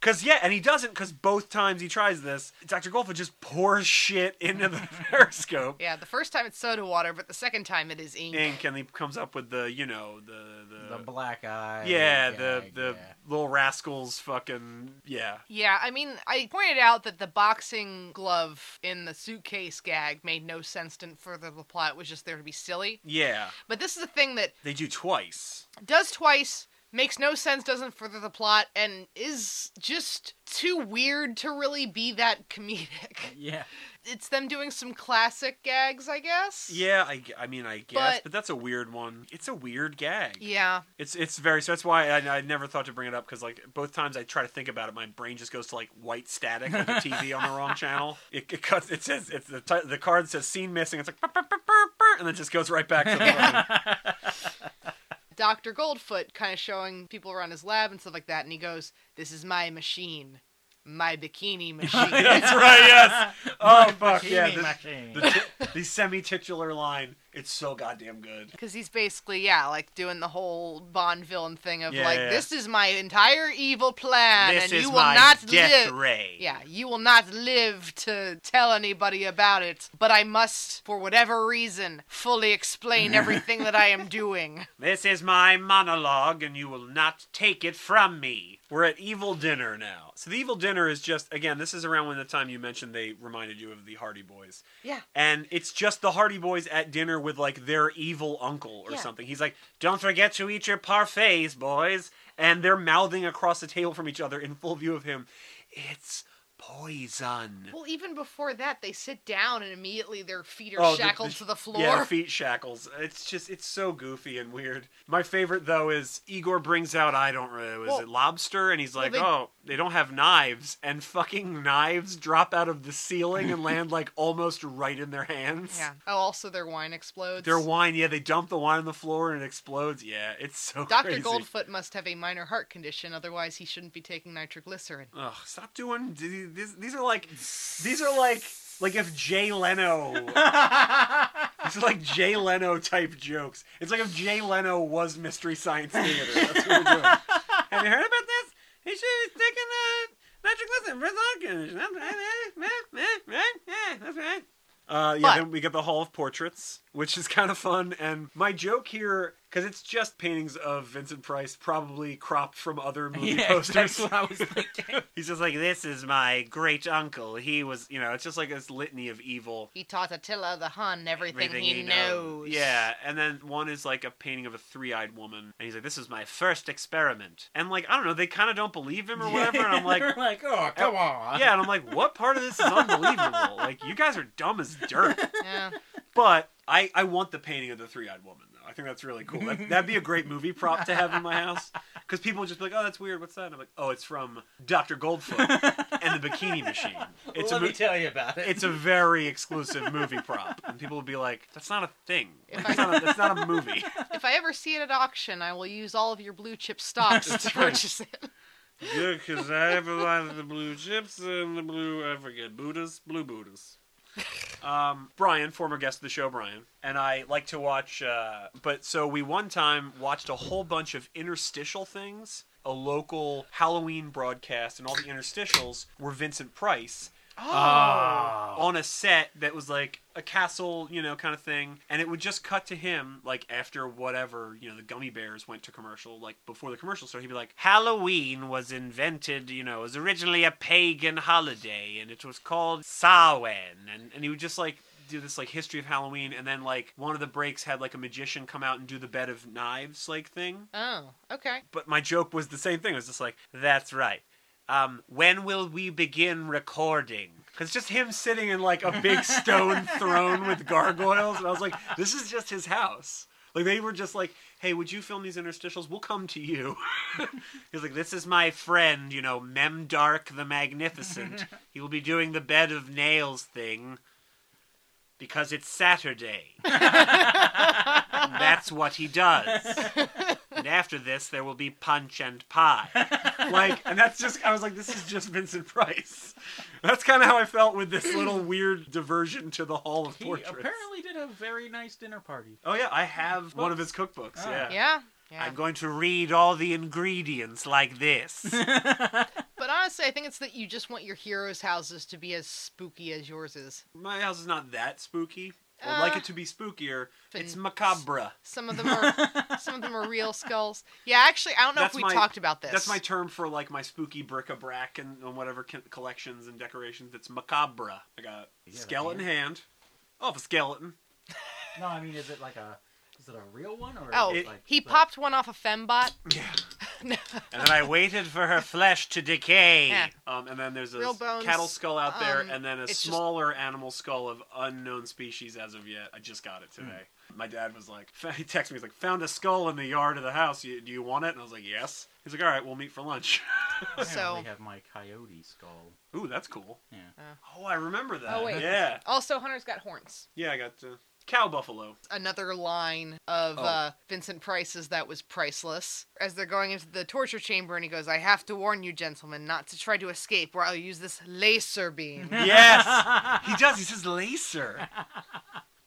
Speaker 3: Cause yeah, and he doesn't. Cause both times he tries this, Doctor Golfa just pours shit into the [LAUGHS] periscope.
Speaker 2: Yeah, the first time it's soda water, but the second time it is ink.
Speaker 3: Ink, and he comes up with the you know the the,
Speaker 4: The black eye.
Speaker 3: yeah the
Speaker 4: gag,
Speaker 3: the
Speaker 4: yeah.
Speaker 3: little rascals fucking yeah.
Speaker 2: Yeah, I mean, I pointed out that the boxing glove in the suitcase gag made no sense to further the plot. It was just there to be silly.
Speaker 3: Yeah,
Speaker 2: But this is a thing that
Speaker 3: they do twice.
Speaker 2: does twice, makes no sense, doesn't further the plot, and is just too weird to really be that [LAUGHS] comedic.
Speaker 4: Yeah.
Speaker 2: It's them doing some classic gags, I guess.
Speaker 3: Yeah, I, g- I mean, I guess, but,
Speaker 2: But-
Speaker 3: that's a weird one. It's a weird gag.
Speaker 2: Yeah.
Speaker 3: It's it's very so that's why I, I never thought to bring it up because like both times I try to think about it, my brain just goes to like white static on the TV on the wrong channel. It, it cuts. It says it's the ti the card says scene missing. It's like "Burp, burp, burp, burp, burp," and then just goes right back to the
Speaker 2: Dr. Goldfoot kind of showing people around his lab and stuff like that, and he goes, This is my machine.
Speaker 3: [LAUGHS]
Speaker 2: My bikini
Speaker 3: phone. [LAUGHS]
Speaker 2: machine.
Speaker 3: that's right. Yes. Oh fuck
Speaker 4: Bikini
Speaker 3: yeah. The,
Speaker 4: machine.
Speaker 3: the, ti- the semi titular line. It's so goddamn good.
Speaker 2: Because he's basically, yeah, like doing the whole Bond villain thing of
Speaker 3: Yeah,
Speaker 2: like,
Speaker 3: yeah.
Speaker 2: this is my entire evil plan,
Speaker 3: this
Speaker 2: and
Speaker 3: is
Speaker 2: you will
Speaker 3: my
Speaker 2: not
Speaker 3: death
Speaker 2: live.
Speaker 3: ray.
Speaker 2: Yeah, you will not live to tell anybody about it, but I must, for whatever reason, fully [LAUGHS] explain everything that I am doing.
Speaker 3: This is my monologue, and you will not take it from me. We're at Evil Dinner now. So, the Evil Dinner is just, again, this is around when the time you mentioned they reminded you of the Hardy Boys.
Speaker 2: [LAUGHS] Yeah.
Speaker 3: And it's just the Hardy Boys at dinner with, like, their evil uncle or
Speaker 2: Yeah.
Speaker 3: something. He's like, Don't forget to eat your parfaits, boys. And they're mouthing across the table from each other in full view of him. It's poison.
Speaker 2: Well, even before that, they sit down and immediately their feet are
Speaker 3: Oh, the-
Speaker 2: shackled
Speaker 3: the-
Speaker 2: to the floor.
Speaker 3: Yeah,
Speaker 2: [LAUGHS]
Speaker 3: feet shackles. It's just it's so goofy and weird. My favorite though is Igor brings out I don't know is
Speaker 2: Well-
Speaker 3: it lobster and he's like
Speaker 2: they-
Speaker 3: oh they don't have knives and fucking knives drop out of the ceiling and land like [LAUGHS] almost right in their hands.
Speaker 2: Yeah. Oh, also their wine explodes.
Speaker 3: Their wine, yeah, they dump the wine on the floor and it explodes. Yeah, it's so
Speaker 2: Dr.
Speaker 3: crazy.
Speaker 2: Goldfoot must have a minor heart condition, otherwise he shouldn't be taking nitroglycerin.
Speaker 3: Ugh, stop doing these. These are like these are like like if Jay Leno It's like Jay Leno type jokes. It's like if Jay Leno was Mystery Science Theater. That's what we're doing. Have you heard about this? He should have taken a nitroglycerin That's right. Uh, yeah,
Speaker 2: But-
Speaker 3: then we get the Hall of Portraits, which is kind of fun. And my joke here, because it's just paintings of Vincent Price, probably cropped from other movie
Speaker 4: [LAUGHS] yeah,
Speaker 3: posters.
Speaker 4: that's what I was thinking.
Speaker 3: He's just like, this is my great uncle. He was, you know, it's just like this litany of evil
Speaker 2: He taught Attila the Hun everything, he, knows.
Speaker 3: Yeah, and then one is like a painting of a three-eyed woman, and he's like, "This is my first experiment." And like, I don't know, they kind of don't believe him [LAUGHS] or whatever,
Speaker 4: [LAUGHS]
Speaker 3: and I'm like,
Speaker 4: They're like, oh, come on.
Speaker 3: yeah, and I'm like, what part of this is unbelievable? Like, you guys are dumb as dirt.
Speaker 2: [LAUGHS] Yeah.
Speaker 3: But I, I want the painting of the three-eyed woman though. I think that's really cool. That, that'd be a great movie prop to have in my house because people would just be like, "Oh, that's weird. What's that?" And I'm like, "Oh, it's from Doctor Goldfoot and the Bikini Machine." It's
Speaker 4: Let
Speaker 3: a
Speaker 4: me
Speaker 3: mo-
Speaker 4: tell you about it.
Speaker 3: it's a very exclusive movie prop, and people would be like, "That's not a thing.
Speaker 2: If
Speaker 3: That's
Speaker 2: I-
Speaker 3: not a, that's
Speaker 2: [LAUGHS]
Speaker 3: not a movie."
Speaker 2: If I ever see it at auction, I will use all of your blue
Speaker 3: [LAUGHS]
Speaker 2: chip stocks to purchase it.
Speaker 5: Yeah, because I have a lot of the blue chips and the blue, I forget, Buddhas? Blue Buddhas.
Speaker 3: Um, Brian, former guest of the show, Brian, and I like to watch. Uh, but so we one time watched a whole bunch of interstitial things. A local Halloween broadcast, and all the interstitials were Vincent Price
Speaker 4: oh.
Speaker 3: on a set that was like a castle, you know, kind of thing. And it would just cut to him, like after whatever, you know, the gummy bears went to commercial, like before the commercial started, he'd be like, Halloween was invented, you know, it was originally a pagan holiday and it was called Samhain. And, and he would just like, do this like history of Halloween, and then like one of the breaks had like a magician come out and do the bed of knives like thing
Speaker 2: Oh, okay.
Speaker 3: but my joke was the same thing. It was just like, that's right. Um, when will we begin recording? Because just him sitting in like a big stone throne with gargoyles, and I was like, this is just his house. Like they were just like, hey, would you film these interstitials? We'll come to you. [LAUGHS] He's like, this is my friend, you know, Memdark the Magnificent. He will be doing the bed of nails thing because it's Saturday. And That's what he does. and after this, there will be punch and pie.
Speaker 4: [LAUGHS]
Speaker 3: Like, [LAUGHS] and that's just, I was like, this is just Vincent Price. That's kind of how I felt with this [CLEARS THROAT] little weird diversion to the Hall of
Speaker 4: He
Speaker 3: Portraits.
Speaker 4: apparently did a very nice dinner [LAUGHS] party.
Speaker 3: Oh, yeah, I have one of his cookbooks.
Speaker 4: Ah.
Speaker 3: yeah.
Speaker 2: Yeah. Yeah.
Speaker 4: [LAUGHS]
Speaker 3: I'm going to read all the ingredients like this.
Speaker 2: But honestly, honestly, I think it's that you just want your heroes' houses to be as spooky as yours is.
Speaker 3: My house is not that spooky. I'd like
Speaker 2: Uh,
Speaker 3: it to be spookier. It's
Speaker 2: fin-
Speaker 3: macabre.
Speaker 2: Some of
Speaker 3: [LAUGHS]
Speaker 2: them are some of them are real skulls. Yeah, actually, I don't know
Speaker 3: That's
Speaker 2: if we
Speaker 3: my-
Speaker 2: talked about this.
Speaker 3: That's my term for like my spooky bric-a-brac and, and whatever co- collections and decorations. It's macabre. I got a
Speaker 4: You have a
Speaker 3: skeleton hand. Oh, a skeleton.
Speaker 4: No, I mean, is it like a is it a real one or? is
Speaker 2: oh,
Speaker 4: it
Speaker 3: It-
Speaker 4: like
Speaker 2: he
Speaker 4: the-
Speaker 2: popped one off
Speaker 3: [LAUGHS]
Speaker 2: a fembot. [LAUGHS]
Speaker 3: Yeah.
Speaker 2: No.
Speaker 3: and then I waited for her flesh to decay.
Speaker 2: Yeah.
Speaker 3: Um, and then there's a
Speaker 2: Real
Speaker 3: s-
Speaker 2: bones,
Speaker 3: cattle skull out there,
Speaker 2: um,
Speaker 3: and then a
Speaker 2: it's just-
Speaker 3: smaller animal skull of unknown species as of yet. I just got it today. My dad was like, [LAUGHS] he texted me, he's like, found a skull in the yard of the house. You, do you want it? And I was like, yes. He's like, all right, we'll meet for lunch. [LAUGHS]
Speaker 4: I
Speaker 2: So-
Speaker 4: only have my coyote skull.
Speaker 3: Ooh, that's cool.
Speaker 4: Yeah.
Speaker 3: Oh, I remember that.
Speaker 2: Oh, wait.
Speaker 3: Yeah.
Speaker 2: Also, Hunter's got horns.
Speaker 3: Yeah, I got uh, cow buffalo.
Speaker 2: Another line of
Speaker 3: Oh.
Speaker 2: uh, Vincent Price's that was priceless. As they're going into the torture chamber, and he goes, "I have to warn you, gentlemen, not to try to escape, or I'll use this laser beam."
Speaker 3: [LAUGHS] Yes, he does. He says laser,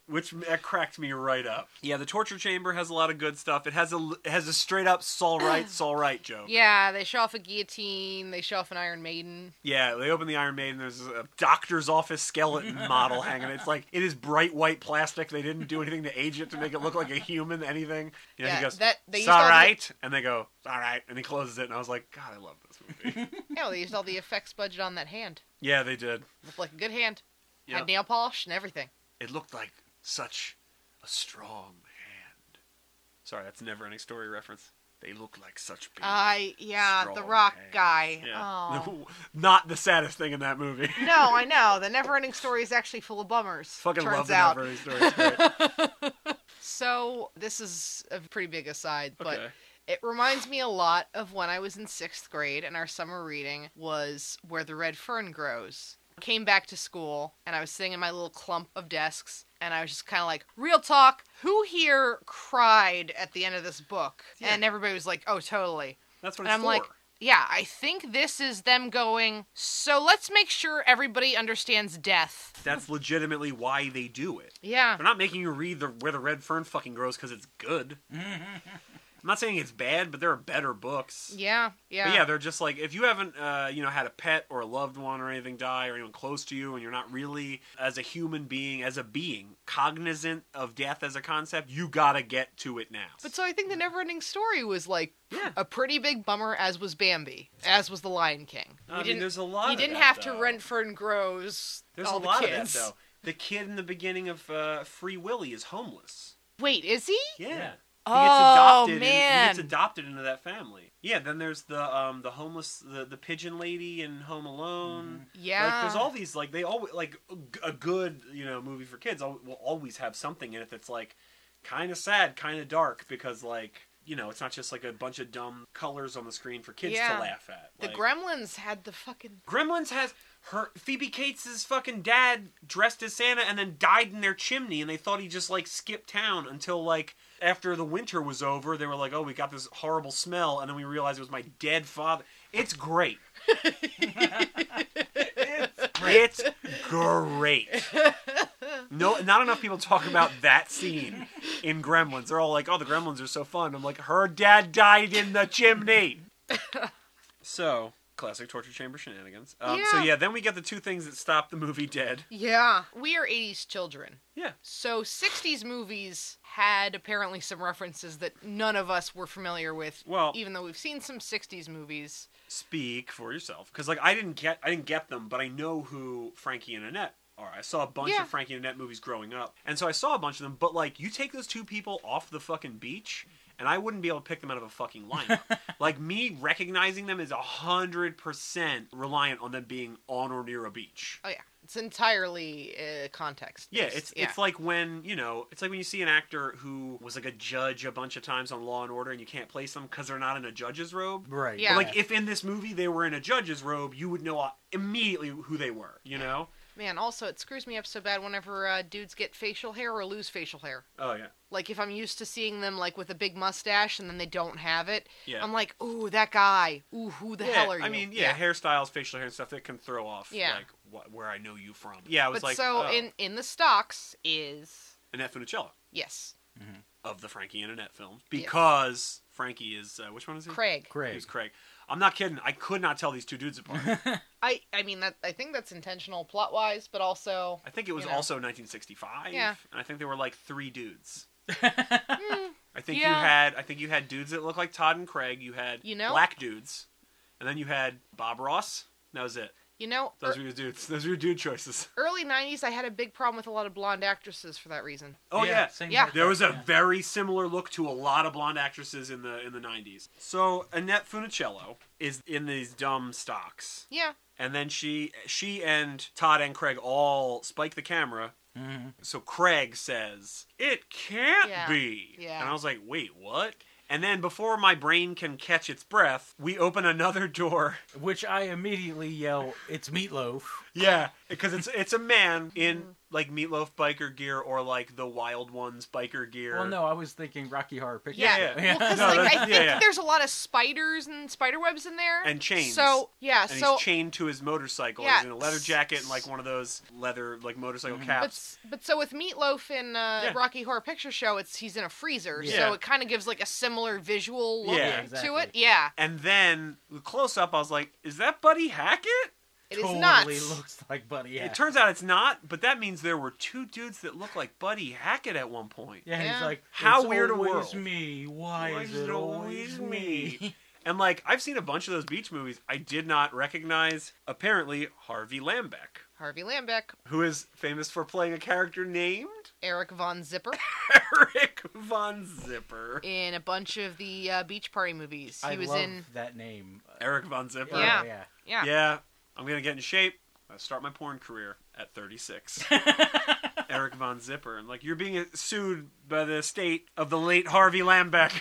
Speaker 3: which uh, cracked me right up. Yeah, the torture chamber has a lot of good stuff. It has a it has a straight up Saul right, Saul right joke.
Speaker 2: yeah, they show off a guillotine. They show off an Iron Maiden.
Speaker 3: Yeah, they open the Iron Maiden. There's a doctor's office [LAUGHS] skeleton model hanging. It's like it is bright white plastic. They didn't do anything to age it to make it look like a human. Anything. You know,
Speaker 2: yeah,
Speaker 3: he goes.
Speaker 2: that they
Speaker 3: it's
Speaker 2: used
Speaker 3: all
Speaker 2: all the-
Speaker 3: right, and they go, "It's all right," and he closes it, and I was like, "God, I love this
Speaker 2: [LAUGHS]
Speaker 3: movie."
Speaker 2: [LAUGHS] Yeah, well, they used all the effects budget on that hand.
Speaker 3: yeah, they did.
Speaker 2: Looked like a good hand.
Speaker 3: Yeah.
Speaker 2: Had nail polish and everything.
Speaker 3: It looked like such a strong hand. Sorry, that's never ending story reference. They look like such big.
Speaker 2: I yeah, the
Speaker 3: strong
Speaker 2: rock
Speaker 3: hands.
Speaker 2: guy.
Speaker 3: Yeah. [LAUGHS]
Speaker 2: Oh.
Speaker 3: Not the saddest thing in that movie. [LAUGHS]
Speaker 2: no, I know. The never ending story is actually full of bummers.
Speaker 3: Fucking
Speaker 2: turns
Speaker 3: love the
Speaker 2: out.
Speaker 3: never ending story. It's
Speaker 2: [LAUGHS]
Speaker 3: great.
Speaker 2: So this is a pretty big aside, but
Speaker 3: Okay.
Speaker 2: it reminds me a lot of when I was in sixth grade and our summer reading was Where the Red Fern Grows. Came back to school and I was sitting in my little clump of desks and I was just kind of like, real talk, who here cried at the end of this book?
Speaker 3: Yeah.
Speaker 2: And everybody was like, oh, totally.
Speaker 3: That's what
Speaker 2: And
Speaker 3: it's
Speaker 2: I'm
Speaker 3: for.
Speaker 2: like, yeah, I think this is them going, so let's make sure everybody understands death.
Speaker 3: That's legitimately why they do it.
Speaker 2: Yeah.
Speaker 3: They're not making you read the where the red fern fucking grows because it's [LAUGHS] good. I'm not saying it's bad, but there are better books.
Speaker 2: Yeah. Yeah.
Speaker 3: But yeah, they're just like if you haven't, uh, you know, had a pet or a loved one or anything die or anyone close to you, and you're not really as a human being, as a being, cognizant of death as a concept, you gotta get to it now.
Speaker 2: But so I think the Neverending Story was like
Speaker 3: Yeah.
Speaker 2: a pretty big bummer, as was Bambi, as was The Lion King.
Speaker 3: I
Speaker 2: You
Speaker 3: mean, there's a lot.
Speaker 2: You
Speaker 3: of
Speaker 2: didn't
Speaker 3: that,
Speaker 2: have to
Speaker 3: though.
Speaker 2: rent Fern Grows.
Speaker 3: There's
Speaker 2: all
Speaker 3: a lot
Speaker 2: the
Speaker 3: of
Speaker 2: kids.
Speaker 3: that though. The kid in the beginning of uh, Free Willy is homeless.
Speaker 2: Wait, is he?
Speaker 3: Yeah.
Speaker 4: Yeah.
Speaker 3: He gets
Speaker 2: Oh,
Speaker 3: adopted in-
Speaker 2: man.
Speaker 3: he gets adopted into that family. Yeah, then there's the um the homeless the, the pigeon lady in Home Alone.
Speaker 2: Yeah.
Speaker 3: Like there's all these like they always like g- a good you know movie for kids al- will always have something in it that's like kind of sad, kind of dark because like you know it's not just like a bunch of dumb colors on the screen for kids
Speaker 2: Yeah.
Speaker 3: to laugh at.
Speaker 2: the
Speaker 3: Like,
Speaker 2: Gremlins had the fucking.
Speaker 3: Gremlins has her Phoebe Cates' fucking dad dressed as Santa and then died in their chimney and they thought he just like skipped town until like after the winter was over they were like oh we got this horrible smell and then we realized it was my dead father. It's great. It's [LAUGHS] great. No, not enough people talk about that scene in Gremlins. They're all like, "Oh, the Gremlins are so fun." I'm like, "Her dad died in the chimney." [LAUGHS] so, classic torture chamber shenanigans. Um, So
Speaker 2: Yeah.
Speaker 3: yeah, then we get the two things that stop the movie dead.
Speaker 2: Yeah. We are 80s children.
Speaker 3: Yeah,
Speaker 2: So 60s movies had apparently some references that none of us were familiar with.
Speaker 3: Well-
Speaker 2: even though we've seen some 60s movies.
Speaker 3: speak for yourself, because like I didn't get, I didn't get them, but I know who Frankie and Annette. are. I saw a bunch
Speaker 2: Yeah.
Speaker 3: of Frankie and Annette movies growing up, and so I saw a bunch of them. But like, you take those two people off the fucking beach, and I wouldn't be able to pick them out of a fucking lineup. like me recognizing them is a hundred percent reliant on them being on or near a beach.
Speaker 2: Oh, yeah. It's entirely uh, context.
Speaker 3: Yeah, it's it's like when you know, it's like when you see an actor who was like a judge a bunch of times on Law and Order, and you can't place them because they're not in a judge's robe.
Speaker 4: Right.
Speaker 2: Yeah.
Speaker 3: Like if in this movie they were in a judge's robe, you would know uh, immediately who they were. You know?
Speaker 2: Man, also it screws me up so bad whenever uh, dudes get facial hair or lose facial hair.
Speaker 3: Oh yeah,
Speaker 2: Like if I'm used to seeing them like with a big mustache and then they don't have it,
Speaker 3: yeah.
Speaker 2: I'm like, ooh, that guy. Ooh, who Um, the
Speaker 3: Yeah,
Speaker 2: hell are you?
Speaker 3: I mean, yeah, hairstyles, facial hair, and stuff that can throw off
Speaker 2: Yeah.
Speaker 3: like what, where I know you from. Yeah, I was
Speaker 2: But
Speaker 3: like,
Speaker 2: so
Speaker 3: oh,
Speaker 2: in in the stocks is
Speaker 3: Annette Funicello.
Speaker 2: yes,
Speaker 4: Mhm.
Speaker 3: of the Frankie Internet film because Frankie is uh, which one is he?
Speaker 2: Craig.
Speaker 3: He was Craig. I'm not kidding. I could not tell these two dudes apart. [LAUGHS]
Speaker 2: I I mean that I think that's intentional plot wise, but also
Speaker 3: [LAUGHS] I think it was
Speaker 2: You know.
Speaker 3: also 1965.
Speaker 2: Yeah.
Speaker 3: And I think there were like three dudes.
Speaker 2: mm,
Speaker 3: I think you
Speaker 2: Yeah.
Speaker 3: had I think you had dudes that looked like Todd and Craig. You had
Speaker 2: You know?
Speaker 3: black dudes, and then you had Bob Ross. That was it.
Speaker 2: you know
Speaker 3: Those
Speaker 2: ear-
Speaker 3: were your dudes. Those were your dude choices. [LAUGHS]
Speaker 2: early '90s. I had a big problem with a lot of blonde actresses for that reason.
Speaker 3: Oh yeah.
Speaker 4: same
Speaker 2: Yeah.
Speaker 4: haircut,
Speaker 3: There was a
Speaker 4: yeah.
Speaker 3: very similar look to a lot of blonde actresses in the in the 90s. So Annette Funicello is in these dumb stocks.
Speaker 2: Yeah,
Speaker 3: And then she she and Todd and Craig all spike the camera.
Speaker 4: Mhm.
Speaker 3: So Craig says, "It can't
Speaker 2: Yeah.
Speaker 3: be."
Speaker 2: Yeah.
Speaker 3: And I was like, "Wait, what?" And then before my brain can catch its breath, we open another [LAUGHS] door.
Speaker 4: Which I immediately yell, "It's meatloaf."
Speaker 3: Yeah, because it's it's a man
Speaker 2: Mm-hmm.
Speaker 3: in like meatloaf biker gear or like the wild ones biker gear.
Speaker 4: Well, no, I was thinking Rocky Horror Picture
Speaker 2: yeah.
Speaker 3: Yeah.
Speaker 4: Show.
Speaker 2: Well, 'cause,
Speaker 3: [LAUGHS] No,
Speaker 2: like, I
Speaker 3: that's-
Speaker 2: think
Speaker 3: yeah, yeah.
Speaker 2: there's a lot of spiders and spider webs in there.
Speaker 3: And chains.
Speaker 2: So yeah,
Speaker 3: and
Speaker 2: so
Speaker 3: he's chained to his motorcycle.
Speaker 2: Yeah.
Speaker 3: He's in a leather jacket and like one of those leather like motorcycle
Speaker 2: But,
Speaker 4: Mhm.
Speaker 3: caps.
Speaker 2: s- but so with Meatloaf in uh,
Speaker 3: Yeah.
Speaker 2: Rocky Horror Picture Show, it's he's in a freezer,
Speaker 3: Yeah.
Speaker 2: so it kind of gives like a similar visual look
Speaker 3: Yeah,
Speaker 2: to
Speaker 4: exactly.
Speaker 2: it. Yeah,
Speaker 3: And then close up, I was like, "Is that Buddy Hackett?"
Speaker 2: it is
Speaker 4: totally
Speaker 2: nuts.
Speaker 4: looks like Buddy. Hackett.
Speaker 3: It turns out it's not, but that means there were two dudes that looked like Buddy Hackett at one point.
Speaker 4: yeah, he's
Speaker 2: Yeah.
Speaker 4: like,
Speaker 3: How
Speaker 4: "It's
Speaker 3: weird a
Speaker 4: always
Speaker 3: world."
Speaker 4: me? Why, is it always [LAUGHS] me?
Speaker 3: And like I've seen a bunch of those beach movies, I did not recognize apparently Harvey Lambeck,
Speaker 2: Harvey Lambeck,
Speaker 3: who is famous for playing a character named [LAUGHS]
Speaker 2: Eric Von Zipper
Speaker 3: Eric Von Zipper.
Speaker 2: in a bunch of the uh, beach party movies. He
Speaker 4: I
Speaker 2: was
Speaker 4: love
Speaker 2: in
Speaker 4: that name. Uh,
Speaker 3: Eric Von Zipper.
Speaker 2: Yeah.
Speaker 4: oh, yeah.
Speaker 2: yeah.
Speaker 3: Yeah, I'm gonna get in shape. I start my porn career at
Speaker 2: [LAUGHS]
Speaker 3: 36. Eric Von Zipper. I'm like, you're being sued by the estate of the late Harvey Lambeck.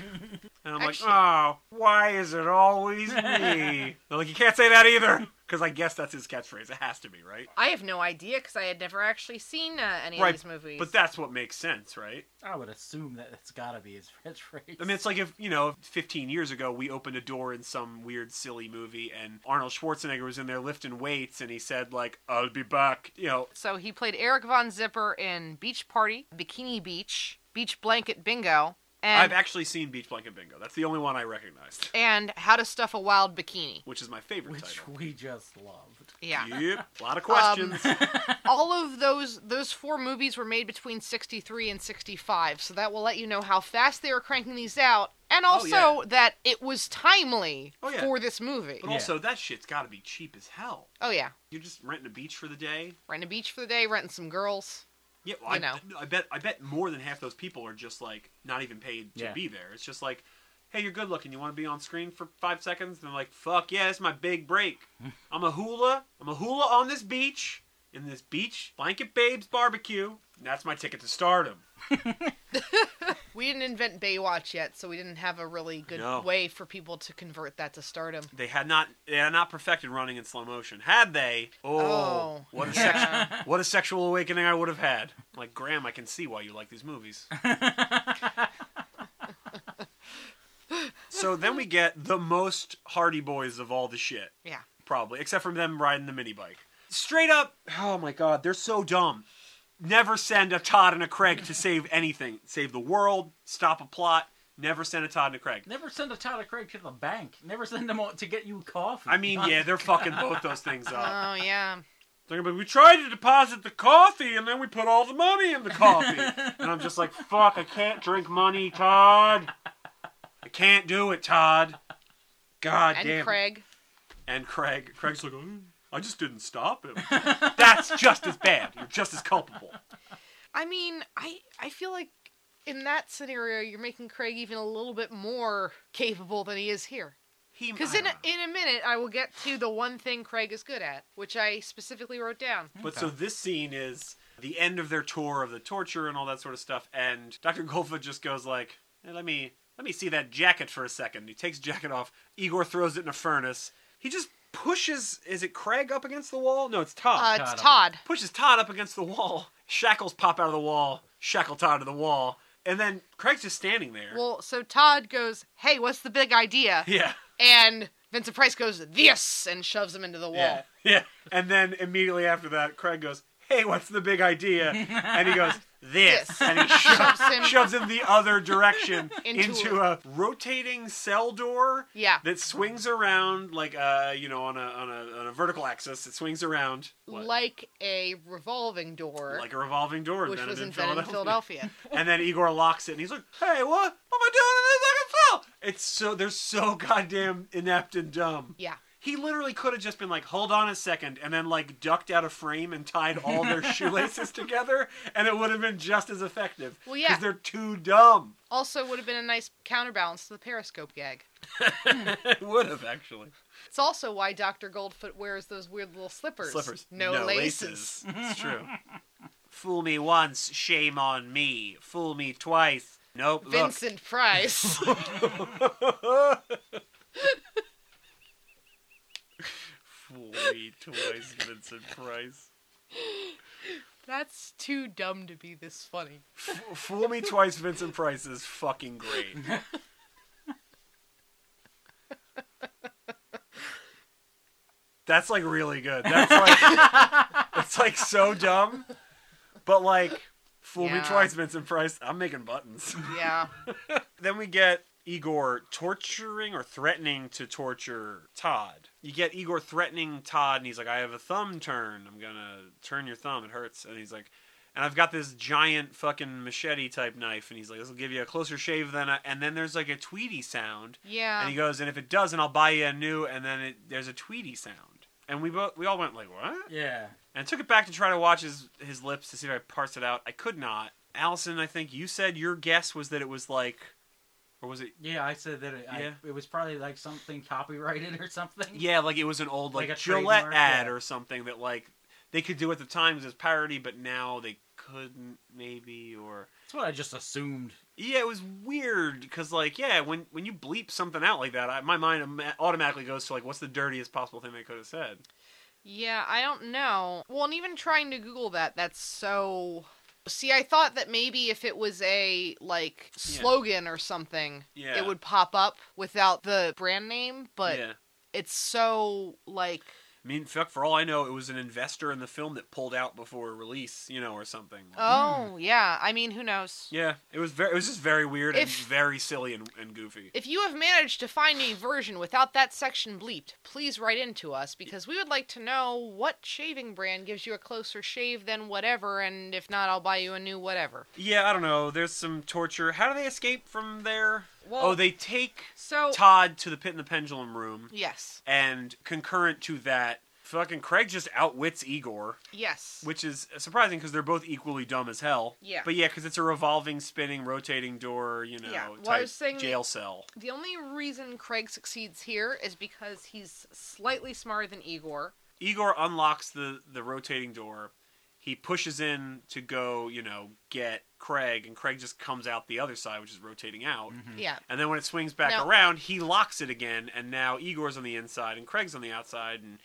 Speaker 3: And I'm
Speaker 2: Actually-
Speaker 3: like, oh, why is it always me?
Speaker 2: [LAUGHS]
Speaker 3: They're like, you can't say that either. Because I guess that's his catchphrase. It has to be, right?
Speaker 2: I have no idea because I had never actually seen uh, any
Speaker 3: Right,
Speaker 2: of these movies.
Speaker 3: But that's what makes sense, right?
Speaker 4: I would assume that it's got to be his [LAUGHS] catchphrase.
Speaker 3: I mean, it's like if, you know, 15 years ago, we opened a door in some weird, silly movie, and Arnold Schwarzenegger was in there lifting weights, and he said, like, I'll be back. You know,
Speaker 2: so he played Eric Von Zipper in Beach Party, Bikini Beach, Beach Blanket Bingo,
Speaker 3: I've
Speaker 2: and
Speaker 3: actually seen Beach Blanket Bingo. That's the only one I recognized,
Speaker 2: and How to Stuff a Wild Bikini.
Speaker 3: which is my favorite
Speaker 4: which
Speaker 3: title.
Speaker 4: we just loved.
Speaker 2: Yeah. [LAUGHS] Um,
Speaker 3: Yep. A lot of questions.
Speaker 2: all of those those four movies were made between 63 and 65 so that will let you know how fast they were cranking these out and
Speaker 3: Oh,
Speaker 2: also that it was timely
Speaker 3: Oh, yeah.
Speaker 2: for this movie
Speaker 3: but
Speaker 4: Yeah.
Speaker 3: also, that shit's got to be cheap as hell.
Speaker 2: oh yeah
Speaker 3: You're just renting a beach for the day.
Speaker 2: renting a beach for the day renting some girls
Speaker 3: Yeah, well, I,
Speaker 2: You know.
Speaker 3: I bet I bet more than half those people are just like not even paid to
Speaker 4: Yeah.
Speaker 3: be there. It's just like, hey, you're good looking. You want to be on screen for five seconds? And they're like, fuck yeah, it's my big break.
Speaker 4: [LAUGHS]
Speaker 3: I'm a hula. I'm a hula on this beach in this beach blanket babes barbecue. And that's my ticket to stardom.
Speaker 2: we didn't invent baywatch yet so we didn't have a really good
Speaker 3: No.
Speaker 2: way for people to convert that to stardom
Speaker 3: They had not they had not perfected running in slow motion. Had they? Oh,
Speaker 2: Oh,
Speaker 3: what
Speaker 2: [LAUGHS]
Speaker 3: a
Speaker 2: yeah.
Speaker 3: sex- what a sexual awakening I would have had. Like Graham, I can see why you like these movies. so then we get the most Hardy Boys of all the shit,
Speaker 2: yeah
Speaker 3: probably, except for them riding the mini bike. Straight up, oh my god, they're so dumb. Never send a Todd and a Craig to save anything. Save the world, stop a plot. Never send a Todd and a Craig.
Speaker 4: Never send a Tyler Craig to the bank. Never send them out to get you coffee.
Speaker 3: I mean, yeah, they're fucking both those things up.
Speaker 2: oh yeah
Speaker 3: They're gonna be, we tried to deposit the coffee and then we put all the money in the coffee. and I'm just like, fuck, I can't drink money, Todd. I can't do it, Todd. God
Speaker 2: and
Speaker 3: damn. it.
Speaker 2: craig
Speaker 3: And Craig. Craig's like, "Oh, I just didn't stop him. That's just as bad. You're just as culpable.
Speaker 2: i mean i i feel like in that scenario you're making craig even a little bit more capable than he is here [LAUGHS]
Speaker 3: He
Speaker 2: Because
Speaker 3: I
Speaker 2: in a,
Speaker 3: don't know.
Speaker 2: in a minute, I will get to the one thing Craig is good at, which I specifically wrote down.
Speaker 3: But so this scene is the end of their tour of the torture and all that sort of stuff, and Dr. Golfa just goes like, "Hey, "Let me let me see that jacket for a second. He takes jacket off. Igor throws it in a furnace. He just pushes. Is it Craig up against the wall? No, it's
Speaker 2: Uh,
Speaker 3: Todd.
Speaker 4: Todd
Speaker 2: it's
Speaker 4: up.
Speaker 2: Todd.
Speaker 3: pushes Todd Oh, up against the wall. [LAUGHS] Shackles pop out of the wall. Shackle Todd to the wall, and then Craig's just standing there.
Speaker 2: Well, so Todd goes, "Hey, what's the big idea?"
Speaker 3: [LAUGHS] yeah.
Speaker 2: And Vincent Price goes, "This," and shoves him into the wall.
Speaker 3: Yeah. Yeah. And then immediately after that, Craig goes, hey, what's the big idea? And he
Speaker 2: [LAUGHS]
Speaker 3: goes, this.
Speaker 2: This.
Speaker 3: And he shoves,
Speaker 2: Shoves him-
Speaker 3: shoves him the other direction into,
Speaker 2: [LAUGHS] Into
Speaker 3: a rotating cell door
Speaker 2: Yeah.
Speaker 3: that swings around like, uh, you know, on a, on a, on a vertical axis. It swings around what?
Speaker 2: like a revolving door,
Speaker 3: Like a revolving door
Speaker 2: which was
Speaker 3: invented,
Speaker 2: invented in Philadelphia.
Speaker 3: and then Igor locks it, and he's like, "Hey, what? What am I doing in this fucking cell?" It's so they're so [LAUGHS] goddamn inept and dumb.
Speaker 2: yeah.
Speaker 3: He literally could have just been like, "Hold on a second, and then like ducked out of frame and tied all
Speaker 2: [LAUGHS]
Speaker 3: their shoelaces together, and it would have been just as effective.
Speaker 2: Well, yeah.
Speaker 3: because they're too dumb.
Speaker 2: Also, would have been a nice counterbalance to the periscope gag.
Speaker 3: It would have actually
Speaker 2: It's also why Dr. Goldfoot wears those weird little slippers.
Speaker 3: slippers,
Speaker 2: No, laces.
Speaker 3: It's true. Fool me once, shame on me. Fool me twice. Nope. look,
Speaker 2: Vincent Price.
Speaker 3: Fool me twice, Vincent Price.
Speaker 2: That's too dumb to be this funny.
Speaker 3: F- [LAUGHS] Fool me twice, Vincent Price is fucking great. That's like really good. That's like [LAUGHS] it's like so dumb, but like fool me
Speaker 2: Yeah.
Speaker 3: twice, Vincent Price. I'm making buttons.
Speaker 2: Yeah.
Speaker 3: then we get Igor torturing or threatening to torture Todd. You get Igor threatening Todd, and he's like, "I have a thumb turn. I'm gonna turn your thumb. It hurts." And he's like, "And I've got this giant fucking machete type knife." And he's like, "This will give you a closer shave than." I... And then there's like a Tweety sound,
Speaker 2: Yeah.
Speaker 3: and he goes, "And if it doesn't, I'll buy you a new." And then it, there's a Tweety sound, and we both we all went like, "What?"
Speaker 4: Yeah.
Speaker 3: and I took it back to try to watch his his lips to see if I parsed it out. I could not. Allison, I think you said your guess was that it was like, or was it?
Speaker 4: Yeah, I said that it,
Speaker 3: Yeah.
Speaker 4: I, it was probably like something copyrighted or something.
Speaker 3: Yeah, like it was an old like,
Speaker 4: Like a
Speaker 3: Gillette
Speaker 4: trademark,
Speaker 3: ad
Speaker 4: yeah.
Speaker 3: or something that like they could do at the times as parody, but now they couldn't maybe or
Speaker 4: That's what I just assumed.
Speaker 3: yeah, it was weird because like yeah, when when you bleep something out like that, I, my mind ama- automatically goes to like what's the dirtiest possible thing they could have said.
Speaker 2: Yeah, I don't know. Well, and even trying to Google that, that's so. See, I thought that maybe if it was a like slogan or something,
Speaker 3: Yeah.
Speaker 2: it would pop up without the brand name. But
Speaker 3: yeah.
Speaker 2: it's so like
Speaker 3: I mean, fuck, for all I know, it was an investor in the film that pulled out before release, you know, or something. Hmm.
Speaker 2: Oh yeah, I mean, who knows?
Speaker 3: Yeah, it was very. It was just very weird and
Speaker 2: If-
Speaker 3: very silly and, and goofy.
Speaker 2: If you have managed to find a version without that section bleeped, please write in to us because we would like to know what shaving brand gives you a closer shave than whatever, and if not, I'll buy you a new whatever.
Speaker 3: Yeah, I don't know. There's some torture. How do they escape from there?
Speaker 2: Well- oh.
Speaker 3: oh, they take
Speaker 2: So
Speaker 3: Todd to the pit in the pendulum room,
Speaker 2: yes,
Speaker 3: and concurrent to that, fucking Craig just outwits Igor,
Speaker 2: yes,
Speaker 3: which is surprising because they're both equally dumb as hell.
Speaker 2: Yeah.
Speaker 3: But yeah, because it's a revolving, spinning, rotating door, you know,
Speaker 2: Yeah, well, I
Speaker 3: type
Speaker 2: was saying-
Speaker 3: jail cell.
Speaker 2: The only reason Craig succeeds here is because he's slightly smarter than Igor.
Speaker 3: Igor unlocks the the rotating door. He pushes in to go, you know, get Craig, and Craig just comes out the other side, which is rotating out.
Speaker 4: Mm-hmm.
Speaker 2: Mm. Yeah.
Speaker 3: And then when it swings back
Speaker 2: No.
Speaker 3: around, he locks it again, and now Igor's on the inside and Craig's on the outside, and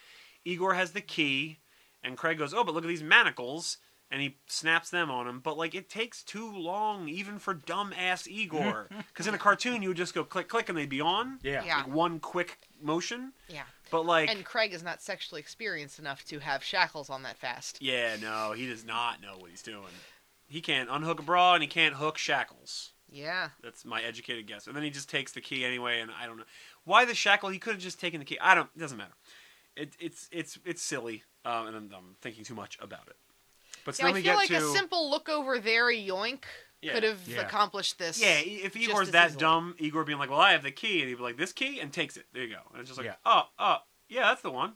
Speaker 3: Igor has the key, and Craig goes, "Oh, but look at these manacles." And he snaps them on him, but like it takes too long, even for dumb ass Igor. Because in a cartoon, you would just go click, click, and they'd be on.
Speaker 4: Yeah.
Speaker 2: Yeah.
Speaker 3: Like one quick motion.
Speaker 2: Yeah.
Speaker 3: But like,
Speaker 2: And Craig is not sexually experienced enough to have shackles on that fast.
Speaker 3: Yeah, no, he does not know what he's doing. He can't unhook a bra and he can't hook shackles.
Speaker 2: Yeah.
Speaker 3: That's my educated guess. And then he just takes the key anyway, and I don't know why the shackle. He could have just taken the key. I don't. It doesn't matter. It, it's it's it's silly, um, and I'm, I'm thinking too much about it. But
Speaker 2: Yeah,
Speaker 3: then
Speaker 2: I
Speaker 3: we
Speaker 2: feel
Speaker 3: get
Speaker 2: like
Speaker 3: to
Speaker 2: a simple look over there yoink
Speaker 3: Yeah.
Speaker 2: could have
Speaker 4: Yeah.
Speaker 2: accomplished this.
Speaker 3: yeah. If
Speaker 2: just
Speaker 3: Igor's
Speaker 2: as
Speaker 3: that
Speaker 2: easily.
Speaker 3: dumb, Igor being like, "Well, I have the key," and he'd be like, "This key," and takes it. There you go. And it's just like,
Speaker 4: Yeah.
Speaker 3: "Oh, oh, yeah, that's the one."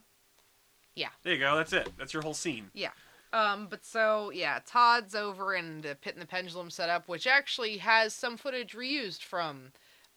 Speaker 2: Yeah.
Speaker 3: There you go. That's it. That's your whole scene.
Speaker 2: Yeah. Um, but so yeah, Todd's over in the pit and the pendulum setup, which actually has some footage reused from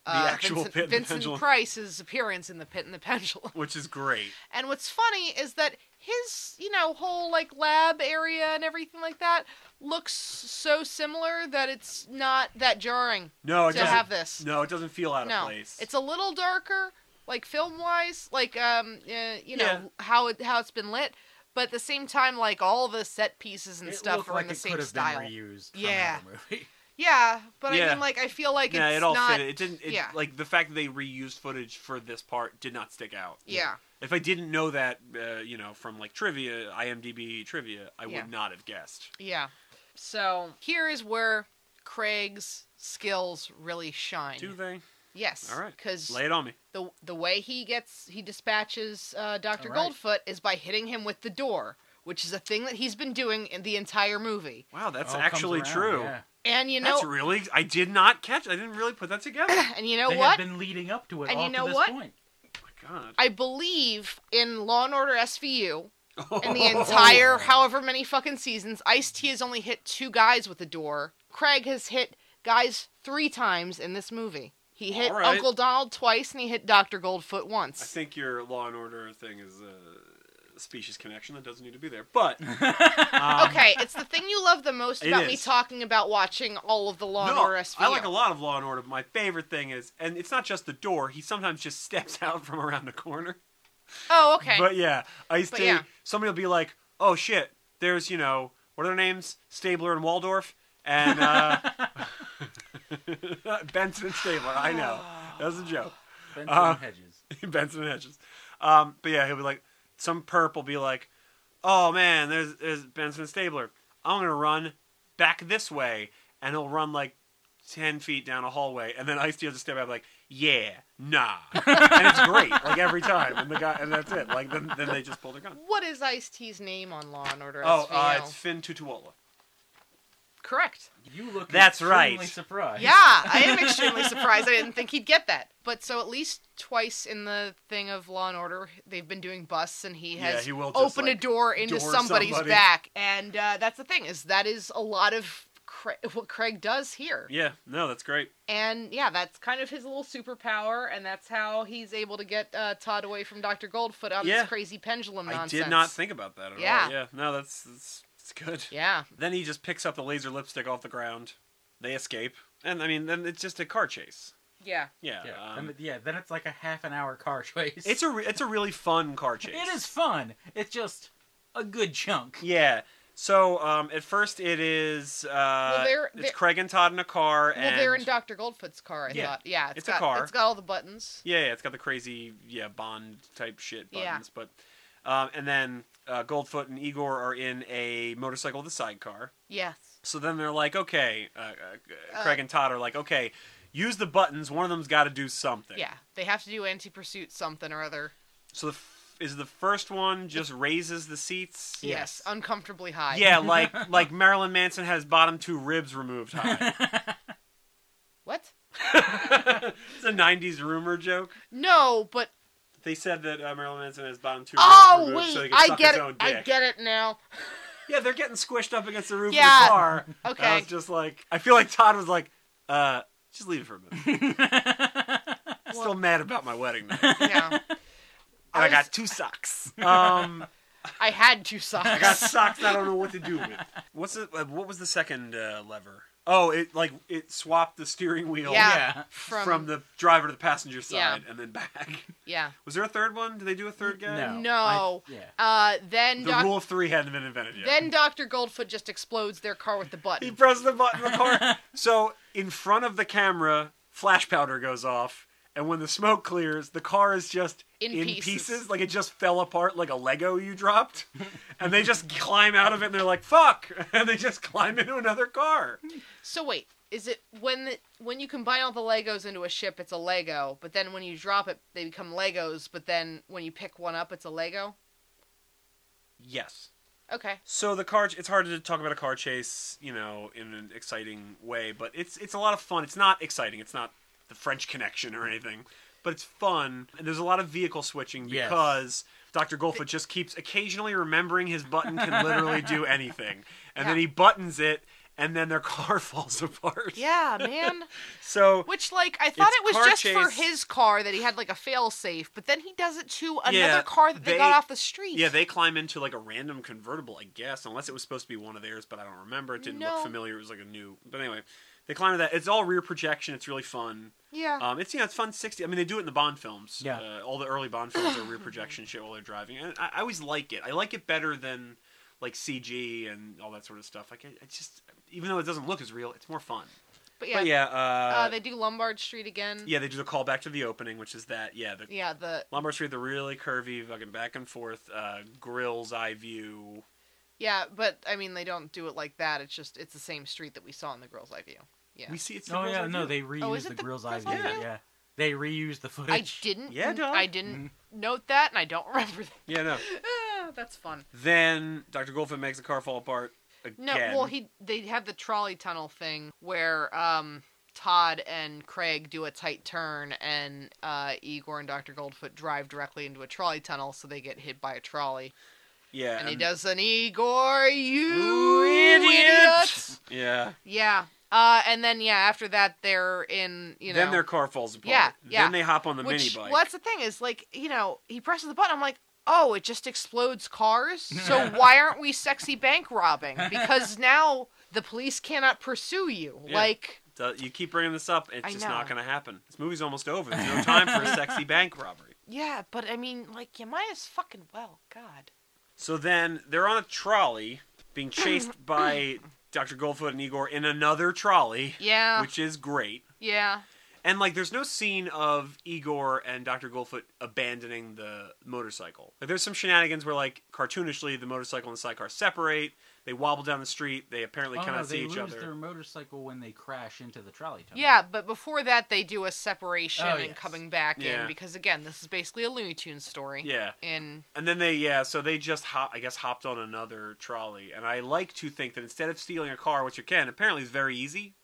Speaker 3: The
Speaker 2: uh,
Speaker 3: actual
Speaker 2: Vincent,
Speaker 3: Pit and the
Speaker 2: Vincent
Speaker 3: Pendulum.
Speaker 2: Price's appearance in the pit and the pendulum. [LAUGHS]
Speaker 3: Which is great.
Speaker 2: And what's funny is that his, you know, whole like lab area and everything like that looks so similar that it's not that jarring
Speaker 3: No, Oh, it
Speaker 2: to
Speaker 3: doesn't.
Speaker 2: have this.
Speaker 3: No, it doesn't feel out
Speaker 2: no,
Speaker 3: of place.
Speaker 2: it's a little darker, like film wise, like um, uh, you know
Speaker 3: Yeah.
Speaker 2: how it how it's been lit, but at the same time, like all the set pieces and
Speaker 4: It
Speaker 2: stuff
Speaker 4: looked
Speaker 2: are
Speaker 4: like
Speaker 2: in the
Speaker 4: it
Speaker 2: same
Speaker 4: could have
Speaker 2: style.
Speaker 4: Been reused from
Speaker 2: Yeah.
Speaker 4: another movie.
Speaker 2: Yeah, but I
Speaker 3: Yeah.
Speaker 2: mean, like, I feel like
Speaker 3: yeah,
Speaker 2: it's
Speaker 3: it all
Speaker 2: not.
Speaker 3: fit. It didn't. It,
Speaker 2: yeah.
Speaker 3: Like the fact that they reused footage for this part did not stick out.
Speaker 2: Yeah.
Speaker 3: If I didn't know that, uh, you know, from like trivia, IMDb trivia, I
Speaker 2: Yeah.
Speaker 3: would not have guessed.
Speaker 2: Yeah. So here is where Craig's skills really shine.
Speaker 3: Do they?
Speaker 2: Yes.
Speaker 3: All right.
Speaker 2: Because
Speaker 3: Lay it on me.
Speaker 2: the the way he gets he dispatches uh, Doctor
Speaker 4: All right.
Speaker 2: Goldfoot is by hitting him with the door, which is a thing that he's been doing in the entire movie.
Speaker 3: Wow, [LAUGHS] that's
Speaker 4: All comes
Speaker 3: actually
Speaker 4: around,
Speaker 3: true.
Speaker 4: yeah.
Speaker 2: And you know,
Speaker 3: That's really. I did not catch. I didn't really put that together.
Speaker 2: [COUGHS]
Speaker 3: oh
Speaker 2: and you know
Speaker 4: they
Speaker 2: what?
Speaker 4: had been leading up to it
Speaker 2: And
Speaker 4: all
Speaker 2: you know
Speaker 4: to this
Speaker 2: what?
Speaker 4: point.
Speaker 3: my god.
Speaker 2: I believe in Law and Order SVU,
Speaker 3: [LAUGHS]
Speaker 2: in
Speaker 3: Oh.
Speaker 2: the entire however many fucking seasons, Ice T has only hit two guys with a door. Craig has hit guys three times in this movie. He hit
Speaker 3: All right.
Speaker 2: Uncle Donald twice and he hit Dr. Goldfoot once.
Speaker 3: I think your Law and Order thing is a species connection that doesn't need to be there,
Speaker 4: [LAUGHS]
Speaker 3: but um,
Speaker 2: okay, it's the thing you love the
Speaker 3: [LAUGHS]
Speaker 2: most
Speaker 3: It
Speaker 2: about me
Speaker 3: is.
Speaker 2: talking about watching all of the Law and
Speaker 3: no,
Speaker 2: Order SVU.
Speaker 3: I like a lot of Law and Order. But my favorite thing is, and it's not just the door. He sometimes just [LAUGHS] steps out from around a corner.
Speaker 2: Oh, okay.
Speaker 3: But yeah, Ice
Speaker 2: But
Speaker 3: T.
Speaker 2: yeah.
Speaker 3: Somebody will be like, "Oh shit, there's you know what are their names? Stabler and Waldorf and uh, [LAUGHS] Benson and Stabler. I
Speaker 2: [LAUGHS]
Speaker 3: know that's a joke.
Speaker 4: Benson
Speaker 3: Uh,
Speaker 4: Hedges.
Speaker 3: [LAUGHS] Benson and Hedges. Um, but yeah, he'll be like, some perp will be like, "Oh man, there's there's Benson and Stabler. I'm gonna run back this way," and he'll run like ten feet down a hallway, and then Ice T will just step out like, "Yeah, nah," and it's great, like every time. And the guy, and that's it. Like then, then they just pull their gun.
Speaker 2: What is Ice T's name on Law and Order
Speaker 3: Oh,
Speaker 2: SVU?
Speaker 3: uh, it's Finn Tutuola.
Speaker 2: Correct.
Speaker 4: You look
Speaker 3: That's
Speaker 4: extremely
Speaker 3: right.
Speaker 4: surprised.
Speaker 2: Yeah, I am
Speaker 3: [LAUGHS]
Speaker 2: extremely surprised. I didn't think he'd get that. But so at least twice in the thing of Law and Order, they've been doing busts, and he
Speaker 3: Yeah,
Speaker 2: has
Speaker 3: he will just,
Speaker 2: opened a
Speaker 3: like,
Speaker 2: door into
Speaker 3: door
Speaker 2: somebody's
Speaker 3: somebody.
Speaker 2: back, and uh, that's the thing is that is a lot of Cra- what Craig does here,
Speaker 3: Yeah, no, that's great.
Speaker 2: and yeah, that's kind of his little superpower, and that's how he's able to get uh, Todd away from Doctor Goldfoot on
Speaker 3: Yeah.
Speaker 2: this crazy pendulum
Speaker 3: I
Speaker 2: nonsense.
Speaker 3: did not think about that at
Speaker 2: Yeah.
Speaker 3: all. Yeah, no, that's that's, that's good.
Speaker 2: Yeah,
Speaker 3: Then he just picks up the laser lipstick off the ground. They escape, and I mean, then it's just a car chase.
Speaker 2: yeah.
Speaker 3: Yeah,
Speaker 4: Yeah.
Speaker 3: um,
Speaker 4: then, yeah, then it's like a half an hour car chase.
Speaker 3: it's a re- it's a really fun car chase.
Speaker 4: it is fun. It's just a good chunk.
Speaker 3: Yeah. So um, at first it is uh,
Speaker 2: they're-
Speaker 3: it's
Speaker 2: they're-
Speaker 3: Craig and Todd in a car,
Speaker 2: Well,
Speaker 3: and
Speaker 2: they're in Doctor Goldfoot's car. I
Speaker 3: Yeah.
Speaker 2: thought. Yeah,
Speaker 3: It's a
Speaker 2: got
Speaker 3: car.
Speaker 2: it's got all the buttons.
Speaker 3: yeah, yeah, it's got the crazy yeah Bond type shit
Speaker 2: Yeah.
Speaker 3: buttons, but um, and then uh, Goldfoot and Igor are in a motorcycle with a sidecar.
Speaker 2: Yes.
Speaker 3: So then they're like, okay, uh, uh,
Speaker 2: Uh,
Speaker 3: Craig and Todd are like, okay, use the buttons. One of them's got to do something.
Speaker 2: Yeah, they have to do anti pursuit something or other.
Speaker 3: So the f- is the first one just raises the seats?
Speaker 2: Yes, uncomfortably high. [LAUGHS]
Speaker 3: Yeah, like like Marilyn Manson has bottom two ribs removed
Speaker 2: [LAUGHS]
Speaker 4: [LAUGHS]
Speaker 3: high.
Speaker 2: What?
Speaker 3: it's a '90s rumor joke.
Speaker 2: No, but
Speaker 3: They said that uh, Marilyn Manson has bottom two
Speaker 2: oh
Speaker 3: ribs removed
Speaker 2: wait,
Speaker 3: so he can
Speaker 2: I
Speaker 3: suck
Speaker 2: get
Speaker 3: his
Speaker 2: it.
Speaker 3: own dick.
Speaker 2: I get it now.
Speaker 3: Yeah, they're getting squished up against the roof of
Speaker 2: Yeah.
Speaker 3: the car. And I [LAUGHS]
Speaker 2: [LAUGHS] Okay.
Speaker 3: was just like, I feel like Todd was like, uh, just leave it for a
Speaker 2: [LAUGHS]
Speaker 3: minute. Still mad about my wedding night. And
Speaker 2: yeah,
Speaker 3: I, got two socks.
Speaker 2: [LAUGHS]
Speaker 3: Um,
Speaker 2: I had two socks.
Speaker 3: I got socks. I don't know what to do with. What's the, uh, what was the second uh, lever? Oh, it like it swapped the steering wheel.
Speaker 2: Yeah.
Speaker 4: Yeah.
Speaker 2: from,
Speaker 3: From, the driver to the passenger side
Speaker 2: Yeah.
Speaker 3: and then back.
Speaker 2: [LAUGHS]
Speaker 3: [LAUGHS]
Speaker 2: yeah.
Speaker 3: Was there a third one? Did they do a third guy?
Speaker 4: No.
Speaker 2: No.
Speaker 4: I- yeah.
Speaker 2: Uh, then
Speaker 3: The
Speaker 2: doc-
Speaker 3: rule of three hadn't been invented yet.
Speaker 2: then Doctor Goldfoot just explodes their car with the
Speaker 3: He
Speaker 2: button.
Speaker 3: presses the button on the [LAUGHS] car. so in front of the camera, flash powder goes off, and when the smoke clears, the car is just
Speaker 2: In pieces.
Speaker 3: Like it just fell apart like a Lego you dropped. and they just climb out of it and they're like, fuck! [LAUGHS] And they just climb into another car.
Speaker 2: So wait, is it when the, when you combine all the Legos into a ship, it's a Lego, but then when you drop it, they become Legos, but then when you pick one up, it's a Lego?
Speaker 3: Yes.
Speaker 4: Oh,
Speaker 2: Okay.
Speaker 3: So the car it's hard to talk about a car chase, you know, in an exciting way, but it's it's a lot of fun. It's not exciting. It's not the French connection or anything, but it's fun. And there's a lot of vehicle switching
Speaker 4: Yes.
Speaker 3: because Dr. Goldfoot just keeps occasionally remembering his button can literally do anything. And then
Speaker 2: Yeah.
Speaker 3: he buttons it and then their [LAUGHS] car falls apart.
Speaker 2: Yeah, man.
Speaker 3: So
Speaker 2: Which, like, I thought
Speaker 3: It's
Speaker 2: it was
Speaker 3: car
Speaker 2: just for
Speaker 3: chase.
Speaker 2: his car that he had like a fail safe, but then he does it to another
Speaker 3: Yeah,
Speaker 2: car that they,
Speaker 3: they-
Speaker 2: got off the street.
Speaker 3: yeah, they climb into like a random convertible, I guess, unless it was supposed to be one of theirs, but I don't remember. It didn't
Speaker 2: No.
Speaker 3: look familiar. It was like a new. But anyway, they climb into that. It's all rear projection. It's really fun.
Speaker 2: yeah.
Speaker 3: Um, it's you know it's fun sixty. I mean they do it in the Bond films.
Speaker 4: Yeah.
Speaker 3: Uh, all the early Bond films are rear projection shit while they're driving, and I, I always like it. I like it better than like CG and all that sort of stuff. Like it, it's just even though it doesn't look as real, it's more fun.
Speaker 2: But yeah,
Speaker 3: But yeah,
Speaker 2: uh,
Speaker 3: uh,
Speaker 2: they do Lombard Street again.
Speaker 3: yeah, they do the call back to the opening, which is that yeah, the
Speaker 2: Yeah, the
Speaker 3: Lombard Street, the really curvy, fucking back and forth uh, grills eye view.
Speaker 2: yeah, but I mean they don't do it like that. It's just it's the same street that we saw in the girls' eye view. Yeah,
Speaker 3: We see it's the
Speaker 4: Oh
Speaker 3: girls'
Speaker 4: yeah,
Speaker 3: eye
Speaker 4: no,
Speaker 3: view.
Speaker 4: they reused
Speaker 2: it
Speaker 4: the
Speaker 2: the
Speaker 4: grill's eye
Speaker 2: Grill's
Speaker 4: view.
Speaker 2: Eye
Speaker 4: Yeah.
Speaker 2: View?
Speaker 4: they reused the footage.
Speaker 2: I didn't.
Speaker 3: Yeah, Mm-hmm. dog.
Speaker 2: I didn't note that, and I don't [LAUGHS] remember. That.
Speaker 3: yeah no.
Speaker 2: Ah, that's fun.
Speaker 3: Then Doctor Goldfin makes the car fall apart again.
Speaker 2: No, well, he they have the trolley tunnel thing where um Todd and Craig do a tight turn, and uh, Igor and Doctor Goldfoot drive directly into a trolley tunnel, so they get hit by a trolley,
Speaker 3: yeah,
Speaker 2: and, he does an Igor, you
Speaker 3: You idiot!
Speaker 2: idiot!
Speaker 3: yeah.
Speaker 2: Yeah. Uh, and then yeah, after that they're in you know
Speaker 3: then their car falls apart.
Speaker 2: Yeah, yeah.
Speaker 3: Then they hop on the mini
Speaker 2: which
Speaker 3: bike.
Speaker 2: well, that's the thing is like you know he presses the button. I'm like, oh, it just explodes cars.
Speaker 3: [LAUGHS]
Speaker 2: So why aren't we sexy bank robbing? Because now the police cannot pursue you.
Speaker 3: Yeah.
Speaker 2: Like
Speaker 3: So you keep bringing this up, it's
Speaker 2: I
Speaker 3: just not
Speaker 2: know.
Speaker 3: going to happen. This movie's almost over. There's
Speaker 2: [LAUGHS]
Speaker 3: no time for a sexy bank robbery.
Speaker 2: yeah, but I mean like you might as fucking well. God.
Speaker 3: So then they're on a trolley being
Speaker 2: [LAUGHS]
Speaker 3: chased by Dr. Goldfoot and Igor in another trolley,
Speaker 2: Yeah.
Speaker 3: which is great.
Speaker 2: yeah.
Speaker 3: And like, there's no scene of Igor and Dr. Goldfoot abandoning the motorcycle. Like, there's some shenanigans where, like, cartoonishly, the motorcycle and the sidecar separate. They wobble down the street. They apparently
Speaker 4: oh,
Speaker 3: cannot
Speaker 4: no,
Speaker 3: see
Speaker 4: they
Speaker 3: each
Speaker 4: lose
Speaker 3: other.
Speaker 4: their motorcycle when they crash into the trolley tunnel.
Speaker 2: Yeah, but before that they do a separation
Speaker 4: Oh,
Speaker 2: and
Speaker 4: yes.
Speaker 2: coming back
Speaker 3: Yeah.
Speaker 2: in because again this is basically a Looney Tunes story.
Speaker 3: Yeah.
Speaker 2: And
Speaker 3: And then they, yeah, so they just, hop, I guess, hopped on another trolley. And I like to think that instead of stealing a car, which you can, apparently is very easy,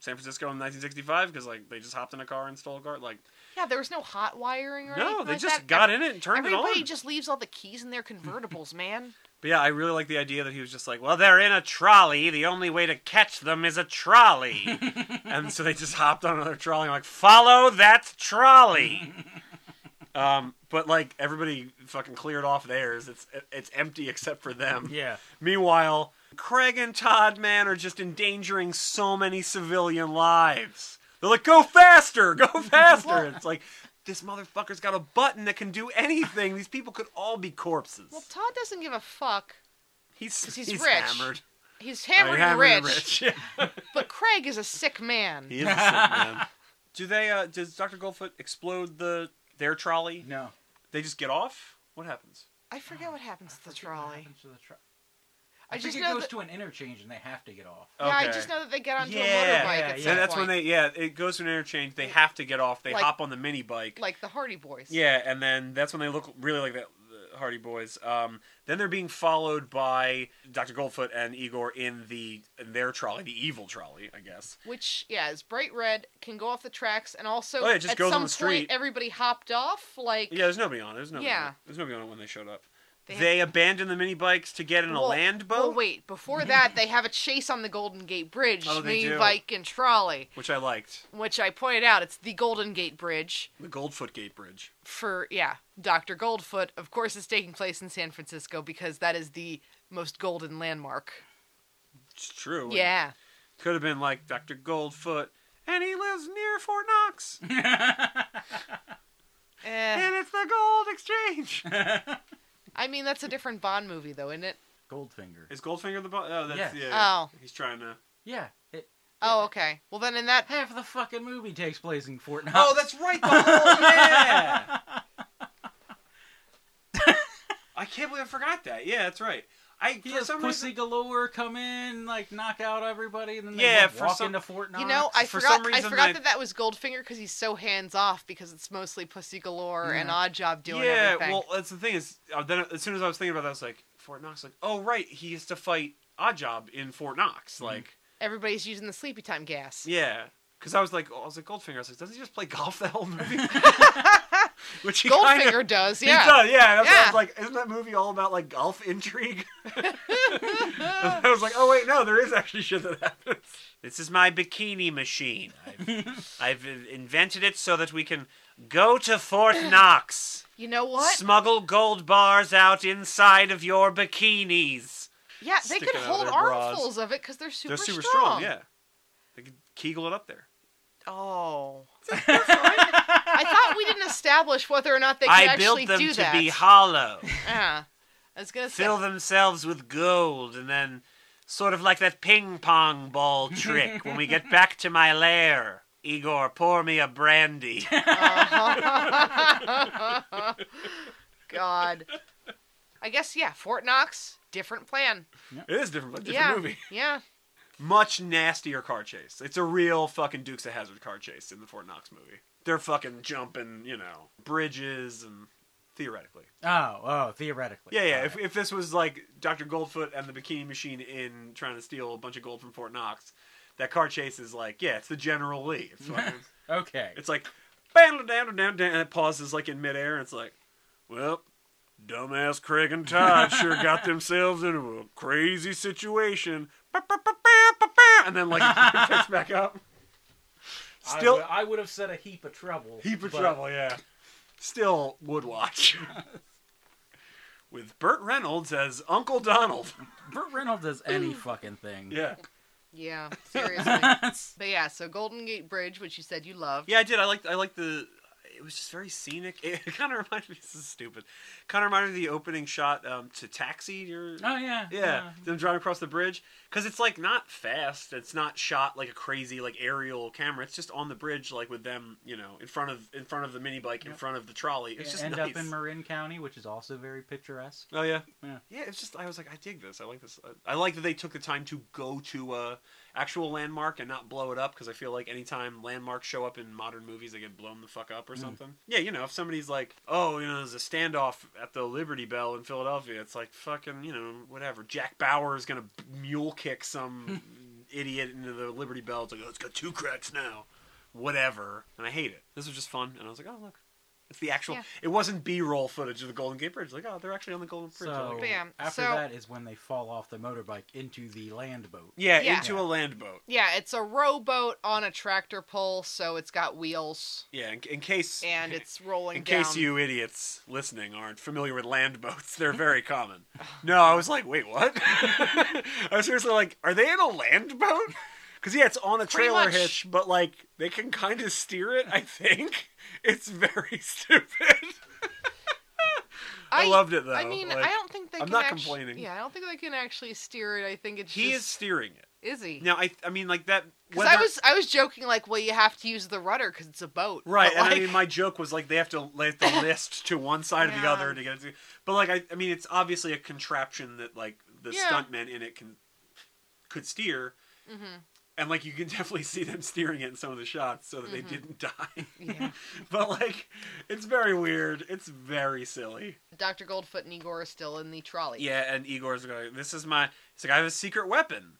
Speaker 3: San Francisco in 1965, because, like, they just hopped in a car and stole a car. Like,
Speaker 2: yeah, there was no hot wiring or
Speaker 3: no,
Speaker 2: anything
Speaker 3: they
Speaker 2: like
Speaker 3: just
Speaker 2: that.
Speaker 3: got in it and turned it
Speaker 2: Everybody
Speaker 3: on.
Speaker 2: just leaves all the
Speaker 3: [LAUGHS]
Speaker 2: keys in their convertibles, man.
Speaker 3: But yeah, I really like the idea that he was just like, well, they're in a trolley. The only way to catch them is a
Speaker 2: [LAUGHS]
Speaker 3: trolley. and so they just hopped on another trolley. I'm like, follow that
Speaker 2: [LAUGHS]
Speaker 3: trolley. um, but, like, everybody fucking cleared off theirs. It's, it's empty except for them.
Speaker 4: Yeah.
Speaker 3: Meanwhile, Craig and Todd, man, are just endangering so many civilian lives. They're like, go faster, go [LAUGHS] faster. it's like, this motherfucker's got a button that can do anything. These people could all be corpses.
Speaker 2: Well, Todd doesn't give a fuck.
Speaker 3: he's,
Speaker 2: 'cause he's rich.
Speaker 3: hammered.
Speaker 2: He's
Speaker 3: I mean,
Speaker 2: hammered, and
Speaker 3: hammered and
Speaker 2: rich, [LAUGHS]
Speaker 3: rich.
Speaker 2: but Craig is a sick man.
Speaker 3: he is a sick man. Do they, uh, does Dr. Goldfoot explode the their trolley?
Speaker 4: No.
Speaker 3: They just get off? What happens?
Speaker 2: I forget what happens to the
Speaker 4: Forget what
Speaker 2: trolley.
Speaker 4: happens to the tro-
Speaker 2: I,
Speaker 4: I,
Speaker 2: just
Speaker 4: think it
Speaker 2: know
Speaker 4: goes
Speaker 2: that,
Speaker 4: to an interchange and they have to get off.
Speaker 2: yeah, I
Speaker 3: Okay.
Speaker 2: just know that they get onto
Speaker 3: Yeah,
Speaker 2: a motorbike
Speaker 4: yeah,
Speaker 2: at
Speaker 4: yeah.
Speaker 2: some
Speaker 3: And that's
Speaker 2: point,
Speaker 3: when they, yeah, it goes to an interchange. They have to get off. They
Speaker 2: Like-
Speaker 3: hop on the mini bike.
Speaker 2: like the Hardy Boys.
Speaker 3: Yeah, and then that's when they look really like that the Hardy Boys. Um, then they're being followed by Dr. Goldfoot and Igor in the in their trolley, the evil trolley, I guess.
Speaker 2: which yeah is bright red, can go off the tracks, and also
Speaker 3: Oh, yeah, it just
Speaker 2: at
Speaker 3: goes on
Speaker 2: some
Speaker 3: the street.
Speaker 2: point everybody hopped off. Like
Speaker 3: Yeah, there's nobody on. it. There's nobody.
Speaker 2: Yeah.
Speaker 3: On. it. There's nobody on it when they showed up. They, uh,
Speaker 2: They-
Speaker 3: abandoned the mini bikes to get in a
Speaker 2: Well-
Speaker 3: land boat,
Speaker 2: Well,
Speaker 3: [LAUGHS]
Speaker 2: wait. Before that, they have a chase on the Golden Gate Bridge,
Speaker 3: Oh, they
Speaker 2: mini
Speaker 3: do.
Speaker 2: bike and trolley,
Speaker 3: which I liked.
Speaker 2: which I pointed out it's the Golden Gate Bridge.
Speaker 3: The Goldfoot Gate Bridge.
Speaker 2: for yeah, Dr. Goldfoot. Of course, it's taking place in San Francisco because that is the most golden landmark.
Speaker 3: It's true.
Speaker 2: Yeah.
Speaker 3: Could have been like Dr. Goldfoot, and he lives near Fort
Speaker 2: [LAUGHS]
Speaker 3: Knox,
Speaker 2: Eh.
Speaker 3: and it's the Gold Exchange. [LAUGHS]
Speaker 2: I mean, that's a different Bond movie, though, isn't it?
Speaker 4: Goldfinger.
Speaker 3: Is Goldfinger the bo- oh that's
Speaker 4: Yeah.
Speaker 3: yeah.
Speaker 2: Oh.
Speaker 3: He's trying to
Speaker 4: Yeah. It,
Speaker 2: Oh, okay. Well, then in that,
Speaker 4: half the fucking movie takes place in Fort Knox.
Speaker 3: Oh, that's right. The whole yeah. I can't believe I forgot that. Yeah, that's right. I for
Speaker 4: He has
Speaker 3: some
Speaker 4: pussy
Speaker 3: reason
Speaker 4: galore come in, like knock out everybody, and then they
Speaker 3: Yeah,
Speaker 4: go
Speaker 3: for
Speaker 4: walk
Speaker 3: some-
Speaker 4: into Fort Knox.
Speaker 2: you know, I
Speaker 3: For
Speaker 2: forgot.
Speaker 3: some
Speaker 2: I
Speaker 3: reason,
Speaker 2: forgot
Speaker 3: I-
Speaker 2: that that was Goldfinger because he's so hands off because it's mostly Pussy Galore and
Speaker 4: Yeah.
Speaker 2: Odd Job doing
Speaker 3: yeah,
Speaker 2: everything.
Speaker 3: well, that's the thing is. Uh, then as soon as I was thinking about that, I was like, Fort Knox. Like, oh right, he used to fight Oddjob in Fort Knox. Like,
Speaker 2: Everybody's using the sleepy time gas.
Speaker 3: yeah. Because I was like, I was like Goldfinger. I was like, doesn't he just play golf that whole movie? [LAUGHS] Which he
Speaker 2: Goldfinger
Speaker 3: Kind of, [LAUGHS]
Speaker 2: does.
Speaker 3: He
Speaker 2: Yeah.
Speaker 3: does, yeah. That's why I
Speaker 2: Yeah.
Speaker 3: was like, isn't that movie all about like golf [LAUGHS] intrigue? [LAUGHS] I was like, oh wait, no, there is actually shit that happens. This is my bikini machine. I've, [LAUGHS] I've invented it so that we can go to Fort [LAUGHS] Knox,
Speaker 2: [LAUGHS] You know what?
Speaker 3: smuggle gold bars out inside of your bikinis.
Speaker 2: yeah, they
Speaker 3: Stick
Speaker 2: could
Speaker 3: it out of
Speaker 2: hold
Speaker 3: their bras.
Speaker 2: armfuls of it because they're super.
Speaker 3: They're super
Speaker 2: strong.
Speaker 3: strong. yeah. They could kegel it up there.
Speaker 2: Oh. I thought we didn't establish whether or not they could
Speaker 3: I
Speaker 2: actually
Speaker 3: built them
Speaker 2: do
Speaker 3: to [LAUGHS]
Speaker 2: that.
Speaker 3: be hollow,
Speaker 2: yeah. I was gonna say
Speaker 3: fill themselves with gold, and then
Speaker 5: Sort of like that ping pong
Speaker 3: [LAUGHS]
Speaker 5: ball trick when we get back to my lair. Igor, pour me a brandy.
Speaker 2: [LAUGHS]
Speaker 3: [LAUGHS]
Speaker 2: God. I guess yeah. Fort Knox, different plan.
Speaker 3: It is different, but different
Speaker 2: yeah.
Speaker 3: movie.
Speaker 2: Yeah.
Speaker 3: Much nastier car chase. It's a real fucking Dukes of Hazard car chase in the Fort Knox movie. They're fucking jumping, you know, bridges and theoretically.
Speaker 4: Oh, oh, theoretically.
Speaker 3: Yeah, yeah.
Speaker 4: All
Speaker 3: If,
Speaker 4: right.
Speaker 3: if this was like Dr. Goldfoot and the Bikini Machine in trying to steal a bunch of gold from Fort Knox, that car chase is like, yeah, it's the General Lee. It's, fucking-
Speaker 4: okay.
Speaker 3: it's like, down, down, down, down, and it pauses like in midair, and it's like, well, dumbass Craig and Todd sure
Speaker 4: [LAUGHS]
Speaker 3: got themselves into a crazy situation. Ba, ba, ba, ba, ba, ba, And then like
Speaker 4: [LAUGHS]
Speaker 3: it picks back up.
Speaker 4: I
Speaker 3: Still,
Speaker 4: would, I would have said a heap of trouble.
Speaker 3: heap of
Speaker 4: but-
Speaker 3: trouble, yeah. Still would watch.
Speaker 4: [LAUGHS]
Speaker 3: With Burt Reynolds as Uncle Donald.
Speaker 4: Burt
Speaker 3: [CLEARS THROAT]
Speaker 4: Reynolds does any fucking thing. [LAUGHS] Oh,
Speaker 3: Yeah.
Speaker 2: Yeah.
Speaker 3: [LAUGHS]
Speaker 2: Seriously. but yeah. So Golden Gate Bridge, which you said you loved.
Speaker 3: Yeah, I did. I liked. I liked the. It was just very scenic. [LAUGHS] It, kind of reminded me. This is stupid. Kind of reminded me of the opening shot um, to Taxi. Or,
Speaker 4: oh yeah.
Speaker 3: yeah, them driving across the bridge because it's like not fast. It's not shot like a crazy like aerial camera. It's just on the bridge, like with them, you know, in front of in front of the mini bike, in
Speaker 4: Yep.
Speaker 3: front of the trolley. It's
Speaker 4: Yeah,
Speaker 3: just
Speaker 4: end
Speaker 3: nice.
Speaker 4: up in Marin County, which is also very picturesque.
Speaker 3: Oh yeah.
Speaker 4: Yeah.
Speaker 3: yeah, It's just I was like, I dig this. I like this. I, I like that they took the time to go to a actual landmark and not blow it up because I feel like anytime landmarks show up in modern movies, they get blown the fuck up or
Speaker 4: Mm.
Speaker 3: something. Yeah, you know, if somebody's like, oh, you know, there's a standoff at the Liberty Bell in Philadelphia, it's like fucking, you know, whatever. Jack Bauer is gonna mule kick some
Speaker 4: [LAUGHS]
Speaker 3: idiot into the Liberty Bell. It's like, oh, it's got two cracks now. Whatever, and I hate it. This was just fun, and I was like, oh look. It's the actual.
Speaker 2: Yeah.
Speaker 3: It wasn't B-roll footage of the Golden Gate Bridge. Like, oh, they're actually on the Golden Bridge. Oh, I like
Speaker 4: So
Speaker 2: But yeah,
Speaker 4: after
Speaker 2: so-
Speaker 4: that is when they fall off the motorbike into the land boat.
Speaker 3: Yeah,
Speaker 2: Yeah.
Speaker 3: into a land boat.
Speaker 2: Yeah, it's a rowboat on a tractor pull, so it's got wheels
Speaker 3: Yeah, in, in case
Speaker 2: and it's rolling
Speaker 3: in case
Speaker 2: down.
Speaker 3: you idiots listening aren't familiar with land
Speaker 2: [LAUGHS]
Speaker 3: boats, they're very common. No, I was like, wait, what? [LAUGHS] I was seriously like, are they in a land boat? Because yeah, it's on a
Speaker 2: Pretty
Speaker 3: trailer
Speaker 2: much.
Speaker 3: hitch, but like they can kind of steer it. I think [LAUGHS] it's very [LAUGHS] stupid. I, loved it though.
Speaker 2: I mean,
Speaker 3: Like,
Speaker 2: I don't think they
Speaker 3: I'm
Speaker 2: can
Speaker 3: not
Speaker 2: actu-
Speaker 3: complaining.
Speaker 2: Yeah, I don't think they can actually steer it. I think it's
Speaker 3: he is
Speaker 2: just
Speaker 3: steering it
Speaker 2: is he?
Speaker 3: now. I I mean, like that.
Speaker 2: Because I
Speaker 3: whether-
Speaker 2: was I was joking like, well, you have to use the rudder because it's a boat, But,
Speaker 3: Right, and I
Speaker 2: like- [LAUGHS]
Speaker 3: mean, my joke was like they have to let the list to one side or the
Speaker 2: Yeah.
Speaker 3: other to get it. To, but like, I, I mean, it's obviously a contraption that like the
Speaker 2: Yeah.
Speaker 3: stuntmen in it can could steer,
Speaker 2: Mhm.
Speaker 3: and like you can [LAUGHS] definitely see them steering it in some of the shots so that
Speaker 2: Mhm.
Speaker 3: they didn't [LAUGHS] die.
Speaker 2: yeah.
Speaker 3: but like, it's very weird. It's very silly.
Speaker 2: Doctor Goldfoot and Igor are still in the trolley.
Speaker 3: Yeah, and Igor's going, "This is my." He's like, "I have a secret weapon,"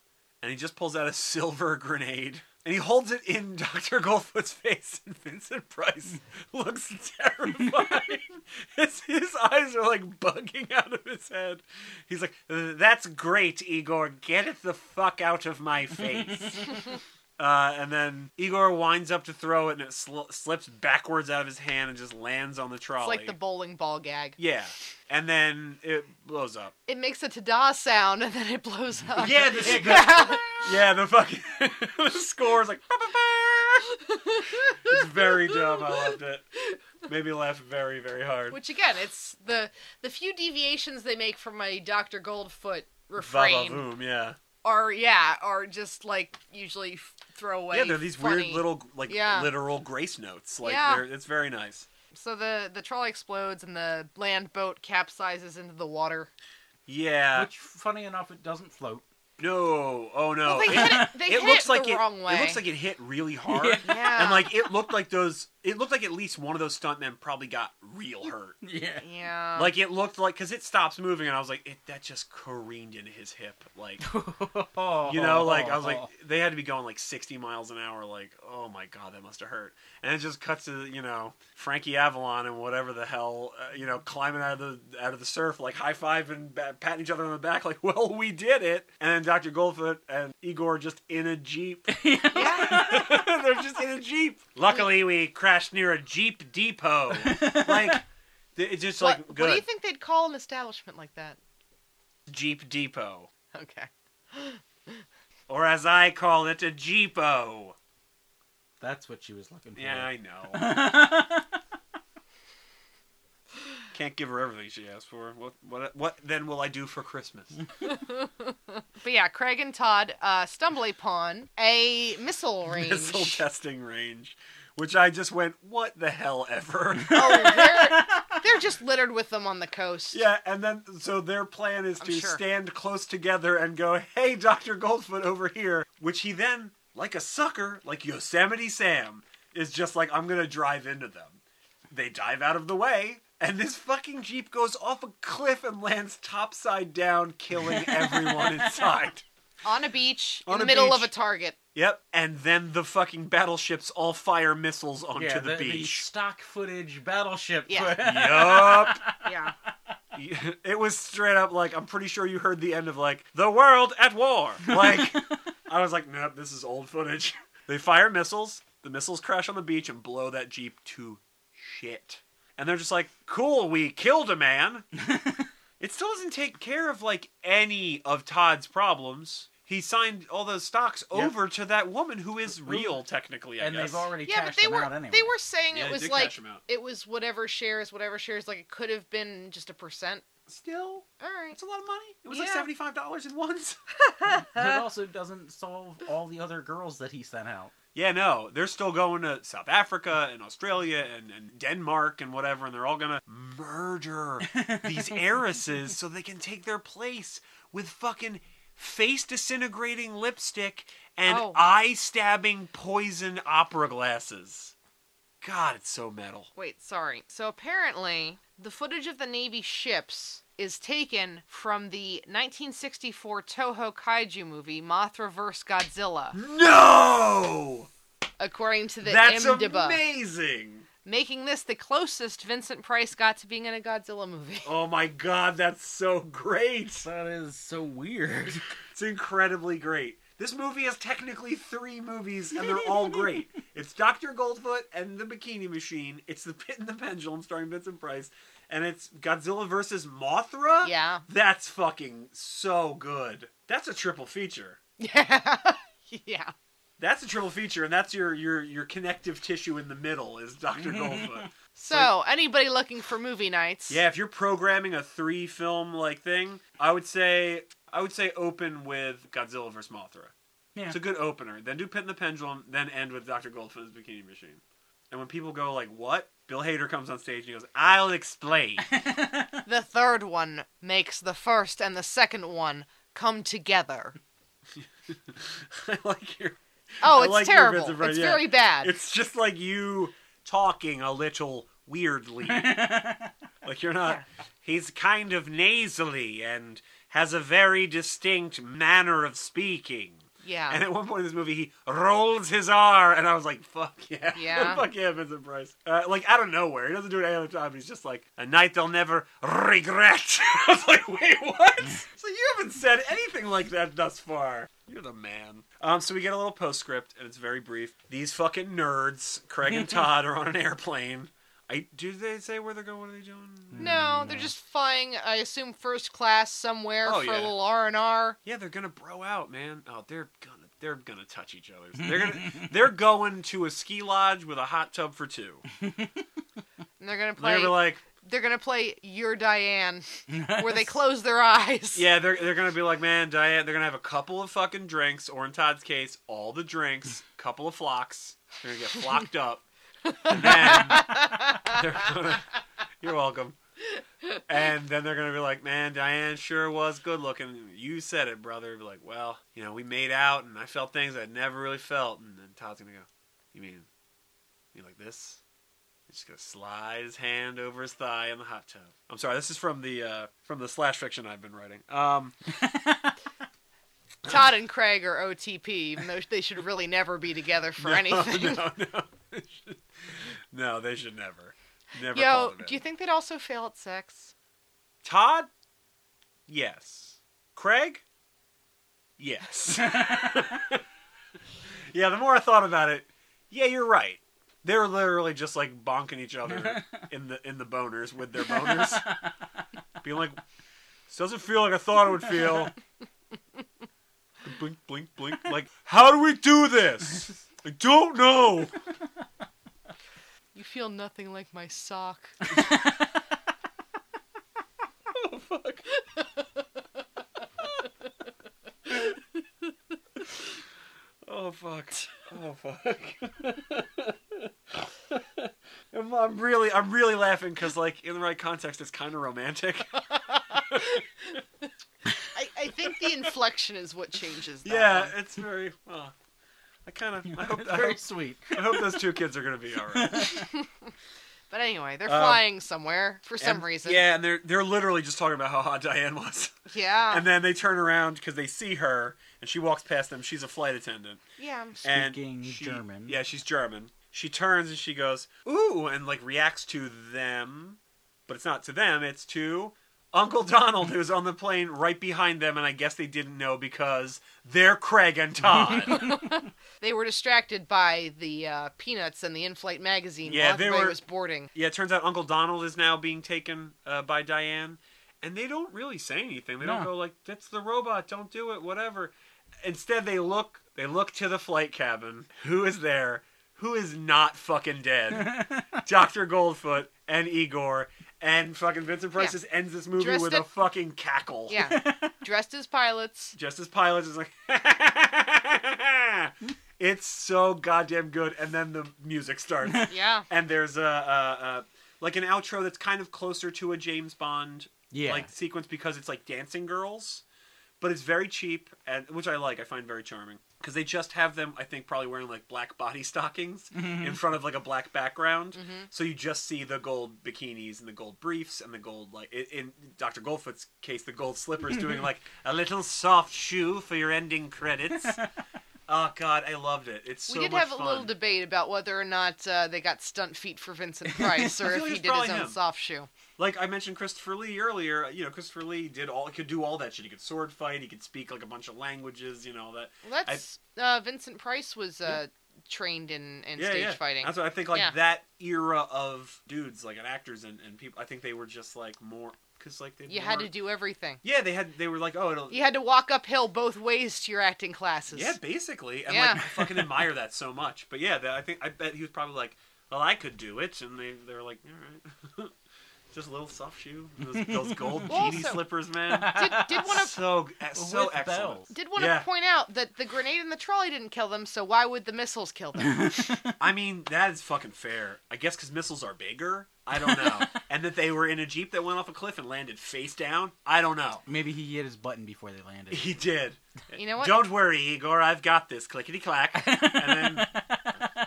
Speaker 3: and he just pulls out a [LAUGHS] silver grenade. And he holds it in [LAUGHS] Dr. Goldfoot's face, and Vincent Price [LAUGHS] looks terrified. [LAUGHS] his, his eyes are like bugging out of his head. He's like, That's great, Igor. Get it the fuck out of my
Speaker 2: [LAUGHS]
Speaker 3: face. uh, and then Igor winds up to throw it, and it sl- slips backwards out of his hand and just lands on the trolley.
Speaker 2: It's like the bowling ball gag.
Speaker 3: Yeah. And then it blows up.
Speaker 2: It makes a ta-da sound [LAUGHS] and then
Speaker 3: [LAUGHS]
Speaker 2: it blows up.
Speaker 3: Yeah, the,
Speaker 2: [LAUGHS]
Speaker 3: yeah, the fucking [LAUGHS] the score is like. it's very dumb. I loved it. Made me laugh very, very hard.
Speaker 2: Which again, it's the the few deviations they make from my Doctor Goldfoot
Speaker 3: Baba
Speaker 2: refrain
Speaker 3: boom, yeah.
Speaker 2: are yeah are just like usually f- throwaway.
Speaker 3: Yeah, they're these
Speaker 2: funny.
Speaker 3: weird little, like,
Speaker 2: Yeah.
Speaker 3: literal grace notes. Like,
Speaker 2: Yeah.
Speaker 3: they're, it's very nice.
Speaker 2: So the the trolley explodes and the land boat capsizes into the water.
Speaker 3: Yeah.
Speaker 4: Which, funny enough, it doesn't float. [LAUGHS]
Speaker 3: no. Oh no.
Speaker 2: Well, they hit it. They hit it the
Speaker 3: it,
Speaker 2: wrong way.
Speaker 3: it looks like it hit really hard.
Speaker 4: Yeah.
Speaker 2: yeah.
Speaker 3: And like it looked like those it looked like at least one of those stuntmen probably got real hurt.
Speaker 4: Yeah.
Speaker 2: yeah.
Speaker 3: Like it looked like because it stops moving, and I was like, it, that just careened into his hip. Like you know, like I was
Speaker 4: [LAUGHS]
Speaker 3: like, they had to be going like 60 miles an hour. Like, oh my god, that must have hurt. And it just cuts to you know Frankie Avalon and whatever the hell, uh, you know, climbing out of the out of the surf, like high five and ba- patting each other on the back, like, [LAUGHS] well, we did it. And then Dr. Goldfoot and Igor just in a jeep.
Speaker 2: [LAUGHS]
Speaker 3: [LAUGHS]
Speaker 2: yeah.
Speaker 3: They're just in a jeep. Luckily, we crashed near a jeep depot. like, th- [LAUGHS] it's just
Speaker 2: What,
Speaker 3: like
Speaker 2: what do you
Speaker 3: good
Speaker 2: think they'd call an establishment like that?
Speaker 3: jeep depot.
Speaker 2: Okay.
Speaker 3: Or as I call it, a Jeepo.
Speaker 4: That's what she was looking for.
Speaker 3: Yeah, I know. can't give her everything she asked for. What what what then will I do for Christmas? [LAUGHS]
Speaker 2: But yeah, Craig and Todd uh, stumble upon a missile
Speaker 3: [LAUGHS]
Speaker 2: range.
Speaker 3: Missile testing range, which I just went, what the hell ever.
Speaker 2: oh,
Speaker 3: [LAUGHS]
Speaker 2: they're, they're just littered with them on the coast.
Speaker 3: Yeah, and then so their plan is
Speaker 2: I'm
Speaker 3: to
Speaker 2: sure.
Speaker 3: stand close together and go, "Hey, Doctor Goldfoot, over here," which he then, like a sucker, like Yosemite Sam, is just like, "I'm gonna drive into them." They dive out of the way, and this fucking jeep goes off a cliff and lands topside down,
Speaker 2: [LAUGHS]
Speaker 3: killing everyone inside.
Speaker 2: On a beach,
Speaker 3: On
Speaker 2: in the
Speaker 3: a
Speaker 2: middle of a
Speaker 3: beach.
Speaker 2: target.
Speaker 3: Yep, and then the fucking battleships all fire missiles onto
Speaker 4: yeah,
Speaker 3: the,
Speaker 4: the, the
Speaker 2: [LAUGHS]
Speaker 3: beach.
Speaker 4: stock footage battleship. [LAUGHS]
Speaker 2: Yeah.
Speaker 3: yup.
Speaker 2: [LAUGHS] Yeah.
Speaker 3: [LAUGHS] it was straight up like I'm pretty sure you heard the end of like the world at war.
Speaker 4: [LAUGHS]
Speaker 3: Like I was like, nope, this is old footage. [LAUGHS] They fire missiles. The missiles crash on the beach and blow that jeep to shit. And they're just like, cool, we killed a
Speaker 4: [LAUGHS]
Speaker 3: man. it still doesn't take care of like any of Todd's problems. He signed all those stocks
Speaker 4: Yep.
Speaker 3: over to that woman who is real, technically. I
Speaker 4: and
Speaker 3: guess.
Speaker 4: they've already
Speaker 2: Yeah, but
Speaker 4: cashed
Speaker 2: they
Speaker 4: them
Speaker 2: were
Speaker 4: out anyway.
Speaker 2: they were saying
Speaker 3: Yeah,
Speaker 2: it
Speaker 3: they
Speaker 2: was
Speaker 3: did
Speaker 2: like
Speaker 3: cash 'em out.
Speaker 2: it was whatever shares, whatever shares. Like it could have been just a percent.
Speaker 3: still.
Speaker 2: All right.
Speaker 3: It's a lot of money. It was like
Speaker 2: Yeah.
Speaker 3: seventy-five dollars in ones.
Speaker 4: It also doesn't solve all the other girls that he sent out.
Speaker 3: Yeah, no, they're still going to South Africa and Australia and, and Denmark and whatever, and they're all gonna
Speaker 2: [LAUGHS]
Speaker 3: murder these heiresses so they can take their place with fucking face disintegrating lipstick and
Speaker 2: Oh.
Speaker 3: eye stabbing poison opera glasses. God, it's so metal.
Speaker 2: Wait, sorry. So apparently, the footage of the Navy ships is taken from the 1964 Toho kaiju movie Mothra vs. Godzilla,
Speaker 3: No,
Speaker 2: according to the
Speaker 3: that's
Speaker 2: IMDb,
Speaker 3: amazing.
Speaker 2: making this the closest Vincent Price got to being in a Godzilla movie.
Speaker 3: Oh my god, that's so great.
Speaker 4: That is so
Speaker 3: [LAUGHS]
Speaker 4: [LAUGHS] weird.
Speaker 3: It's incredibly great. This movie has technically three movies, and they're all great. It's Doctor Goldfoot and the Bikini Machine. It's The Pit and the Pendulum, starring Vincent Price, and it's Godzilla versus Mothra.
Speaker 2: Yeah. [LAUGHS]
Speaker 3: that's fucking so good. That's a triple feature.
Speaker 2: Yeah. yeah.
Speaker 3: That's a triple feature, and that's your your your connective tissue in the middle is Doctor Goldfoot.
Speaker 2: So, anybody looking for movie nights?
Speaker 3: Yeah, if you're programming a three film like thing, I would say I would say open with Godzilla vs Mothra.
Speaker 4: Yeah.
Speaker 3: It's a good opener. Then do Pit in the Pendulum, then end with Dr. Goldfinch's Bikini Machine. And when people go like, "What?" Bill Hader comes on stage and he goes, "I'll explain."
Speaker 2: [LAUGHS]
Speaker 3: [LAUGHS]
Speaker 2: The third one makes the first and the second one come together.
Speaker 3: I like your. [LAUGHS]
Speaker 2: Oh,
Speaker 3: I
Speaker 2: it's
Speaker 3: like your
Speaker 2: terrible.
Speaker 3: bits of right-
Speaker 2: it's
Speaker 3: yeah.
Speaker 2: very bad.
Speaker 3: It's just like you talking a little weirdly. like you're not. He's kind of nasally and has a very distinct manner of speaking.
Speaker 2: yeah.
Speaker 3: And at one point in this movie, he rolls his R, and I was like, "Fuck yeah, [LAUGHS]
Speaker 2: Yeah.
Speaker 3: fuck yeah, Vincent Price!" Uh, like out of nowhere, he doesn't do it any other time. He's just like, "A night they'll never regret." [LAUGHS] I was like, "Wait, what?" [LAUGHS] so you haven't said anything like that thus far. You're the man. Um, so we get a little postscript, and it's very brief. These fucking nerds, Craig
Speaker 2: [LAUGHS]
Speaker 3: and Todd, are on an airplane. I do they say where they're going? What are they doing?
Speaker 2: No, they're just flying. I assume first class somewhere
Speaker 3: Oh,
Speaker 2: for
Speaker 3: yeah.
Speaker 2: a little R and R.
Speaker 3: Yeah, they're gonna bro out, man. Oh, they're gonna they're gonna touch each other. They're gonna they're going to a ski lodge with a hot tub for two.
Speaker 2: And they're gonna play.
Speaker 3: They're gonna be like,
Speaker 2: They're gonna play
Speaker 3: [LAUGHS]
Speaker 2: Your Diane, where they close their eyes.
Speaker 3: yeah, they're they're gonna be like, man, Diane. They're gonna have a couple of fucking drinks, or in Todd's case, all the drinks, couple of flocks. They're gonna get flocked up, and then they're gonna. You're welcome. And then they're gonna be like, man, Diane sure was good looking. You said it, brother. Be like, well, you know, we made out, and I felt things I'd never really felt. And then Todd's gonna go, you mean, you like this? He's just gonna slide his hand over his thigh in the hot tub. I'm sorry, this is from the uh, from the slash fiction I've been writing. Um,
Speaker 2: Todd and Craig are OTP, even though they should really never be together
Speaker 3: [LAUGHS]
Speaker 2: for
Speaker 3: no,
Speaker 2: anything.
Speaker 3: No, no, [LAUGHS] no, they should never, never. call
Speaker 2: Yo,
Speaker 3: it in.
Speaker 2: do you think they'd also fail at sex?
Speaker 3: Todd? Yes. Craig? Yes. [LAUGHS] yeah, the more I thought about it, yeah, you're right. They're literally just like bonking each other in the in the boners with their boners. Being like this doesn't feel like I thought it would feel. blink, blink, blink. Like, how do we do this? I don't know.
Speaker 2: You feel nothing like my sock.
Speaker 3: fuck? oh fuck. Oh fuck. I'm, I'm really, I'm really laughing because, like, in the right context, it's kind of romantic. [LAUGHS]
Speaker 2: I, I think the inflection is what changes. That
Speaker 3: yeah,
Speaker 2: one.
Speaker 3: it's very. Well, I kind [LAUGHS] of, I hope, I
Speaker 4: very
Speaker 3: hope,
Speaker 4: sweet.
Speaker 3: I hope those two kids are gonna be all right.
Speaker 2: But anyway, they're
Speaker 3: Um,
Speaker 2: flying somewhere for some
Speaker 3: And-
Speaker 2: reason.
Speaker 3: Yeah, and they're they're literally just talking about how hot Diane was,
Speaker 2: Yeah.
Speaker 3: and then they turn around because they see her, and she walks past them. She's a flight attendant,
Speaker 2: yeah.
Speaker 3: and
Speaker 4: Speaking
Speaker 3: she-
Speaker 4: German.
Speaker 3: Yeah, she's German. She turns and she goes, "Ooh," and like reacts to them, but it's not to them. It's to Uncle Donald, who's on the plane right behind them, and I guess they didn't know because they're Craig and
Speaker 4: [LAUGHS]
Speaker 3: Todd.
Speaker 2: They were distracted by the uh, peanuts and the in-flight magazine.
Speaker 3: Yeah,
Speaker 2: while
Speaker 3: they
Speaker 2: everybody
Speaker 3: were- [LAUGHS]
Speaker 2: was boarding.
Speaker 3: yeah, it turns out Uncle Donald is now being taken uh, by Diane, and they don't really say anything. They don't
Speaker 4: No.
Speaker 3: go like, "That's the robot. Don't do it. Whatever." Instead, they look. They look to the flight cabin. Who is there? Who is not fucking dead? Doctor Goldfoot and Igor and fucking Vincent Price
Speaker 2: Yeah.
Speaker 3: just ends this movie
Speaker 2: Dressed
Speaker 3: with a
Speaker 2: up-
Speaker 3: fucking cackle.
Speaker 2: Yeah. Dressed as pilots.
Speaker 3: Just as pilots is like. [LAUGHS] It's so goddamn good, and then the music starts
Speaker 2: Yeah.
Speaker 3: and there's a, a, a like an outro that's kind of closer to a James Bond
Speaker 4: Yeah.
Speaker 3: like sequence because it's like dancing girls, but it's very cheap and which I like. I find very charming because they just have them. I think probably wearing like black body [LAUGHS] stockings in front of like a black background,
Speaker 2: Mm-hmm.
Speaker 3: [LAUGHS] so you just see the gold bikinis and the gold briefs and the gold like in, in Dr. Goldfoot's case the gold slippers doing like a little soft shoe for your ending credits. oh God, I loved it. It's so
Speaker 2: we did
Speaker 3: much
Speaker 2: have a
Speaker 3: fun.
Speaker 2: little debate about whether or not uh, they got stunt feet for Vincent Price
Speaker 3: [LAUGHS] I
Speaker 2: or
Speaker 3: feel
Speaker 2: if
Speaker 3: like
Speaker 2: he
Speaker 3: it's
Speaker 2: did his
Speaker 3: probably
Speaker 2: own
Speaker 3: him.
Speaker 2: soft shoe.
Speaker 3: like I mentioned Christopher Lee earlier, you know, Christopher Lee did all could do all that shit. He could sword fight, he could speak like a bunch of languages, you know, all that.
Speaker 2: Well, that's uh, Vincent Price was uh, trained in, in
Speaker 3: yeah,
Speaker 2: stage
Speaker 3: yeah.
Speaker 2: fighting.
Speaker 3: That's what I think like
Speaker 2: Yeah.
Speaker 3: that era of dudes, like and actors and, and people I think they were just like more cuz like they
Speaker 2: you had to do everything.
Speaker 3: Yeah, they had they were like, "Oh, it'll
Speaker 2: You had to walk uphill both ways to your acting classes.
Speaker 3: Yeah, basically. And
Speaker 2: Yeah.
Speaker 3: like I fucking admire that so much. But yeah, that, I think I bet he was probably like, "Well, I could do it." And they they were like, "All right." [LAUGHS] just a little soft shoe, those, those gold
Speaker 2: Well,
Speaker 3: genie
Speaker 2: also-
Speaker 3: slippers,
Speaker 2: [LAUGHS]
Speaker 3: man.
Speaker 2: Did, did
Speaker 3: [LAUGHS]
Speaker 2: want to
Speaker 3: So eh, so
Speaker 4: With
Speaker 3: excellent.
Speaker 4: bells.
Speaker 2: did want to
Speaker 3: Yeah.
Speaker 2: point out that the grenade and the trolley didn't kill them, so why would the missiles kill
Speaker 3: [LAUGHS]
Speaker 2: them?
Speaker 3: I mean, that is fucking fair. I guess because missiles are bigger. I don't know. and that they were in a Jeep that went off a cliff and landed face down. I don't know.
Speaker 4: Maybe he hit his button before they landed.
Speaker 3: He did.
Speaker 2: you know what?
Speaker 3: Don't worry, Igor. I've got this. Clickety clack. And
Speaker 2: [LAUGHS]
Speaker 3: then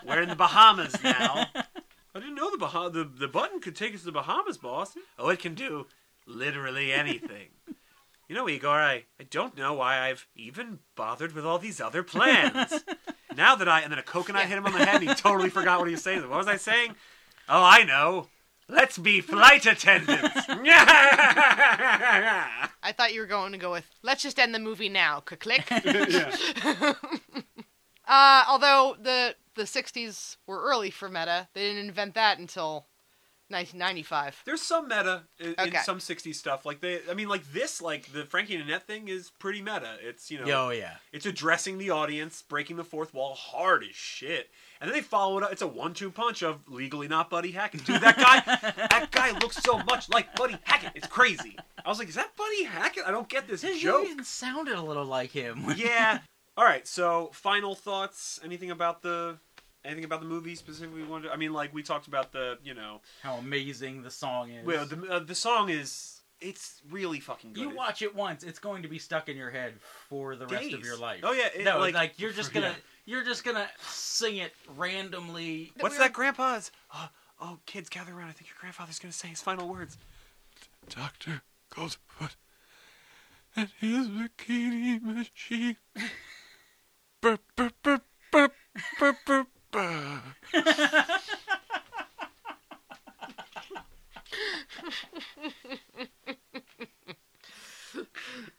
Speaker 3: we're in the Bahamas now. I didn't know the, bah- the the button could take us to the Bahamas, boss. Oh, it can do literally anything. you know, Igor, I, I don't know why I've even bothered with all these other
Speaker 2: [LAUGHS]
Speaker 3: plans. now that I and then a coconut hit him on the head and he totally forgot what he was saying. What was I saying? Oh, I know. Let's be flight
Speaker 2: [LAUGHS]
Speaker 3: attendants. [LAUGHS] yeah.
Speaker 2: I thought you were going to go with let's just end the movie
Speaker 3: [LAUGHS]
Speaker 2: now. Click. uh, although the the '60s were early for meta, they didn't invent that until 1995.
Speaker 3: There's some meta in, in
Speaker 2: Okay.
Speaker 3: some 60s stuff. Like they, I mean, like this, like the Frankie and Annette thing is pretty meta. It's you know,
Speaker 4: Yo, Oh, yeah.
Speaker 3: it's addressing the audience, breaking the fourth wall hard as shit, and then they follow it up. It's a one-two punch of legally not Buddy Hackett. Dude, that
Speaker 4: [LAUGHS]
Speaker 3: guy, that guy looks so much like Buddy Hackett. It's crazy. I was like, is that Buddy Hackett? I don't get this
Speaker 4: His
Speaker 3: joke.
Speaker 4: even sounded a little like him.
Speaker 3: [LAUGHS]
Speaker 4: [LAUGHS]
Speaker 3: yeah. All right. So, final thoughts. Anything about the, anything about the movie specifically? You wanted to- I mean, like we talked about the, you know,
Speaker 4: How amazing the song is.
Speaker 3: Well, the uh, the song is it's really fucking good.
Speaker 4: you watch it once, it's going to be stuck in your head for the rest of
Speaker 3: Days.
Speaker 4: your life.
Speaker 3: Oh, yeah, it-
Speaker 4: no,
Speaker 3: like-
Speaker 4: like, you're just
Speaker 3: [LAUGHS]
Speaker 4: gonna
Speaker 3: Yeah.
Speaker 4: you're just gonna sing it randomly.
Speaker 3: What's
Speaker 4: [LAUGHS]
Speaker 2: Weird.
Speaker 3: that, Grandpa's? Oh, oh, kids, gather around. I think your grandfather's gonna say his final words.
Speaker 5: Doctor Goldfoot and his bikini
Speaker 3: [LAUGHS]
Speaker 5: machine. Burp, burp, burp, burp, burp, burp, burp.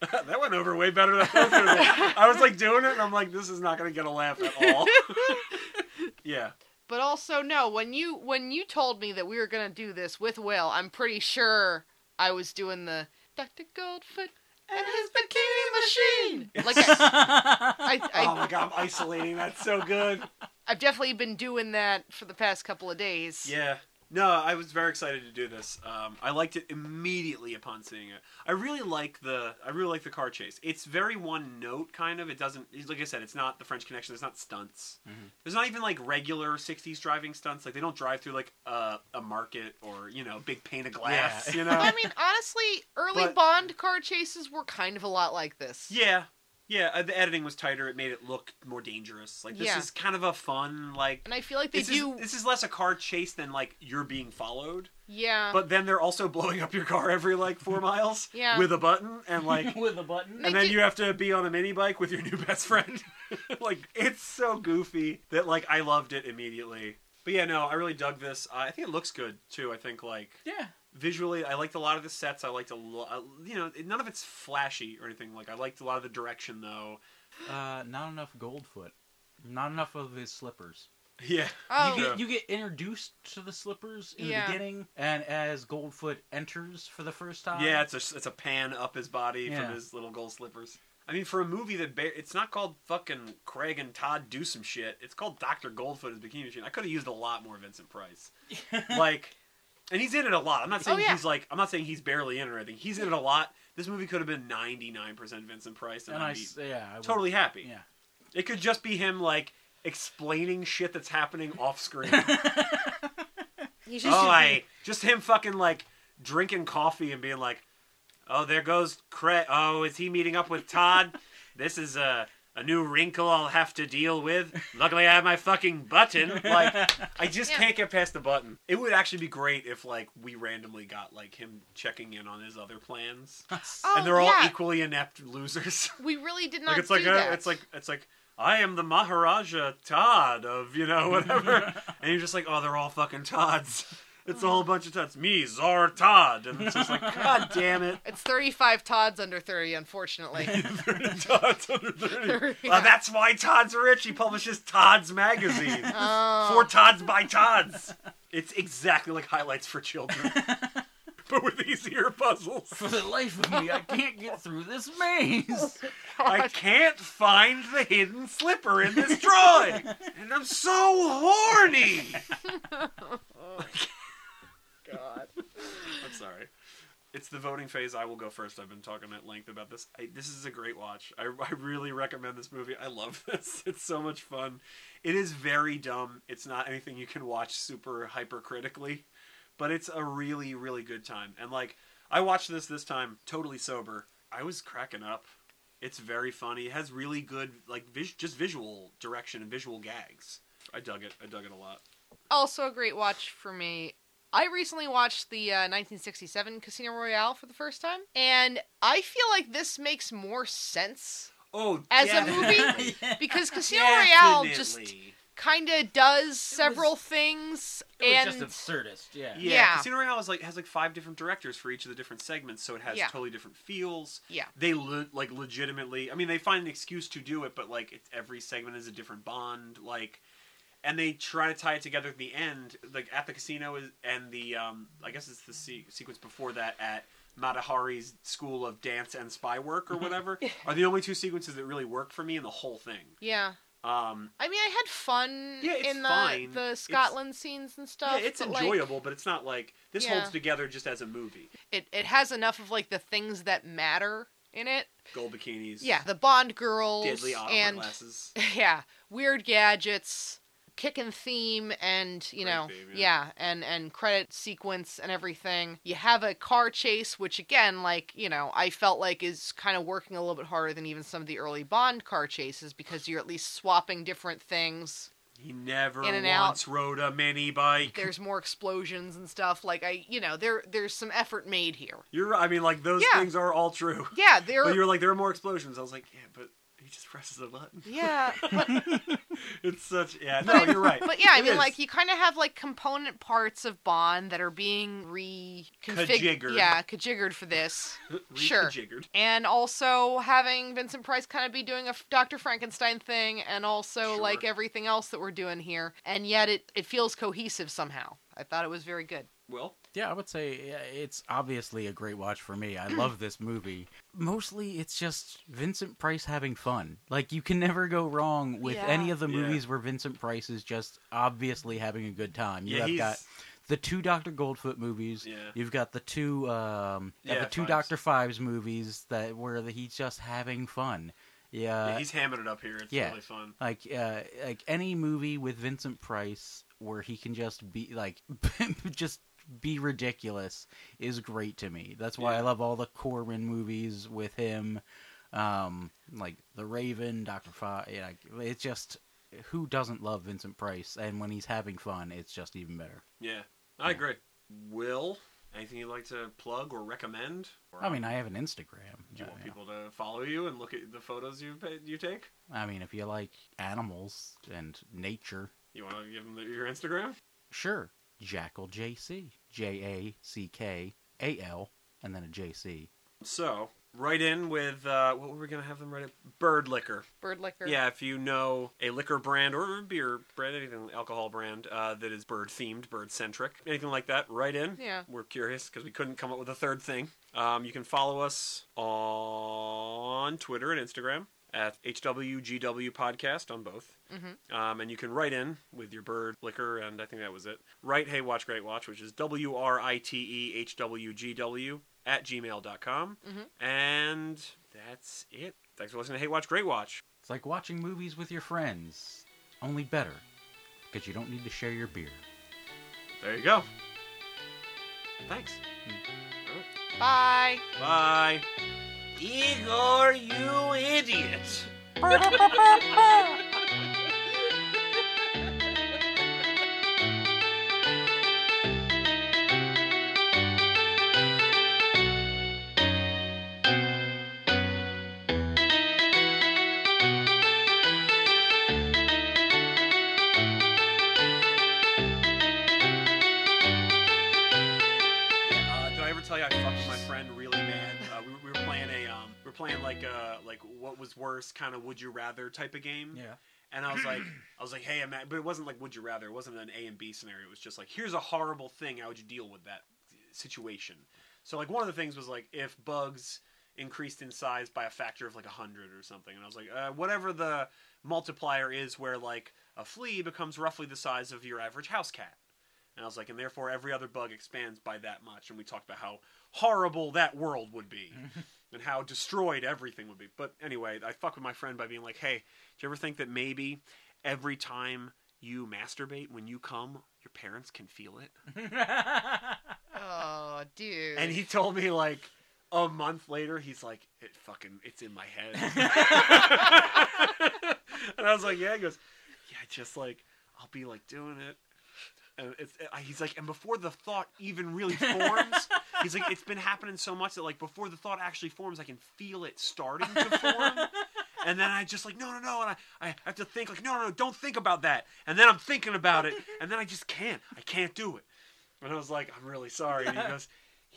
Speaker 3: that went over way better than I was gonna. I was like doing it, and I'm like, this is not gonna get a laugh at all. [LAUGHS] yeah.
Speaker 2: But also, no, when you when you told me that we were gonna do this with Will, I'm pretty sure I was doing the Dr. Goldfoot and his bikini machine. Like I,
Speaker 3: [LAUGHS]
Speaker 2: I, I,
Speaker 3: oh my god, I'm isolating. That's so good.
Speaker 2: I've definitely been doing that for the past couple of days.
Speaker 3: [LAUGHS] Yeah. No, I was very excited to do this. Um, I liked it immediately upon seeing it. I really like the I really like the car chase. It's very one note kind of. It doesn't like I said, it's not the French Connection. There's not stunts.
Speaker 4: Mhm.
Speaker 3: There's not even like regular '60s driving stunts. Like they don't drive through like a, a market or you know a big pane of glass.
Speaker 4: Yeah.
Speaker 3: You
Speaker 2: But, [LAUGHS]
Speaker 3: know.
Speaker 2: I mean, honestly, early
Speaker 3: But-
Speaker 2: Bond car chases were kind of a lot like this.
Speaker 3: yeah. Yeah, uh, the editing was tighter. It made it look more dangerous. Like this
Speaker 2: Yeah.
Speaker 3: is kind of a fun like.
Speaker 2: And I feel like they
Speaker 3: This is,
Speaker 2: do.
Speaker 3: this is less a car chase than like you're being followed.
Speaker 2: yeah.
Speaker 3: But then they're also blowing up your car every like
Speaker 2: [LAUGHS]
Speaker 3: four miles
Speaker 2: Yeah.
Speaker 3: with a button and
Speaker 2: [LAUGHS]
Speaker 3: like
Speaker 4: with a button.
Speaker 2: They
Speaker 3: and then
Speaker 2: do-
Speaker 3: you have to be on a mini bike with your new best friend. [LAUGHS] like it's so goofy that like I loved it immediately. But yeah, no, I really dug this. I I think it looks good too. I think like
Speaker 4: Yeah.
Speaker 3: visually, I liked a lot of the sets. I liked a lot. You know, none of it's flashy or anything. Like I liked a lot of the direction though. [LAUGHS]
Speaker 4: Uh, not enough Goldfoot. Not enough of his slippers.
Speaker 3: Yeah.
Speaker 2: oh,
Speaker 4: You
Speaker 3: Yeah.
Speaker 4: get you get introduced to the slippers in
Speaker 2: Yeah.
Speaker 4: the beginning, and as Goldfoot enters for the first time.
Speaker 3: Yeah, it's a it's a pan up his body
Speaker 4: Yeah.
Speaker 3: from his little gold slippers. I mean, for a movie that ba- it's not called fucking Craig and Todd do some shit. It's called Doctor Goldfoot is Bikini Machine. I could have used a lot more Vincent Price,
Speaker 4: [LAUGHS]
Speaker 3: like, and he's in it a lot. I'm not saying
Speaker 2: Oh, yeah.
Speaker 3: he's like I'm not saying he's barely in or anything. He's in it a lot. This movie could have been 99 percent Vincent Price, and,
Speaker 4: and I
Speaker 3: I'd be
Speaker 4: s- yeah I would-
Speaker 3: totally happy.
Speaker 4: yeah. [LAUGHS]
Speaker 3: It could just be him like explaining shit that's happening off
Speaker 4: [LAUGHS]
Speaker 3: screen.
Speaker 6: You just
Speaker 3: Oh,
Speaker 6: should
Speaker 3: I just him fucking like drinking coffee and being like, "Oh, there goes Craig. Oh, is he meeting up with
Speaker 2: [LAUGHS]
Speaker 3: Todd? this is a a new wrinkle I'll have to deal with. Luckily, I have my fucking button. Like, I just
Speaker 2: Yeah.
Speaker 3: can't get past the button. It would actually be great if like we randomly got like him checking in on his other plans,
Speaker 2: oh,
Speaker 3: and they're all
Speaker 2: yeah.
Speaker 3: equally inept losers. [LAUGHS]
Speaker 2: We really did not
Speaker 3: like it's
Speaker 2: do
Speaker 3: like
Speaker 2: that.
Speaker 3: a, it's like it's like. I am the Maharaja Todd of you know
Speaker 2: [LAUGHS]
Speaker 3: whatever, and you're just like, oh, they're all fucking Todds. It's a whole bunch of Todds. Me, Czar Todd, and it's just
Speaker 2: [LAUGHS]
Speaker 3: like, god damn it, [LAUGHS]
Speaker 2: It's 35 Todds under 30, unfortunately.
Speaker 3: thirty Todds under thirty.
Speaker 2: [LAUGHS] Yeah.
Speaker 3: Well, that's why Todd's rich. He publishes Todd's
Speaker 2: [LAUGHS]
Speaker 3: magazine
Speaker 2: Oh.
Speaker 3: for Todds by Todds. It's exactly like highlights for
Speaker 2: [LAUGHS]
Speaker 3: children, [LAUGHS] but with easier puzzles.
Speaker 4: For the life of me, I can't get through this
Speaker 2: [LAUGHS]
Speaker 4: maze.
Speaker 3: I can't find the hidden slipper in this drawing, and I'm so horny.
Speaker 2: God.
Speaker 3: I'm sorry. It's the voting phase. I will go first. I've been talking at length about this. I, this is a great watch. I, I really recommend this movie. I love [LAUGHS] this. It's so much fun. It is very dumb. It's not anything you can watch super hypercritically, but it's a really, really good time. And like, I watched this this time totally sober. I was cracking up. It's very funny. It has really good, like, vis- just visual direction and visual gags. I dug it. I dug it a lot.
Speaker 2: Also, a great watch for me. I recently watched the uh, 1967 Casino Royale for the first time, and I feel like this makes
Speaker 3: [LAUGHS]
Speaker 2: more sense
Speaker 3: Oh,
Speaker 2: As a
Speaker 4: [LAUGHS]
Speaker 3: definitely. [LAUGHS]
Speaker 2: movie? because Casino Royale just
Speaker 3: Definitely.
Speaker 2: kind of does several things,
Speaker 4: It
Speaker 2: and
Speaker 4: was just absurdist. Yeah.
Speaker 3: Yeah,
Speaker 2: Yeah.
Speaker 3: Casino Royale is like has like five different directors for each of the different segments, so it has
Speaker 2: Yeah.
Speaker 3: totally different feels.
Speaker 2: Yeah.
Speaker 3: They le- like legitimately. I mean, they find an excuse to do it, but like it's, every segment is a different Bond. Like, and they try to tie it together at the end, like at the casino is, and the um, I guess it's the se- sequence before that at. Matahari's School of Dance and Spy Work,
Speaker 2: Mm-hmm.
Speaker 3: or
Speaker 2: [LAUGHS]
Speaker 3: whatever, are the only two sequences that really work for me in the whole thing.
Speaker 2: yeah.
Speaker 3: Um,
Speaker 2: I mean, I had fun
Speaker 3: Yeah, it's
Speaker 2: in the
Speaker 3: fine.
Speaker 2: the
Speaker 3: It's-
Speaker 2: Scotland scenes and stuff.
Speaker 3: yeah, it's
Speaker 2: but, like,
Speaker 3: enjoyable, but it's not like this
Speaker 2: Yeah.
Speaker 3: holds together just as a movie.
Speaker 2: it it has enough of like the things that matter in it.
Speaker 3: Gold bikinis,
Speaker 2: Yeah, the Bond girls
Speaker 3: deadly opera
Speaker 2: and
Speaker 3: glasses.
Speaker 2: [LAUGHS] yeah, weird gadgets, kickin' theme, and you
Speaker 3: Great
Speaker 2: know,
Speaker 3: theme,
Speaker 2: yeah. and and credit sequence and everything. You have a car chase, which again, like you know, I felt like is kind of working a little bit harder than even some of the early Bond car chases because you're at least swapping different things.
Speaker 3: He never
Speaker 2: In and
Speaker 3: once rode a mini bike.
Speaker 2: There's more explosions and stuff. Like I, you know, there there's some effort
Speaker 3: [LAUGHS]
Speaker 2: made here.
Speaker 3: You're right. I mean, like those
Speaker 2: Yeah.
Speaker 3: things are all true.
Speaker 2: Yeah, there.
Speaker 3: But you were like, there are more explosions. I was like, yeah, but he just presses a button. [LAUGHS]
Speaker 2: [LAUGHS] yeah,
Speaker 3: It's such yeah.
Speaker 2: But
Speaker 3: No,
Speaker 2: it-
Speaker 3: you're right.
Speaker 2: But yeah, I
Speaker 3: It
Speaker 2: mean,
Speaker 3: is. [LAUGHS]
Speaker 2: like you kind of have like component parts of Bond that are being reconfigured.
Speaker 3: Kajiggered.
Speaker 2: Yeah, kajiggered for this, sure.
Speaker 3: Rejiggered.
Speaker 2: and also having Vincent Price kind of be doing a f- Dr. Frankenstein thing, and also
Speaker 3: Sure.
Speaker 2: like everything else that we're doing here, and yet it it feels cohesive somehow. I thought it was very good.
Speaker 3: Well,
Speaker 4: Yeah, I would say yeah, it's obviously a great watch for me. I love this movie. Mostly, it's just Vincent Price having fun. Like, you can never go wrong with
Speaker 2: Yeah.
Speaker 4: any of the
Speaker 3: Yeah.
Speaker 4: movies where Vincent Price is just obviously having a good time. You
Speaker 3: yeah,
Speaker 4: have
Speaker 3: he's
Speaker 4: got the two Doctor Goldfoot movies.
Speaker 3: Yeah.
Speaker 4: You've got the two um, yeah,
Speaker 3: Yeah,
Speaker 4: the two
Speaker 3: Fives.
Speaker 4: Doctor Fives movies that where the, he's just having fun. Yeah,
Speaker 3: yeah, he's hamming it up here. It's
Speaker 4: uh, yeah.
Speaker 3: really fun.
Speaker 4: like uh, like any movie with Vincent Price where he can just be like [LAUGHS] just be ridiculous is great to me. That's why I
Speaker 3: Yeah.
Speaker 4: love all the Corman movies with him, um, like The Raven, Doctor Five. Yeah, like, it's just who doesn't love Vincent Price? And when he's having fun, it's just even better.
Speaker 3: Yeah, I
Speaker 4: Yeah.
Speaker 3: agree. Will anything you'd like to plug or recommend? Or
Speaker 4: I mean, I have an Instagram.
Speaker 3: do you want
Speaker 4: yeah.
Speaker 3: people to follow you and look at the photos you pa- you take?
Speaker 4: I mean, if you like animals and nature,
Speaker 3: You want to give them your Instagram?
Speaker 4: Sure. Jackal JC. J A C K A L and then a JC.
Speaker 3: So right in with uh, what were we gonna have them write? Up? Bird liquor.
Speaker 2: Bird liquor.
Speaker 3: Yeah, if you know a liquor brand or a beer brand, anything alcohol brand uh, that is bird themed, bird centric, anything like that, right in.
Speaker 2: Yeah.
Speaker 3: We're curious because we couldn't come up with a third thing. Um, you can follow us on Twitter and Instagram at HWGW Podcast on both.
Speaker 2: Mhm.
Speaker 3: Um, and you can write in with your bird liquor, and I think that was it. Write Hey Watch Great Watch, which is W R I T E H W G W at gmail.com.
Speaker 2: Mhm.
Speaker 3: And that's it. Thanks for listening to Hey Watch Great Watch.
Speaker 4: It's like watching movies with your friends, only better because you don't need to share your beer.
Speaker 3: There you go. Thanks.
Speaker 2: Bye.
Speaker 3: Bye. Igor, you idiot. Yeah, uh, did I ever tell you I fucked with my friend really bad? Uh, we, we were playing a um, we were playing like a like what was worse kind of would you rather type of game.
Speaker 4: Yeah.
Speaker 3: And I was like, I was like, hey, I'm at, but it wasn't like would you rather. It wasn't an A and B scenario. It was just like here's a horrible thing. How would you deal with that situation? So like one of the things was like if bugs increased in size by a factor of like a hundred or something. And I was like, uh, whatever the multiplier is, where like a flea becomes roughly the size of your average house cat. And I was like, and therefore every other bug expands by that much. And we talked about how horrible that world would be and how destroyed everything would be. But anyway, I fuck with my friend by being like, hey, do you ever think that maybe every time you masturbate when you come, your parents can feel it?
Speaker 2: Oh, dude.
Speaker 3: And he told me like a month later, he's like, it fucking, it's in my head. and I was like, yeah. He goes, yeah, just like I'll be like doing it. And it's, uh, I- he's like, and before the thought even really forms, he's like, it's been happening so much that like before the thought actually forms, I can feel it starting to form. And then I just like, no, no, no. And I, I have to think like, no, no, no, don't think about that. And then I'm thinking about it. And then I just can't, I can't do it. And I was like, I'm really sorry. And he goes,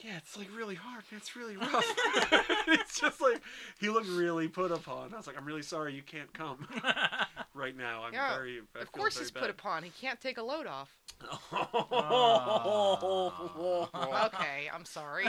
Speaker 3: yeah, it's like really hard. man. It's really rough. [LAUGHS] it's just like, he looked really put upon. I was like, I'm really sorry you can't come right now. I'm
Speaker 2: Yeah,
Speaker 3: very. I feel
Speaker 2: of course
Speaker 3: very
Speaker 2: he's
Speaker 3: bad.
Speaker 2: put upon. He can't take a load
Speaker 3: [LAUGHS]
Speaker 2: off.
Speaker 3: Oh.
Speaker 2: Okay, I'm sorry.